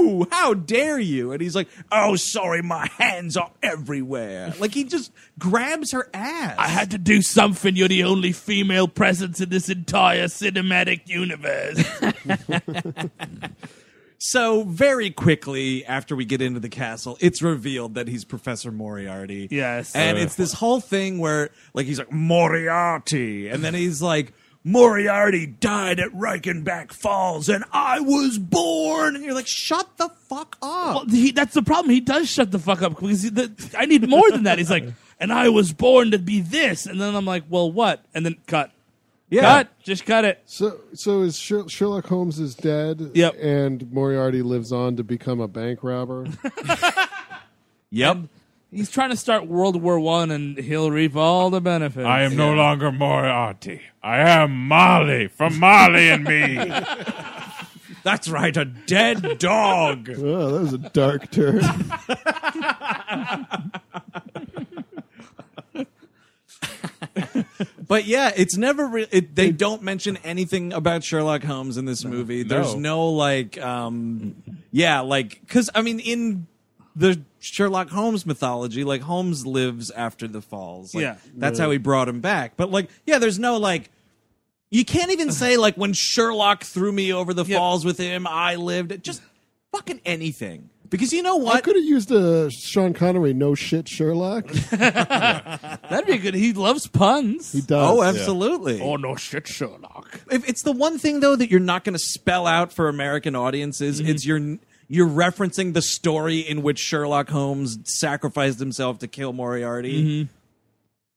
[SPEAKER 1] "Ooh, how dare you?" And he's like, "Oh, sorry, my hands are everywhere." Like he just grabs her ass.
[SPEAKER 4] I had to do something. You're the only female presence in this entire cinematic universe.
[SPEAKER 1] So very quickly after we get into the castle, it's revealed that he's Professor Moriarty.
[SPEAKER 4] Yes.
[SPEAKER 1] And it's this whole thing where like he's like Moriarty and then he's like Moriarty died at Reichenbach Falls and I was born and you're like shut the fuck
[SPEAKER 4] Well,
[SPEAKER 1] up.
[SPEAKER 4] he, that's the problem. He does shut the fuck up because he, the, I need more than that. He's like, and I was born to be this, and then I'm like, well, what? And then cut, cut, just cut it.
[SPEAKER 3] So, so is Sher- Sherlock Holmes is dead?
[SPEAKER 4] Yep.
[SPEAKER 3] And Moriarty lives on to become a bank robber.
[SPEAKER 1] Yep.
[SPEAKER 4] He's trying to start World War One, and he'll reap all the benefits.
[SPEAKER 2] I am no longer Moriarty. I am Molly from Molly and Me.
[SPEAKER 1] That's right, a dead dog.
[SPEAKER 3] oh, that was a dark turn.
[SPEAKER 1] But yeah, it's never re- it, they don't mention anything about Sherlock Holmes in this movie. There's no,
[SPEAKER 2] No.
[SPEAKER 1] like um yeah, like cuz I mean in the Sherlock Holmes mythology, like Holmes lives after the falls. Like,
[SPEAKER 4] Yeah.
[SPEAKER 1] That's how he brought him back. But like yeah, there's no like you can't even say like when Sherlock threw me over the falls with him, I lived. Just fucking anything. Because you know
[SPEAKER 3] I
[SPEAKER 1] what?
[SPEAKER 3] could have used a Sean Connery no shit Sherlock. He
[SPEAKER 4] That'd be good. He loves puns.
[SPEAKER 3] does.
[SPEAKER 1] Oh, absolutely.
[SPEAKER 7] Oh, no shit, Sherlock.
[SPEAKER 1] if it's the one thing though that you're not going to spell out for American audiences,
[SPEAKER 4] Mm-hmm.
[SPEAKER 1] it's you're you're referencing the story in which Sherlock Holmes sacrificed himself to kill Moriarty.
[SPEAKER 4] Mm-hmm.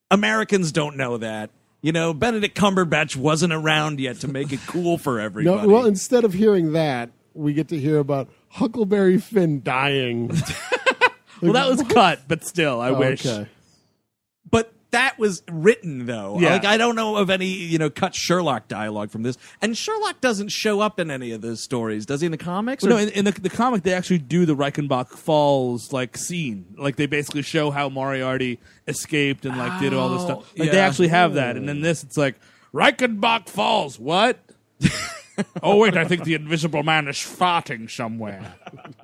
[SPEAKER 1] Americans don't know that. You know, Benedict Cumberbatch wasn't around yet to make it cool for everybody.
[SPEAKER 3] No, well, instead of hearing that, we get to hear about Huckleberry Finn dying.
[SPEAKER 4] Well, that was cut, but still, I wish.
[SPEAKER 3] Oh, Okay.
[SPEAKER 1] but that was written though.
[SPEAKER 4] Yeah.
[SPEAKER 1] Like I don't know of any, you know, cut Sherlock dialogue from this. And Sherlock doesn't show up in any of those stories, does he in the comics?
[SPEAKER 4] Well,
[SPEAKER 1] Or-
[SPEAKER 4] no, in, in the, the comic, they actually do the Reichenbach Falls like scene. Like they basically show how Moriarty escaped and like did all this stuff. Like they
[SPEAKER 1] yeah.
[SPEAKER 4] actually have that. And then this, it's like
[SPEAKER 7] Reichenbach Falls, what? oh, wait, I think the invisible man is farting somewhere.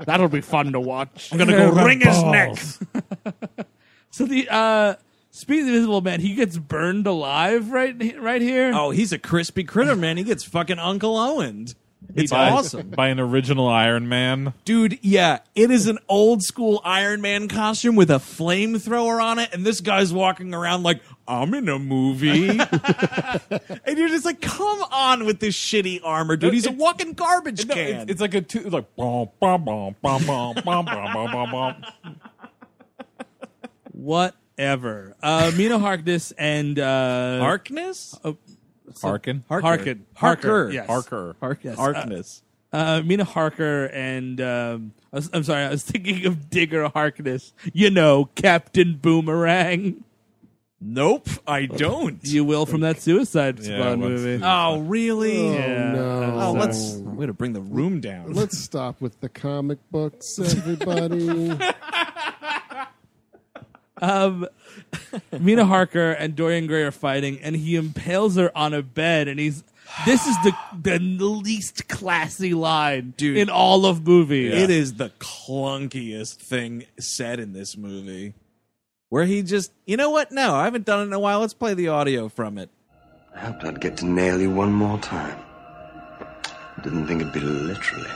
[SPEAKER 7] That'll be fun to watch.
[SPEAKER 5] I'm going to go wring his neck.
[SPEAKER 4] so. The uh, speaking of the Invisible Man, he gets burned alive right he- right here.
[SPEAKER 1] Oh, he's a crispy critter, man. He gets fucking Uncle Owened. It's
[SPEAKER 2] by,
[SPEAKER 1] awesome.
[SPEAKER 2] by an original Iron Man.
[SPEAKER 1] Dude, yeah, it is an old school Iron Man costume with a flamethrower on it, and this guy's walking around like, I'm in a movie. and you're just like, come on with this shitty armor, dude. He's a
[SPEAKER 2] it's-
[SPEAKER 1] walking garbage
[SPEAKER 2] No,
[SPEAKER 1] can.
[SPEAKER 2] it's, it's like a two, like bom bom bom bom bom bom bom bom bom. bom.
[SPEAKER 4] Whatever. Uh, Mina Harkness and uh,
[SPEAKER 1] Harkness?
[SPEAKER 2] Harkin,
[SPEAKER 4] Harkin.
[SPEAKER 1] Harker.
[SPEAKER 4] Harker. Yes.
[SPEAKER 2] Harker.
[SPEAKER 4] Yes.
[SPEAKER 1] Harkness.
[SPEAKER 4] Uh, Mina Harker and um, I was, I'm sorry, I was thinking of Digger Harkness. You know, Captain
[SPEAKER 1] Uh,
[SPEAKER 4] Boomerang.
[SPEAKER 1] nope, I don't.
[SPEAKER 4] You will from that Suicide Squad
[SPEAKER 2] Yeah, what's-
[SPEAKER 4] movie.
[SPEAKER 1] oh, really?
[SPEAKER 4] Yeah.
[SPEAKER 3] no.
[SPEAKER 1] Oh, let's. I'm going to bring the room down.
[SPEAKER 3] Let's stop with the comic books, everybody.
[SPEAKER 4] Mina Harker and Dorian Gray are fighting, and he impales her on a bed, and he's. This is the the least classy line
[SPEAKER 1] Dude.
[SPEAKER 4] in all of movies.
[SPEAKER 1] It is the clunkiest thing said in this movie. Where he just, you know what? No, I haven't done it in a while. Let's play the audio from it.
[SPEAKER 8] I hoped I'd get to nail you one more time. Didn't think it'd be literally.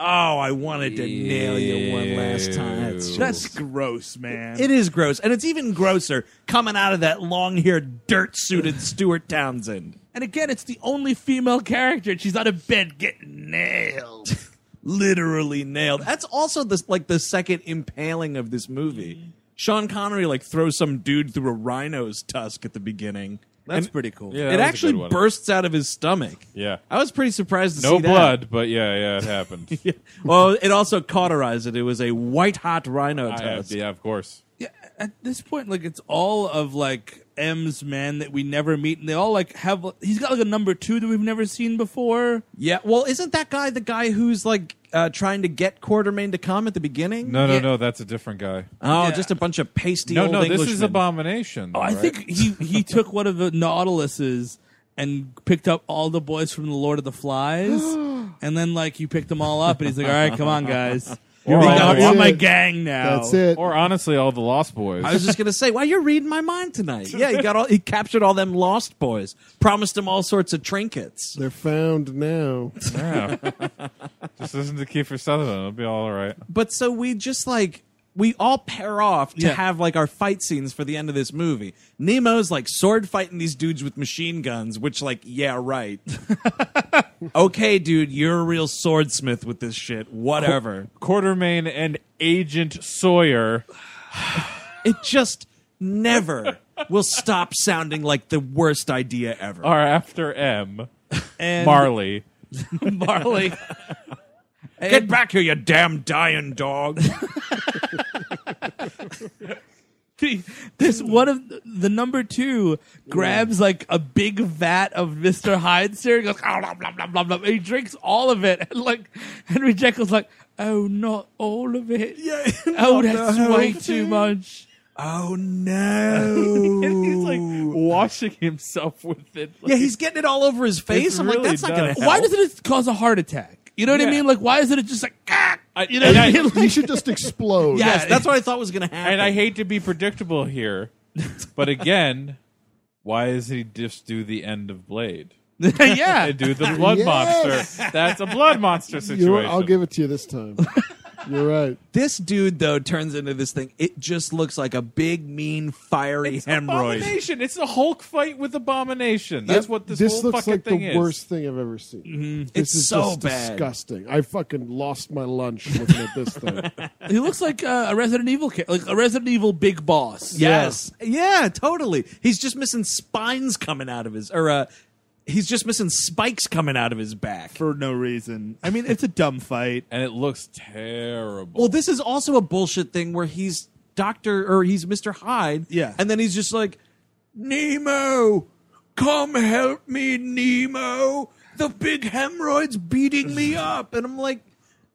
[SPEAKER 1] Oh, I wanted to nail you one last time. It's just-
[SPEAKER 4] That's gross, man.
[SPEAKER 1] it is gross, and it's even grosser coming out of that long-haired, dirt-suited Stuart Townsend.
[SPEAKER 4] and again, it's the only female character. and She's on a bed getting nailed.
[SPEAKER 1] Literally nailed. That's also the like the second impaling of this
[SPEAKER 4] Mm-hmm.
[SPEAKER 1] movie. Sean Connery like throws some dude through a rhino's tusk at the beginning.
[SPEAKER 4] That's
[SPEAKER 1] And-
[SPEAKER 4] pretty cool.
[SPEAKER 2] Yeah, that
[SPEAKER 1] it
[SPEAKER 2] was a
[SPEAKER 1] actually
[SPEAKER 2] good one.
[SPEAKER 1] bursts out of his stomach.
[SPEAKER 2] Yeah.
[SPEAKER 1] I was pretty surprised to see
[SPEAKER 2] No
[SPEAKER 1] that.
[SPEAKER 2] blood, but yeah, yeah, it happened.
[SPEAKER 1] well, it also cauterized it. It was a white hot rhino
[SPEAKER 2] I have,
[SPEAKER 1] tusk.
[SPEAKER 2] yeah, of course.
[SPEAKER 4] Yeah, at this point, like it's all of like M's men that we never meet, and they all like have. He's got like a number two that we've never seen before.
[SPEAKER 1] Yeah. Well, isn't that guy the guy who's like uh, trying to get Quartermain to come at the beginning?
[SPEAKER 2] No, no,
[SPEAKER 4] Yeah.
[SPEAKER 2] no, that's a different guy.
[SPEAKER 1] Oh,
[SPEAKER 4] Yeah.
[SPEAKER 1] just a bunch of pasty
[SPEAKER 2] No,
[SPEAKER 1] old Oh,
[SPEAKER 2] no, this is
[SPEAKER 1] Englishmen.
[SPEAKER 2] Abomination.
[SPEAKER 4] I think he he took one of the Nautiluses and picked up all the boys from the Lord of the Flies, and then like he picked them all up, and he's like, "All right, come on, guys,
[SPEAKER 2] Or,
[SPEAKER 4] we
[SPEAKER 2] all
[SPEAKER 4] got
[SPEAKER 3] That's
[SPEAKER 2] the-
[SPEAKER 4] we're
[SPEAKER 3] it.
[SPEAKER 4] my gang now."
[SPEAKER 3] That's it.
[SPEAKER 2] or honestly, all the Lost Boys.
[SPEAKER 1] I was just gonna say, why you're reading my mind tonight? Yeah, he got all he captured all them lost boys, promised them all sorts of trinkets.
[SPEAKER 3] They're found now.
[SPEAKER 2] Yeah. just listen to Kiefer Sutherland. It'll be all right.
[SPEAKER 1] But so we just like we all pair off to
[SPEAKER 4] Yeah.
[SPEAKER 1] have like our fight scenes for the end of this movie. Nemo's like sword fighting these dudes with machine guns, which like yeah, right. okay, dude, you're a real swordsmith with this shit. Whatever.
[SPEAKER 2] Quartermain and Agent Sawyer.
[SPEAKER 1] it just never will stop sounding like the worst idea ever.
[SPEAKER 2] are after M.
[SPEAKER 4] And
[SPEAKER 2] Marley.
[SPEAKER 4] Marley,
[SPEAKER 1] Get back here, you damn dying dog.
[SPEAKER 4] this one of the number two grabs like a big vat of Mr. Hyde cereal, goes "Ah, blah, blah, blah, blah, blah," and he drinks all of it, and like Henry Jekyll's like, "Oh, not all of it.
[SPEAKER 1] Yeah,
[SPEAKER 4] oh,
[SPEAKER 1] not
[SPEAKER 4] that's
[SPEAKER 1] the
[SPEAKER 4] way
[SPEAKER 1] whole
[SPEAKER 4] too
[SPEAKER 1] thing."
[SPEAKER 4] much."
[SPEAKER 1] oh no.
[SPEAKER 2] And he's like washing himself with it.
[SPEAKER 1] yeah, he's getting it all over his face. I'm
[SPEAKER 2] really
[SPEAKER 1] like, that's not gonna
[SPEAKER 2] does.
[SPEAKER 1] help.
[SPEAKER 4] why doesn't it cause a heart attack? You know what I
[SPEAKER 2] Yeah.
[SPEAKER 4] mean? Like, why isn't it just like, ah, you know what
[SPEAKER 2] and
[SPEAKER 4] I
[SPEAKER 2] I-
[SPEAKER 4] mean? Like,
[SPEAKER 3] You should just explode.
[SPEAKER 1] Yes,
[SPEAKER 4] Yeah.
[SPEAKER 1] that's what I thought was gonna happen.
[SPEAKER 2] And I hate to be predictable here, but again, why does he just do the end of Blade?
[SPEAKER 4] yeah.
[SPEAKER 2] They do the blood
[SPEAKER 3] Yes.
[SPEAKER 2] monster. That's a blood monster
[SPEAKER 3] You
[SPEAKER 2] situation.
[SPEAKER 3] know what? I'll give it to you this time. You're right.
[SPEAKER 1] This dude though turns into this thing. It just looks like a big, mean, fiery hemorrhoid.
[SPEAKER 2] Abomination. It's a Hulk fight with Abomination. That's what this,
[SPEAKER 3] this
[SPEAKER 2] whole
[SPEAKER 3] looks
[SPEAKER 2] fucking
[SPEAKER 3] like
[SPEAKER 2] thing
[SPEAKER 3] the
[SPEAKER 2] is. Mm-hmm.
[SPEAKER 3] worst thing I've ever seen. This
[SPEAKER 1] It's
[SPEAKER 3] is
[SPEAKER 1] so
[SPEAKER 3] just
[SPEAKER 1] bad.
[SPEAKER 3] disgusting. I fucking lost my lunch looking at this thing.
[SPEAKER 4] he looks like uh, a Resident Evil, ca- like a Resident Evil big boss.
[SPEAKER 1] Yes, yeah. totally. He's just missing spines coming out of his, or uh, he's just missing spikes coming out of his back.
[SPEAKER 4] For no reason. I mean, it's a dumb fight.
[SPEAKER 2] And it looks terrible.
[SPEAKER 1] Well, this is also a bullshit thing where he's Doctor or he's Mister Hyde.
[SPEAKER 4] Yeah.
[SPEAKER 1] and then he's just like, Nemo, come help me, Nemo. The big hemorrhoid's beating me up, and I'm like,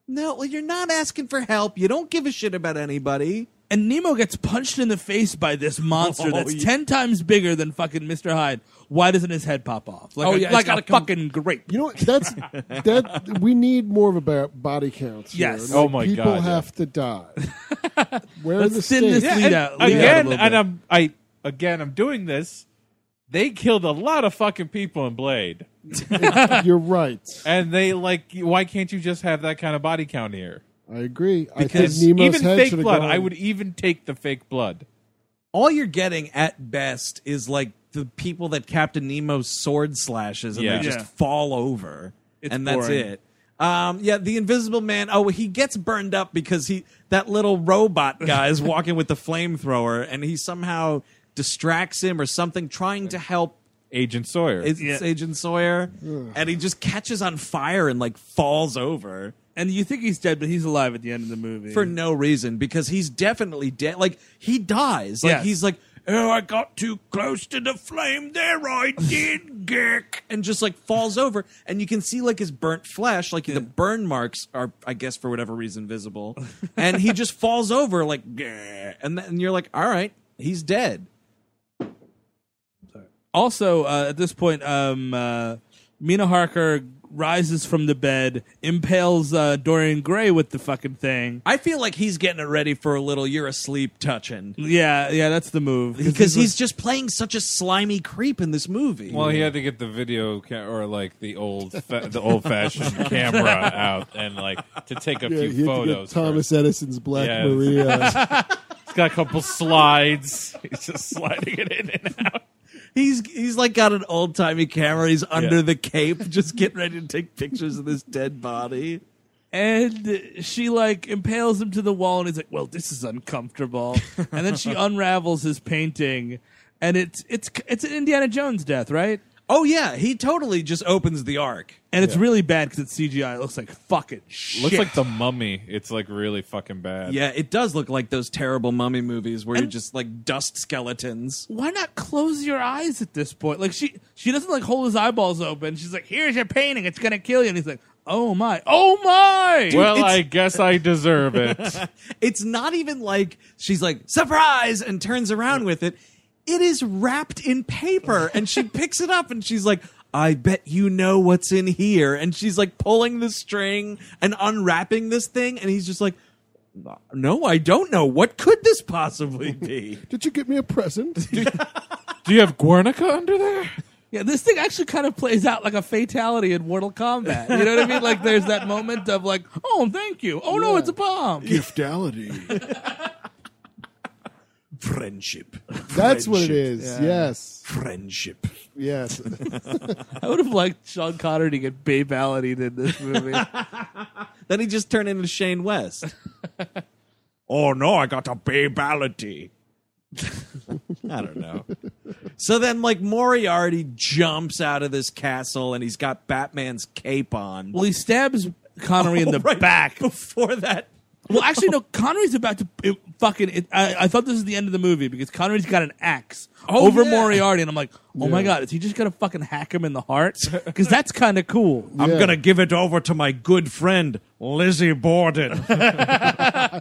[SPEAKER 1] no, well, you're not asking for help. You don't give a shit about anybody.
[SPEAKER 4] And Nemo gets punched in the face by this monster
[SPEAKER 1] Oh,
[SPEAKER 4] that's
[SPEAKER 1] yeah.
[SPEAKER 4] 10 times bigger than fucking Mr. Hyde. Why doesn't his head pop off? Like
[SPEAKER 1] Oh,
[SPEAKER 4] a,
[SPEAKER 1] yeah, it's
[SPEAKER 4] like a
[SPEAKER 1] gotta come-
[SPEAKER 4] fucking grape.
[SPEAKER 3] You know what? That's that we need more of a ba- body count. Here.
[SPEAKER 4] Yes.
[SPEAKER 2] Oh my
[SPEAKER 3] people
[SPEAKER 2] God, yeah.
[SPEAKER 3] have to die. Where are
[SPEAKER 4] Let's
[SPEAKER 3] the
[SPEAKER 4] thin this
[SPEAKER 3] stakes?
[SPEAKER 4] lead out. lead out a
[SPEAKER 2] again,
[SPEAKER 4] little
[SPEAKER 2] and
[SPEAKER 4] bit.
[SPEAKER 2] I'm I again I'm doing this they killed a lot of fucking people in Blade.
[SPEAKER 3] You're right.
[SPEAKER 2] And they like, why can't you just have that kind of body count here?
[SPEAKER 3] I agree.
[SPEAKER 2] Because
[SPEAKER 3] I think Nemo's
[SPEAKER 2] even
[SPEAKER 3] head
[SPEAKER 2] fake
[SPEAKER 3] should've
[SPEAKER 2] blood,
[SPEAKER 3] gone.
[SPEAKER 2] I would even take the fake blood.
[SPEAKER 1] all you're getting at best is like the people that Captain Nemo sword slashes and
[SPEAKER 2] Yeah.
[SPEAKER 1] they just
[SPEAKER 4] Yeah.
[SPEAKER 1] fall over.
[SPEAKER 4] It's
[SPEAKER 1] and that's
[SPEAKER 4] boring.
[SPEAKER 1] it. Um, yeah, the Invisible Man. Oh, he gets burned up because he that little robot guy is walking with the flamethrower, and he somehow distracts him or something, trying to help
[SPEAKER 2] Agent Sawyer.
[SPEAKER 1] it's
[SPEAKER 4] Yeah.
[SPEAKER 1] Agent Sawyer, and he just catches on fire and like falls over
[SPEAKER 4] And you think he's dead, but he's alive at the end of the movie.
[SPEAKER 1] for no reason because he's definitely dead. Like he dies. Like
[SPEAKER 4] Yes.
[SPEAKER 1] he's like, oh, I got too close to the flame. There I did, gick, and just like falls over, and you can see like his burnt flesh, like the burn marks are, I guess, for whatever reason, visible, and he just falls over like, "Gah," and then you're like, all right, he's dead.
[SPEAKER 4] also uh, at this point um, uh, mina harker rises from the bed impales uh, dorian gray with the fucking thing
[SPEAKER 1] I feel like he's getting it ready for a little. You're asleep, touching.
[SPEAKER 4] yeah yeah that's the move
[SPEAKER 1] Because he's just playing such a slimy creep in this movie.
[SPEAKER 2] well, he had to get the video ca- or like the old, fa- the old fashioned camera out and like to take a
[SPEAKER 3] Yeah, he
[SPEAKER 2] few
[SPEAKER 3] had to get
[SPEAKER 2] photos.
[SPEAKER 3] Thomas
[SPEAKER 2] first.
[SPEAKER 3] Edison's Black
[SPEAKER 2] Yes.
[SPEAKER 3] Maria.
[SPEAKER 2] He's got a couple slides. He's just sliding it in and out.
[SPEAKER 1] He's he's like got an old timey camera. He's under
[SPEAKER 2] Yeah.
[SPEAKER 1] the cape, just getting ready to take pictures of this dead body.
[SPEAKER 4] and she like impales him to the wall and he's like well this is uncomfortable and then she unravels his painting and it's it's it's an indiana jones death right
[SPEAKER 1] Oh yeah, he totally just opens the arc.
[SPEAKER 4] and it's really bad because it's cgi it looks like fucking shit
[SPEAKER 2] Looks like the mummy. It's like really fucking bad.
[SPEAKER 1] Yeah, it does look like those terrible mummy movies where you just like dust skeletons.
[SPEAKER 4] why not close your eyes at this point? Like she she doesn't like hold his eyeballs open. She's like, "Here's your painting. It's gonna kill you." And he's like, "Oh my, oh my."
[SPEAKER 2] well,
[SPEAKER 1] it's-
[SPEAKER 2] I guess I deserve it.
[SPEAKER 1] It's not even like she's like surprise and turns around with it. It is wrapped in paper, and she picks it up and she's like. I bet you know what's in here. And she's like pulling the string and unwrapping this thing. And he's just like, No, I don't know. What could this possibly be?
[SPEAKER 3] Did you get me a present?
[SPEAKER 2] Do you have Guernica under there?
[SPEAKER 4] yeah, this thing actually kind of plays out like a fatality in Mortal Kombat. You know what I mean? Like there's that moment of like, "Oh, thank you. Oh no, it's a bomb."
[SPEAKER 3] Giftality.
[SPEAKER 5] Friendship.
[SPEAKER 3] That's what it is.
[SPEAKER 5] Friendship.
[SPEAKER 3] Yes.
[SPEAKER 5] Friendship.
[SPEAKER 3] Yes.
[SPEAKER 4] I would have liked Sean Connery to get babality in this movie.
[SPEAKER 1] Then he just turned into Shane West.
[SPEAKER 5] Oh no, I got a babality.
[SPEAKER 1] I don't know. so then, like, Moriarty jumps out of this castle and he's got Batman's cape on.
[SPEAKER 4] well, he stabs Connery in the
[SPEAKER 1] Right
[SPEAKER 4] back.
[SPEAKER 1] Before that,
[SPEAKER 4] Well, actually, no. Connery's about to it, fucking. It, I, I thought this is the end of the movie because Connery's got an axe over
[SPEAKER 1] yeah.
[SPEAKER 4] Moriarty, and I'm like, oh my god, is he just gonna fucking hack him in the heart? Because that's kind of cool.
[SPEAKER 5] I'm
[SPEAKER 3] Yeah.
[SPEAKER 5] gonna give it over to my good friend Lizzie Borden.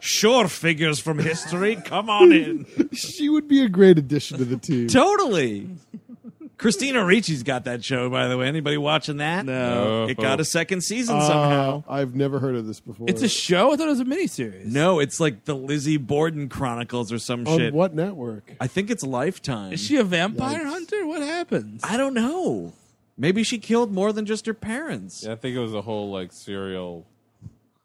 [SPEAKER 5] sure, figures from history, come on in.
[SPEAKER 3] she would be a great addition to the team.
[SPEAKER 1] totally. Christina Ricci's got that show, by the way. Anybody watching that?
[SPEAKER 4] No.
[SPEAKER 1] It got a second season
[SPEAKER 3] Uh,
[SPEAKER 1] somehow.
[SPEAKER 3] I've never heard of this before.
[SPEAKER 4] It's a show. I thought it was a miniseries.
[SPEAKER 1] No, it's like the Lizzie Borden Chronicles or some
[SPEAKER 3] on
[SPEAKER 1] shit.
[SPEAKER 3] what network?
[SPEAKER 1] I think it's Lifetime.
[SPEAKER 4] Is she a vampire
[SPEAKER 3] Yikes.
[SPEAKER 4] hunter? What happens?
[SPEAKER 1] I don't know. Maybe she killed more than just her parents.
[SPEAKER 2] Yeah, I think it was a whole like serial,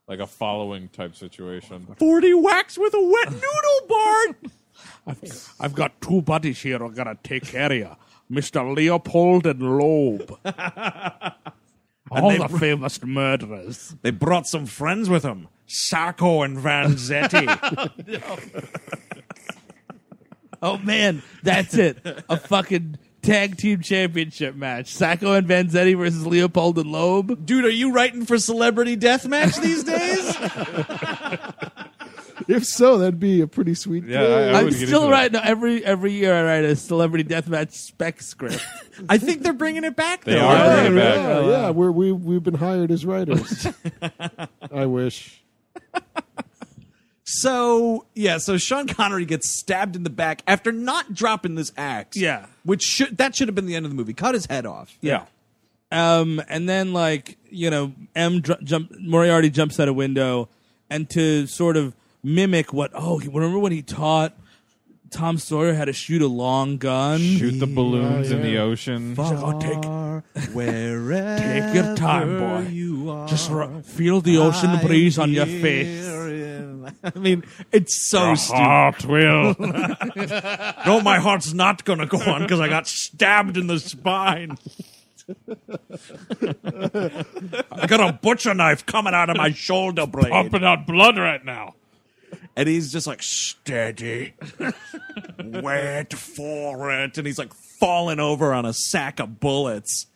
[SPEAKER 2] like a following type situation.
[SPEAKER 1] 40 whacks with a wet noodle Bart.
[SPEAKER 7] I've, I've got two buddies here who are gonna take care of you, Mr. Leopold and Loeb. All the famous murderers.
[SPEAKER 5] They brought some friends with them, Sacco and Vanzetti.
[SPEAKER 4] Oh man, that's it. A fucking tag team championship match: Sacco and Vanzetti versus Leopold and Loeb.
[SPEAKER 1] Dude, are you writing for Celebrity Deathmatch these days?
[SPEAKER 3] If so, that'd be a pretty sweet.
[SPEAKER 2] Yeah,
[SPEAKER 3] play.
[SPEAKER 2] I
[SPEAKER 4] I'm
[SPEAKER 2] would get
[SPEAKER 4] still
[SPEAKER 2] into that.
[SPEAKER 4] writing every every year. I write a celebrity deathmatch spec script.
[SPEAKER 1] I think they're bringing it back, though.
[SPEAKER 2] They are
[SPEAKER 1] aren't
[SPEAKER 2] bringing it back.
[SPEAKER 3] yeah, yeah, We're, we we've been hired as writers. I wish.
[SPEAKER 1] So, yeah, so Sean Connery gets stabbed in the back after not dropping this axe.
[SPEAKER 4] Yeah.
[SPEAKER 1] Which should, that should have been the end of the movie. Cut his head off.
[SPEAKER 4] Yeah. Um, and then like you know, M dr- jump Moriarty jumps out a window, and to sort of mimic what oh he, remember when he taught Tom Sawyer had to shoot a long gun.
[SPEAKER 2] Shoot the balloons in the ocean.
[SPEAKER 7] He's like, "Oh, take,
[SPEAKER 1] Wherever
[SPEAKER 7] take your time, boy.
[SPEAKER 1] you are,
[SPEAKER 7] Just r- feel the ocean
[SPEAKER 1] I
[SPEAKER 7] breeze on your
[SPEAKER 1] hear
[SPEAKER 7] face.
[SPEAKER 1] him." I mean, it's so stupid.
[SPEAKER 2] Heart will.
[SPEAKER 5] No, my heart's not going to go on because I got stabbed in the spine. I got a butcher knife coming out of my shoulder blade.
[SPEAKER 2] pumping out blood right now.
[SPEAKER 1] And he's just like,
[SPEAKER 5] Steady. Wait for it.
[SPEAKER 1] and he's like falling over on a sack of bullets.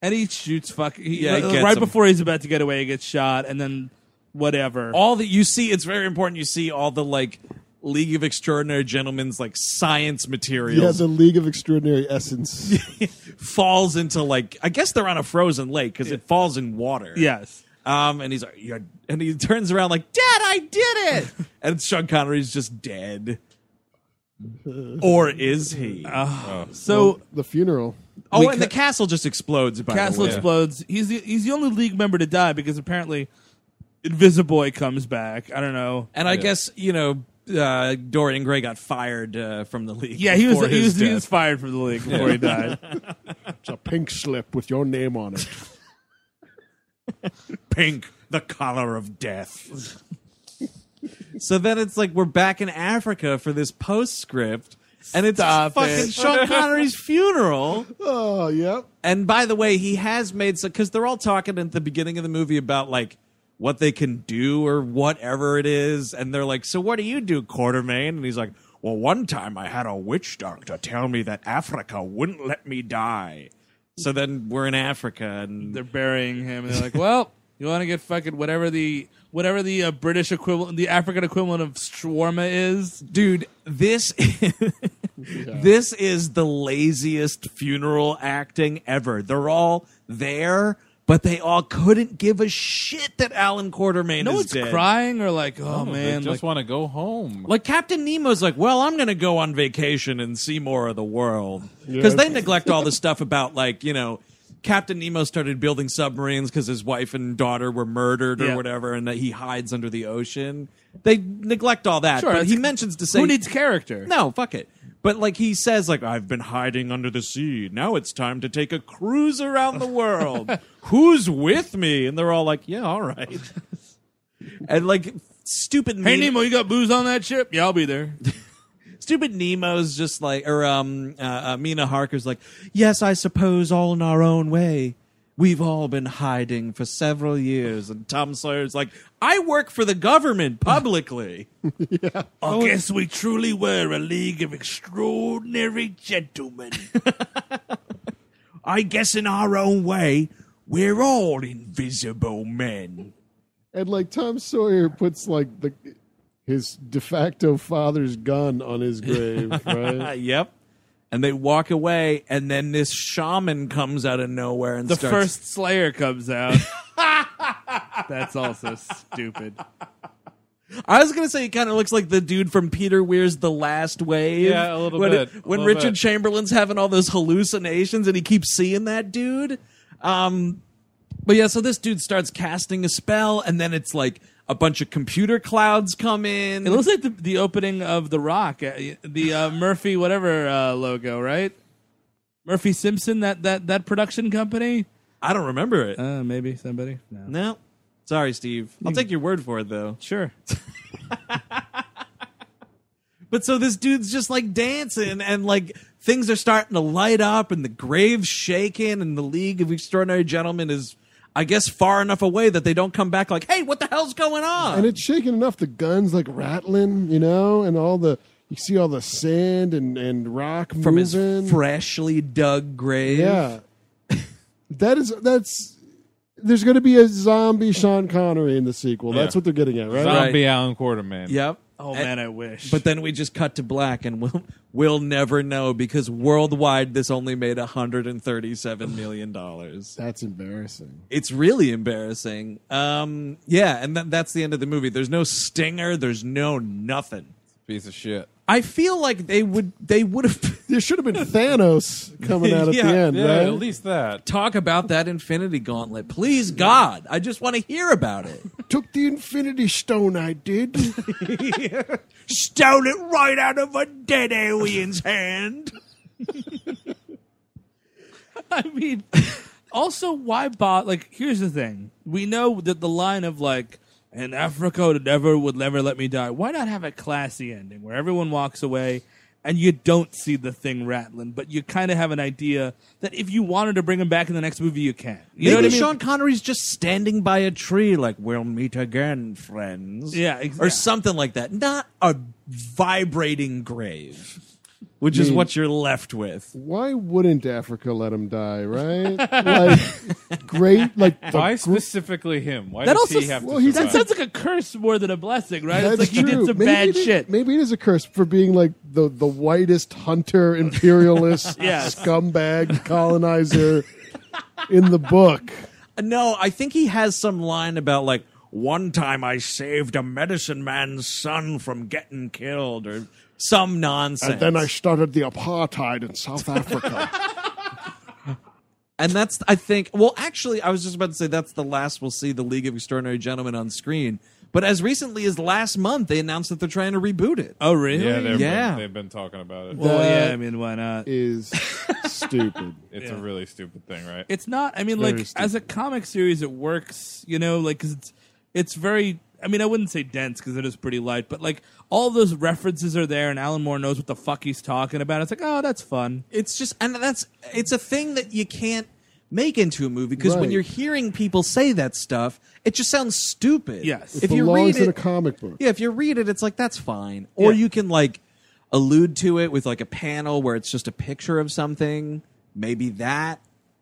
[SPEAKER 4] And he shoots fuck. He,
[SPEAKER 1] Yeah, he
[SPEAKER 4] uh,
[SPEAKER 1] gets
[SPEAKER 4] right
[SPEAKER 1] him.
[SPEAKER 4] before he's about to get away, he gets shot, and then whatever.
[SPEAKER 1] All that you see, it's very important. You see all the like League of Extraordinary Gentlemen's like science materials.
[SPEAKER 3] Yeah, the League of Extraordinary Essence.
[SPEAKER 1] falls into like I guess they're on a frozen lake because it falls in water.
[SPEAKER 4] yes.
[SPEAKER 1] Um, and he's like, You're, and he turns around like, Dad, I did it. and Sean Connery's just dead. or is he?
[SPEAKER 4] So
[SPEAKER 3] the funeral.
[SPEAKER 1] oh,
[SPEAKER 4] Uh, we
[SPEAKER 1] and the
[SPEAKER 4] ca-
[SPEAKER 1] castle just explodes. By
[SPEAKER 4] castle
[SPEAKER 1] the way.
[SPEAKER 4] explodes. He's the, he's the only league member to die because apparently Invisiboy comes back. I don't know.
[SPEAKER 1] And I guess you know uh, Dorian Gray got fired uh, from the league.
[SPEAKER 4] Yeah, he was
[SPEAKER 1] before
[SPEAKER 4] he
[SPEAKER 1] his
[SPEAKER 4] was, he
[SPEAKER 1] death.
[SPEAKER 4] was fired from the league before he died.
[SPEAKER 3] It's a pink slip with your name on it.
[SPEAKER 5] Pink, the color of death.
[SPEAKER 1] So then it's like we're back in Africa for this postscript, and it's
[SPEAKER 4] Stop
[SPEAKER 1] fucking
[SPEAKER 4] it.
[SPEAKER 1] Sean Connery's funeral.
[SPEAKER 3] Oh, yep.
[SPEAKER 1] And by the way, he has made some because they're all talking at the beginning of the movie about like what they can do or whatever it is, and they're like, "So what do you do, Quartermain?" And he's like,
[SPEAKER 5] Well, one time I had a witch doctor tell me that Africa wouldn't let me die.
[SPEAKER 1] "So then we're in Africa." And
[SPEAKER 4] They're burying him, and they're like, "Well, you want to get fucking whatever the whatever the uh, British equivalent, the African equivalent of shawarma is."
[SPEAKER 1] dude, this this is the laziest funeral acting ever. They're all there, but they all couldn't give a shit that Alan Quartermain
[SPEAKER 4] No
[SPEAKER 1] is
[SPEAKER 4] one's
[SPEAKER 1] dead.
[SPEAKER 4] crying or like, "Oh
[SPEAKER 2] Man,
[SPEAKER 4] man, like,
[SPEAKER 2] just want to go home.
[SPEAKER 1] Like Captain Nemo's like, well, I'm gonna go on vacation and see more of the world because they neglect all the stuff about like you know. Captain Nemo started building submarines because his wife and daughter were murdered or
[SPEAKER 4] Yeah.
[SPEAKER 1] whatever, and that he hides under the ocean. They neglect all that,
[SPEAKER 4] Sure,
[SPEAKER 1] but he
[SPEAKER 4] that's-
[SPEAKER 1] mentions to say,
[SPEAKER 4] who needs character?"
[SPEAKER 1] "No, fuck it." But like he says, like I've been hiding under the sea. Now it's time to take a cruise around the world. Who's with me? And they're all like, "Yeah, all right." and like stupid.
[SPEAKER 4] Hey
[SPEAKER 1] Nemo-
[SPEAKER 4] Nemo, you got booze on that ship? Yeah, I'll be there.
[SPEAKER 1] stupid Nemo's just like, or um, uh, uh, Mina Harker's like, yes, I suppose all in our own way. We've all been hiding for several years, and Tom Sawyer's like, I work for the government publicly.
[SPEAKER 7] I guess we truly were a league of extraordinary gentlemen.
[SPEAKER 5] I guess in our own way, we're all invisible men.
[SPEAKER 3] And like Tom Sawyer puts like the his de facto father's gun on his grave,
[SPEAKER 1] Uh,
[SPEAKER 3] right?
[SPEAKER 1] yep. And they walk away, and then this shaman comes out of nowhere and
[SPEAKER 4] The
[SPEAKER 1] starts.
[SPEAKER 4] first Slayer comes out. That's also stupid.
[SPEAKER 1] I was gonna say he kind of looks like the dude from Peter Weir's The Last Wave.
[SPEAKER 2] Yeah, a little
[SPEAKER 1] when,
[SPEAKER 2] bit. A
[SPEAKER 1] When
[SPEAKER 2] little
[SPEAKER 1] Richard
[SPEAKER 2] bit.
[SPEAKER 1] Chamberlain's having all those hallucinations and he keeps seeing that dude. Um, but yeah, so this dude starts casting a spell, and then it's like a bunch of computer clouds come in.
[SPEAKER 4] It looks like the, the opening of The Rock, uh, the uh, Murphy whatever uh, logo, right? Murphy Simpson, that that that production company.
[SPEAKER 1] I don't remember it.
[SPEAKER 4] Uh, maybe somebody. No.
[SPEAKER 1] no, sorry, Steve. I'll take your word for it though.
[SPEAKER 4] Sure.
[SPEAKER 1] But so this dude's just like dancing and like things are starting to light up and the grave's shaking and the League of Extraordinary Gentlemen is I guess far enough away that they don't come back like, hey, what the hell's going on?
[SPEAKER 3] And it's shaking enough. The guns like rattling, you know, and all the you see all the sand and and rock
[SPEAKER 1] From his
[SPEAKER 3] moving.
[SPEAKER 1] freshly dug grave.
[SPEAKER 3] yeah, that is that's. There's going to be a zombie Sean Connery in the sequel. That's
[SPEAKER 2] Yeah.
[SPEAKER 3] what they're getting at, right?
[SPEAKER 2] Zombie Alan Quarterman.
[SPEAKER 1] Yep.
[SPEAKER 4] Oh
[SPEAKER 1] And-
[SPEAKER 4] man, I wish.
[SPEAKER 1] But then we just cut to black and we'll we'll never know because worldwide this only made hundred and thirty seven million dollars.
[SPEAKER 3] That's embarrassing.
[SPEAKER 1] it's really embarrassing. Um, yeah, and that that's the end of the movie. There's no stinger. There's no nothing.
[SPEAKER 2] Piece of shit.
[SPEAKER 1] I feel like they would they would have
[SPEAKER 3] There should have been Thanos coming out at
[SPEAKER 1] Yeah,
[SPEAKER 3] the end,
[SPEAKER 2] Yeah,
[SPEAKER 3] right?
[SPEAKER 2] at least that.
[SPEAKER 1] Talk about that Infinity Gauntlet, please, God. I just want to hear about it.
[SPEAKER 3] Took the Infinity Stone, I did.
[SPEAKER 9] Stole it right out of a dead alien's hand.
[SPEAKER 4] I mean, also, why bot? Like, here's the thing: we know that the line of like, "In Africa, would never would never let me die." Why not have a classy ending where everyone walks away, and you don't see the thing rattling, but you kind of have an idea that if you wanted to bring him back in the next movie, you can. You know what I
[SPEAKER 10] Maybe
[SPEAKER 4] mean?
[SPEAKER 10] Sean Connery's just standing by a tree, like "We'll meet again, friends."
[SPEAKER 4] yeah, ex-
[SPEAKER 1] or
[SPEAKER 4] yeah.
[SPEAKER 1] something like that. Not a vibrating grave, which is
[SPEAKER 3] Mm.
[SPEAKER 1] what you're left with.
[SPEAKER 3] Why wouldn't Africa let him die, right? like, great, like the
[SPEAKER 2] Why
[SPEAKER 3] gr-
[SPEAKER 2] specifically him? Why
[SPEAKER 4] That
[SPEAKER 2] does
[SPEAKER 4] also
[SPEAKER 2] he have
[SPEAKER 3] well,
[SPEAKER 2] to
[SPEAKER 3] he's-
[SPEAKER 4] that
[SPEAKER 2] survive?
[SPEAKER 4] sounds like a curse more than a blessing, right? it's
[SPEAKER 3] That's
[SPEAKER 4] like he
[SPEAKER 3] true.
[SPEAKER 4] did some
[SPEAKER 3] Maybe
[SPEAKER 4] bad
[SPEAKER 3] it is-
[SPEAKER 4] shit.
[SPEAKER 3] Maybe it is a curse for being like the, the whitest hunter, imperialist,
[SPEAKER 4] Yes.
[SPEAKER 3] scumbag, colonizer in the book.
[SPEAKER 1] No, I think he has some line about like
[SPEAKER 9] One time I saved a medicine man's son from getting killed, or
[SPEAKER 1] some nonsense.
[SPEAKER 3] And then I started the apartheid in South Africa.
[SPEAKER 1] And that's, I think, well, actually, I was just about to say that's the last we'll see the League of Extraordinary Gentlemen on screen. But as recently as last month, they announced that they're trying to reboot it.
[SPEAKER 4] oh, really?
[SPEAKER 2] yeah, they've,
[SPEAKER 1] Yeah.
[SPEAKER 2] Been, they've been talking about it.
[SPEAKER 4] Well,
[SPEAKER 3] That
[SPEAKER 4] yeah. I mean, why not?
[SPEAKER 3] is stupid.
[SPEAKER 2] it's a
[SPEAKER 4] yeah.
[SPEAKER 2] really stupid thing, right?
[SPEAKER 4] It's not. I mean,
[SPEAKER 3] Very
[SPEAKER 4] like
[SPEAKER 3] stupid.
[SPEAKER 4] as a comic series, it works. You know, like 'cause it's it's very. I mean, I wouldn't say dense because it is pretty light, but like all those references are there, and Alan Moore knows what the fuck he's talking about. It's like, oh, that's fun.
[SPEAKER 1] It's just, and that's, it's a thing that you can't make into a movie because when
[SPEAKER 3] Right.
[SPEAKER 1] you're hearing people say that stuff, it just sounds stupid.
[SPEAKER 4] Yes. It
[SPEAKER 1] If you read
[SPEAKER 3] belongs
[SPEAKER 1] it,
[SPEAKER 3] in a comic book.
[SPEAKER 1] Yeah, if you read it, it's like that's fine. Or
[SPEAKER 4] Yeah.
[SPEAKER 1] you can like allude to it with like a panel where it's just a picture of something. Maybe that.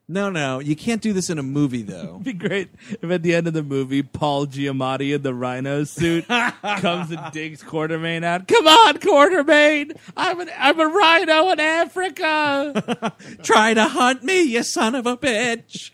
[SPEAKER 1] No, no, you can't do this in a movie though.
[SPEAKER 4] It'd be great if at the end of the movie, Paul Giamatti in the rhino suit comes and digs Quartermain out. Come on, Quartermain! I'm an, I'm a rhino in Africa.
[SPEAKER 1] Try to hunt me, you son of a bitch.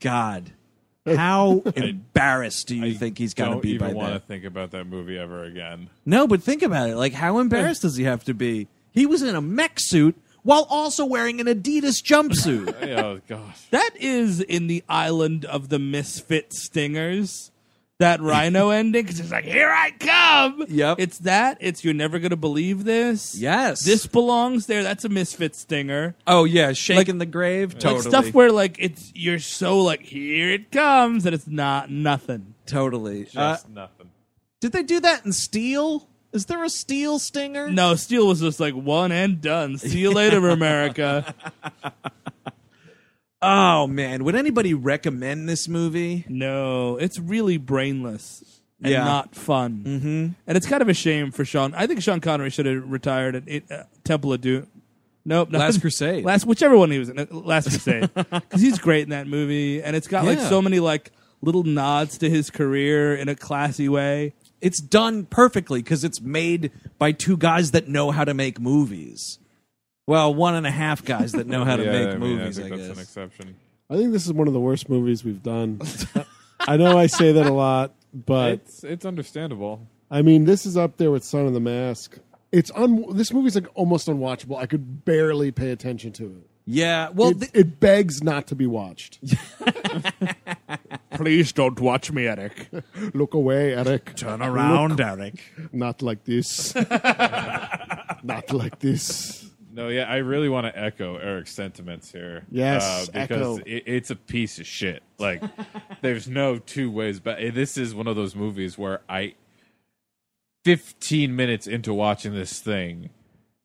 [SPEAKER 1] God, how embarrassed do you think he's got to
[SPEAKER 2] Don't
[SPEAKER 1] be by
[SPEAKER 2] even want to
[SPEAKER 1] that?
[SPEAKER 2] think about that movie ever again.
[SPEAKER 1] No, but think about it. Like, how embarrassed does he have to be? He was in a mech suit while also wearing an Adidas jumpsuit.
[SPEAKER 2] Yeah, oh, gosh.
[SPEAKER 4] that is in the island of the misfit stingers. That rhino ending 'cause it's like, here I come.
[SPEAKER 1] Yep.
[SPEAKER 4] It's that. It's you're never gonna believe this.
[SPEAKER 1] yes.
[SPEAKER 4] This belongs there. That's a misfit stinger.
[SPEAKER 1] Oh yeah, shaking the grave. Totally.
[SPEAKER 4] Like stuff where like it's you're so like here it comes and it's not nothing.
[SPEAKER 1] Totally. Uh,
[SPEAKER 2] Just nothing.
[SPEAKER 1] did they do that in Steel? Is there a Steel Stinger?
[SPEAKER 4] No, Steel was just like one and done. See you later, America.
[SPEAKER 1] Oh man, would anybody recommend this movie?
[SPEAKER 4] No, it's really brainless and
[SPEAKER 1] Yeah.
[SPEAKER 4] not fun. Mm-hmm. And it's kind of a shame for Sean. I think Sean Connery should have retired at it, uh, Temple of Doom. Nope, nothing.
[SPEAKER 1] Last Crusade.
[SPEAKER 4] Last whichever one he was in, uh, Last Crusade, because he's great in that movie, and it's got like
[SPEAKER 1] Yeah.
[SPEAKER 4] so many like little nods to his career in a classy way.
[SPEAKER 1] It's done perfectly because it's made by two guys that know how to make movies. Well, one and a half guys that know how to
[SPEAKER 2] yeah,
[SPEAKER 1] make
[SPEAKER 2] I mean,
[SPEAKER 1] movies.
[SPEAKER 2] I
[SPEAKER 1] I,
[SPEAKER 2] think that's
[SPEAKER 1] guess.
[SPEAKER 2] an exception.
[SPEAKER 3] I think this is one of the worst movies we've done. I know I say that a lot, but
[SPEAKER 2] It's it's understandable.
[SPEAKER 3] I mean, this is up there with Son of the Mask. It's un- this movie's like almost unwatchable. I could barely pay attention to it.
[SPEAKER 1] yeah. Well,
[SPEAKER 3] it,
[SPEAKER 1] th-
[SPEAKER 3] it begs not to be watched.
[SPEAKER 11] Please don't watch me, Eric.
[SPEAKER 3] Look away, Eric.
[SPEAKER 9] turn around, Eric.
[SPEAKER 3] Not like this. not like this.
[SPEAKER 2] No, yeah, I really want to echo Eric's sentiments here. Uh,
[SPEAKER 3] Yes,
[SPEAKER 2] because
[SPEAKER 3] echo.
[SPEAKER 2] It, it's a piece of shit. Like, there's no two ways. But eh, this is one of those movies where I, 15 minutes into watching this thing,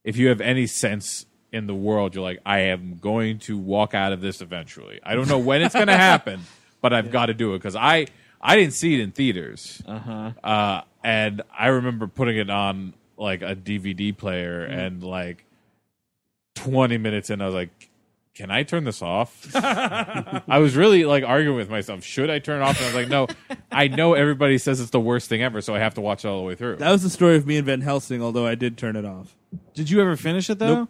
[SPEAKER 2] if you have any sense in the world, you're like, I am going to walk out of this eventually. I don't know when it's going to happen, but I've got to do it because I I didn't see it in theaters. Uh-huh. and I remember putting it on like a DVD player and like 20 minutes in, I was like, can I turn this off? I was really like arguing with myself. Should I turn it off? And I was like, no, I know everybody says it's the worst thing ever, so I have to watch it all the way through.
[SPEAKER 4] That was the story of me and Van Helsing. Although I did turn it off.
[SPEAKER 10] Did you ever finish it though?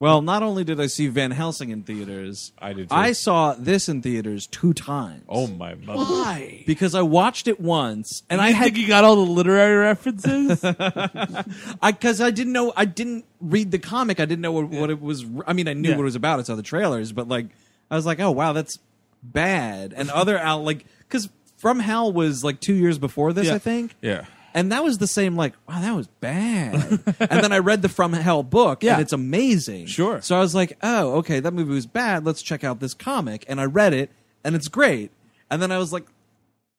[SPEAKER 1] Well, not only did I see Van Helsing in theaters,
[SPEAKER 2] I did too.
[SPEAKER 1] I saw this in theaters two times.
[SPEAKER 2] Oh my mother!
[SPEAKER 1] Because I watched it once, and I
[SPEAKER 4] I
[SPEAKER 1] had
[SPEAKER 4] think you got all the literary references.
[SPEAKER 1] I because I didn't know I didn't read the comic. I didn't know what, what it was. I mean, I knew
[SPEAKER 4] Yeah.
[SPEAKER 1] what it was about. I saw the trailers, but like I was like, oh wow, that's bad. And other out like because From Hell was like two years before this,
[SPEAKER 4] Yeah.
[SPEAKER 1] I think.
[SPEAKER 2] Yeah.
[SPEAKER 1] And that was the same, like, wow, that was bad. and then I read the From Hell book,
[SPEAKER 4] Yeah.
[SPEAKER 1] and it's amazing.
[SPEAKER 4] Sure.
[SPEAKER 1] So I was like, oh, okay, that movie was bad. Let's check out this comic. And I read it, and it's great. And then I was like,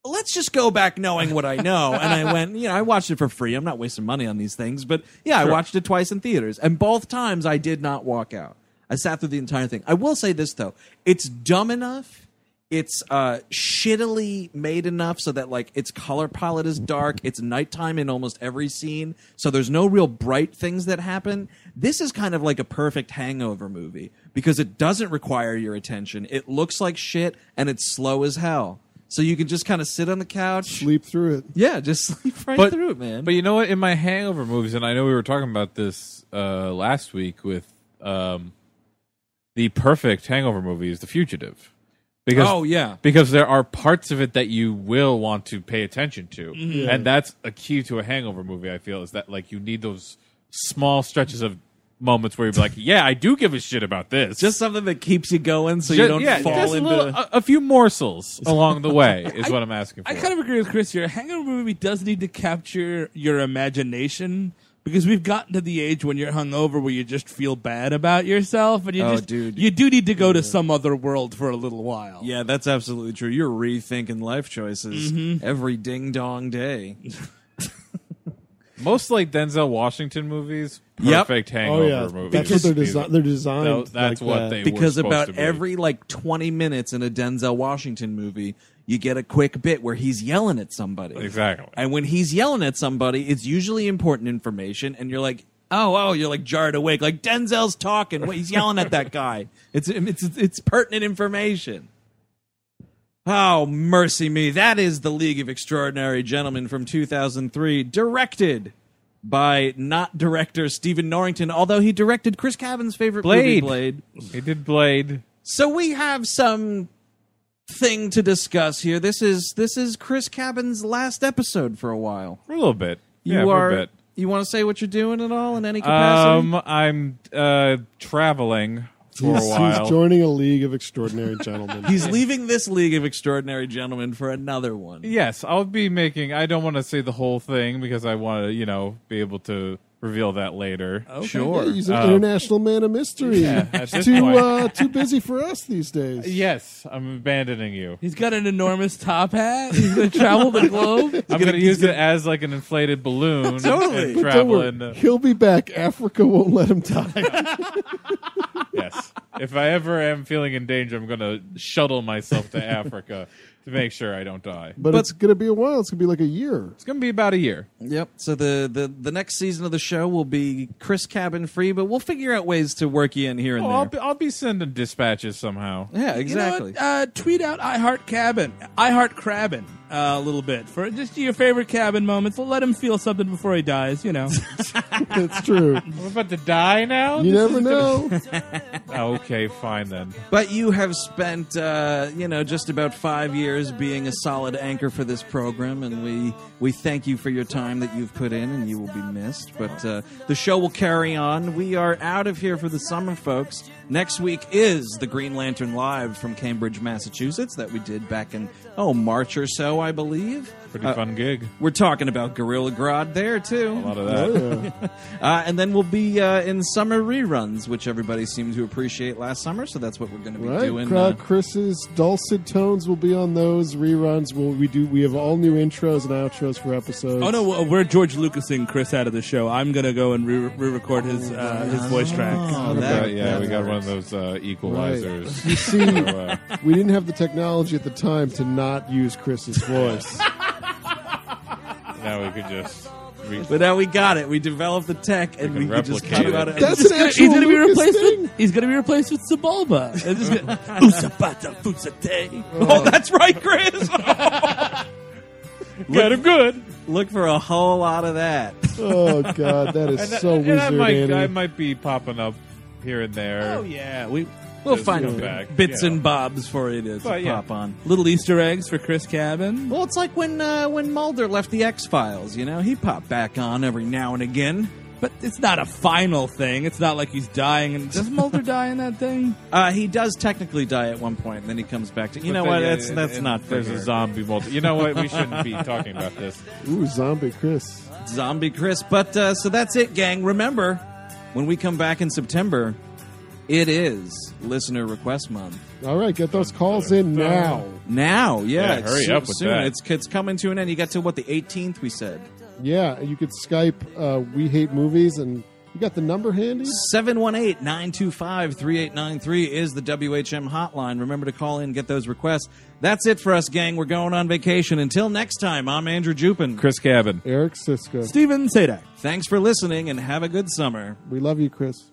[SPEAKER 1] let's just go back knowing what I know. and I went, you know, I watched it for free. I'm not wasting money on these things. But yeah, I watched it twice in theaters. And both times I did not walk out. I sat through the entire thing. I will say this, though it's dumb enough. It's uh, shittily made enough so that like its color palette is dark. It's nighttime in almost every scene, so there's no real bright things that happen. This is kind of like a perfect hangover movie because it doesn't require your attention. It looks like shit and it's slow as hell. So you can just kind of sit on the couch.
[SPEAKER 3] Sleep through it.
[SPEAKER 1] Yeah, just sleep right
[SPEAKER 2] But-
[SPEAKER 1] through it, man.
[SPEAKER 2] But you know what? In my hangover movies, and I know we were talking about this uh, last week with um, the perfect hangover movie is The Fugitive. Because,
[SPEAKER 1] Oh, yeah.
[SPEAKER 2] Because there are parts of it that you will want to pay attention to.
[SPEAKER 1] Mm-hmm.
[SPEAKER 2] And that's a key to a hangover movie, I feel, is that like you need those small stretches of moments where you're like, yeah, I do give a shit about this.
[SPEAKER 1] just something that keeps you going so you
[SPEAKER 2] Ju-
[SPEAKER 1] don't
[SPEAKER 2] yeah,
[SPEAKER 1] fall
[SPEAKER 2] just
[SPEAKER 1] into.
[SPEAKER 2] a, little, a, a few morsels along the way is
[SPEAKER 4] I-
[SPEAKER 2] what I'm asking for.
[SPEAKER 4] I kind of agree with Chris here. A hangover movie does need to capture your imagination because we've gotten to the age when you're hungover where you just feel bad about yourself and you
[SPEAKER 1] Oh,
[SPEAKER 4] just
[SPEAKER 1] dude.
[SPEAKER 4] you do need to go to some other world for a little while.
[SPEAKER 1] yeah, that's absolutely true. You're rethinking life choices
[SPEAKER 2] Mm-hmm.
[SPEAKER 1] every ding dong day.
[SPEAKER 2] Most like Denzel Washington movies,
[SPEAKER 1] Yep.
[SPEAKER 2] perfect hangover
[SPEAKER 3] Oh yeah,
[SPEAKER 2] movies.
[SPEAKER 3] that's what they're designed. They're
[SPEAKER 2] Tho-
[SPEAKER 3] designed. like
[SPEAKER 2] that's what
[SPEAKER 3] that.
[SPEAKER 2] they were
[SPEAKER 1] because
[SPEAKER 2] supposed
[SPEAKER 1] about
[SPEAKER 2] to be.
[SPEAKER 1] every like 20 minutes in a Denzel Washington movie, you get a quick bit where he's yelling at somebody.
[SPEAKER 2] Exactly.
[SPEAKER 1] And when he's yelling at somebody, it's usually important information and you're like, "Oh, oh, you're like jarred awake. Like Denzel's talking. Wait, he's yelling at that guy. It's it's it's pertinent information." Oh, mercy me. That is The League of Extraordinary Gentlemen from 2003, directed by not director Stephen Norrington, although he directed Chris Cabin's favorite movie,
[SPEAKER 2] Blade.
[SPEAKER 1] Blade.
[SPEAKER 2] He did Blade.
[SPEAKER 1] So we have some thing to discuss here. This is this is Chris Cabin's last episode for a while.
[SPEAKER 2] For a little bit.
[SPEAKER 1] You
[SPEAKER 2] yeah, for
[SPEAKER 1] are
[SPEAKER 2] a bit.
[SPEAKER 1] you want to say what you're doing at all in any capacity?
[SPEAKER 2] Um, I'm uh, traveling for
[SPEAKER 3] He's,
[SPEAKER 2] a
[SPEAKER 3] he's
[SPEAKER 2] while.
[SPEAKER 3] joining a league of extraordinary gentlemen.
[SPEAKER 1] He's leaving this league of extraordinary gentlemen for another one.
[SPEAKER 2] yes, I'll be making. I don't want to say the whole thing because I want to, you know, be able to reveal that later.
[SPEAKER 3] Yeah,
[SPEAKER 1] Sure.
[SPEAKER 3] he's an international man of mystery.
[SPEAKER 2] Uh, at this
[SPEAKER 3] too
[SPEAKER 2] point.
[SPEAKER 3] uh, too busy for us these days.
[SPEAKER 2] Yes, I'm abandoning you.
[SPEAKER 4] He's got an enormous top hat. He's going to travel the globe.
[SPEAKER 2] I'm going to use it as like an inflated balloon.
[SPEAKER 1] Totally.
[SPEAKER 2] And
[SPEAKER 3] But don't
[SPEAKER 2] travel
[SPEAKER 3] worry,
[SPEAKER 2] in. the-
[SPEAKER 3] he'll be back. Africa won't let him die.
[SPEAKER 2] yes. If I ever am feeling in danger, I'm going to shuttle myself to Africa to make sure I don't die.
[SPEAKER 3] But, it's gonna be a while. It's gonna be like a year.
[SPEAKER 2] It's going to be about a year.
[SPEAKER 1] Yep. So the, the the next season of the show will be Chris Cabin free, but we'll figure out ways to work you in here and
[SPEAKER 2] Oh,
[SPEAKER 1] there.
[SPEAKER 2] I'll be, I'll be sending dispatches somehow.
[SPEAKER 1] yeah,
[SPEAKER 4] You know
[SPEAKER 1] exactly.
[SPEAKER 4] what? uh, tweet out I Heart Cabin, I Heart Crabbin uh, a little bit for just your favorite cabin moments. Let him feel something before he dies, you know.
[SPEAKER 3] It's true.
[SPEAKER 2] I'm about to die now.
[SPEAKER 3] You never know.
[SPEAKER 2] Ah, okay, fine then.
[SPEAKER 1] But you have spent, uh, you know, just about five years being a solid anchor for this program, and we we thank you for your time that you've put in, and you will be missed. But uh, the show will carry on. We are out of here for the summer, folks. Next week is the Green Lantern Live from Cambridge, Massachusetts, that we did back in oh March or so, I believe.
[SPEAKER 2] Pretty fun gig.
[SPEAKER 1] We're talking about Gorilla Grodd there too.
[SPEAKER 2] A lot of that.
[SPEAKER 1] Uh, and then we'll be uh, in summer reruns, which everybody seemed to appreciate last summer. So that's what we're going to be
[SPEAKER 3] Right,
[SPEAKER 1] doing.
[SPEAKER 3] crowd.
[SPEAKER 1] uh,
[SPEAKER 3] Chris's dulcet tones will be on those reruns. Will we do? We have all new intros and outros for episodes.
[SPEAKER 4] Oh no, well, we're George Lucasing Chris out of the show. I'm gonna go and re- re-record his uh, his voice track.
[SPEAKER 1] Oh,
[SPEAKER 3] What
[SPEAKER 1] that-
[SPEAKER 2] Uh, yeah,
[SPEAKER 1] that
[SPEAKER 2] we got
[SPEAKER 1] works.
[SPEAKER 2] one of those uh, equalizers.
[SPEAKER 3] You see,
[SPEAKER 2] So, uh,
[SPEAKER 3] we didn't have the technology at the time to not use Chris's voice.
[SPEAKER 2] now we could just. Re-
[SPEAKER 1] But now we got it. We developed the uh, tech, and we,
[SPEAKER 2] We can
[SPEAKER 1] can just
[SPEAKER 2] replicate
[SPEAKER 1] cut it
[SPEAKER 2] it.
[SPEAKER 1] out.
[SPEAKER 3] That's
[SPEAKER 4] He's
[SPEAKER 3] an
[SPEAKER 4] gonna,
[SPEAKER 3] actual
[SPEAKER 4] he's gonna be
[SPEAKER 3] Lucas
[SPEAKER 4] replaced
[SPEAKER 3] thing.
[SPEAKER 4] with he's gonna be replaced with Sebulba. It's just gonna- Usabata Fusate.
[SPEAKER 1] oh, that's right, Chris.
[SPEAKER 2] Got him good.
[SPEAKER 1] Look for a whole lot of that.
[SPEAKER 3] Oh god, that is so
[SPEAKER 2] and I
[SPEAKER 3] wizard,
[SPEAKER 2] might, I
[SPEAKER 3] Annie.
[SPEAKER 2] might be popping up here and there.
[SPEAKER 4] Oh yeah, we
[SPEAKER 2] We'll Just
[SPEAKER 4] find
[SPEAKER 2] go
[SPEAKER 4] them.
[SPEAKER 2] back,
[SPEAKER 1] Bits
[SPEAKER 2] you know.
[SPEAKER 1] and bobs for you to
[SPEAKER 2] But, yeah.
[SPEAKER 1] pop on.
[SPEAKER 4] little Easter eggs for Chris Cabin.
[SPEAKER 1] Well, it's like when uh, when Mulder left the X Files. You know, he popped back on every now and again.
[SPEAKER 4] But it's not a final thing. It's not like he's dying. And does Mulder die in that thing?
[SPEAKER 1] Uh, he does technically die at one point, and then he comes back to. You know
[SPEAKER 2] But
[SPEAKER 1] what?
[SPEAKER 2] then,
[SPEAKER 1] That's
[SPEAKER 2] yeah,
[SPEAKER 1] that's
[SPEAKER 2] and
[SPEAKER 1] not fair.
[SPEAKER 2] There's a zombie multi. You know what? We shouldn't be talking about this.
[SPEAKER 3] Ooh, zombie Chris.
[SPEAKER 1] zombie Chris. But uh, so that's it, gang. Remember, when we come back in September, it is listener request month.
[SPEAKER 3] All right, get those calls in now.
[SPEAKER 1] Now, yeah,
[SPEAKER 2] Yeah,
[SPEAKER 1] it's
[SPEAKER 2] hurry
[SPEAKER 1] so-
[SPEAKER 2] up with
[SPEAKER 1] soon.
[SPEAKER 2] that.
[SPEAKER 1] It's it's coming to an end. You got to what the 18th? We said
[SPEAKER 3] Yeah, you could Skype uh, We Hate Movies, and you got the number handy?
[SPEAKER 1] 718-925-3893 is the WHM hotline. Remember to call in, get those requests. That's it for us, gang. We're going on vacation. Until next time, I'm Andrew Jupin.
[SPEAKER 2] Chris Cabin.
[SPEAKER 3] Eric Siska.
[SPEAKER 4] Steven Sadak.
[SPEAKER 1] Thanks for listening and have a good summer.
[SPEAKER 3] We love you, Chris.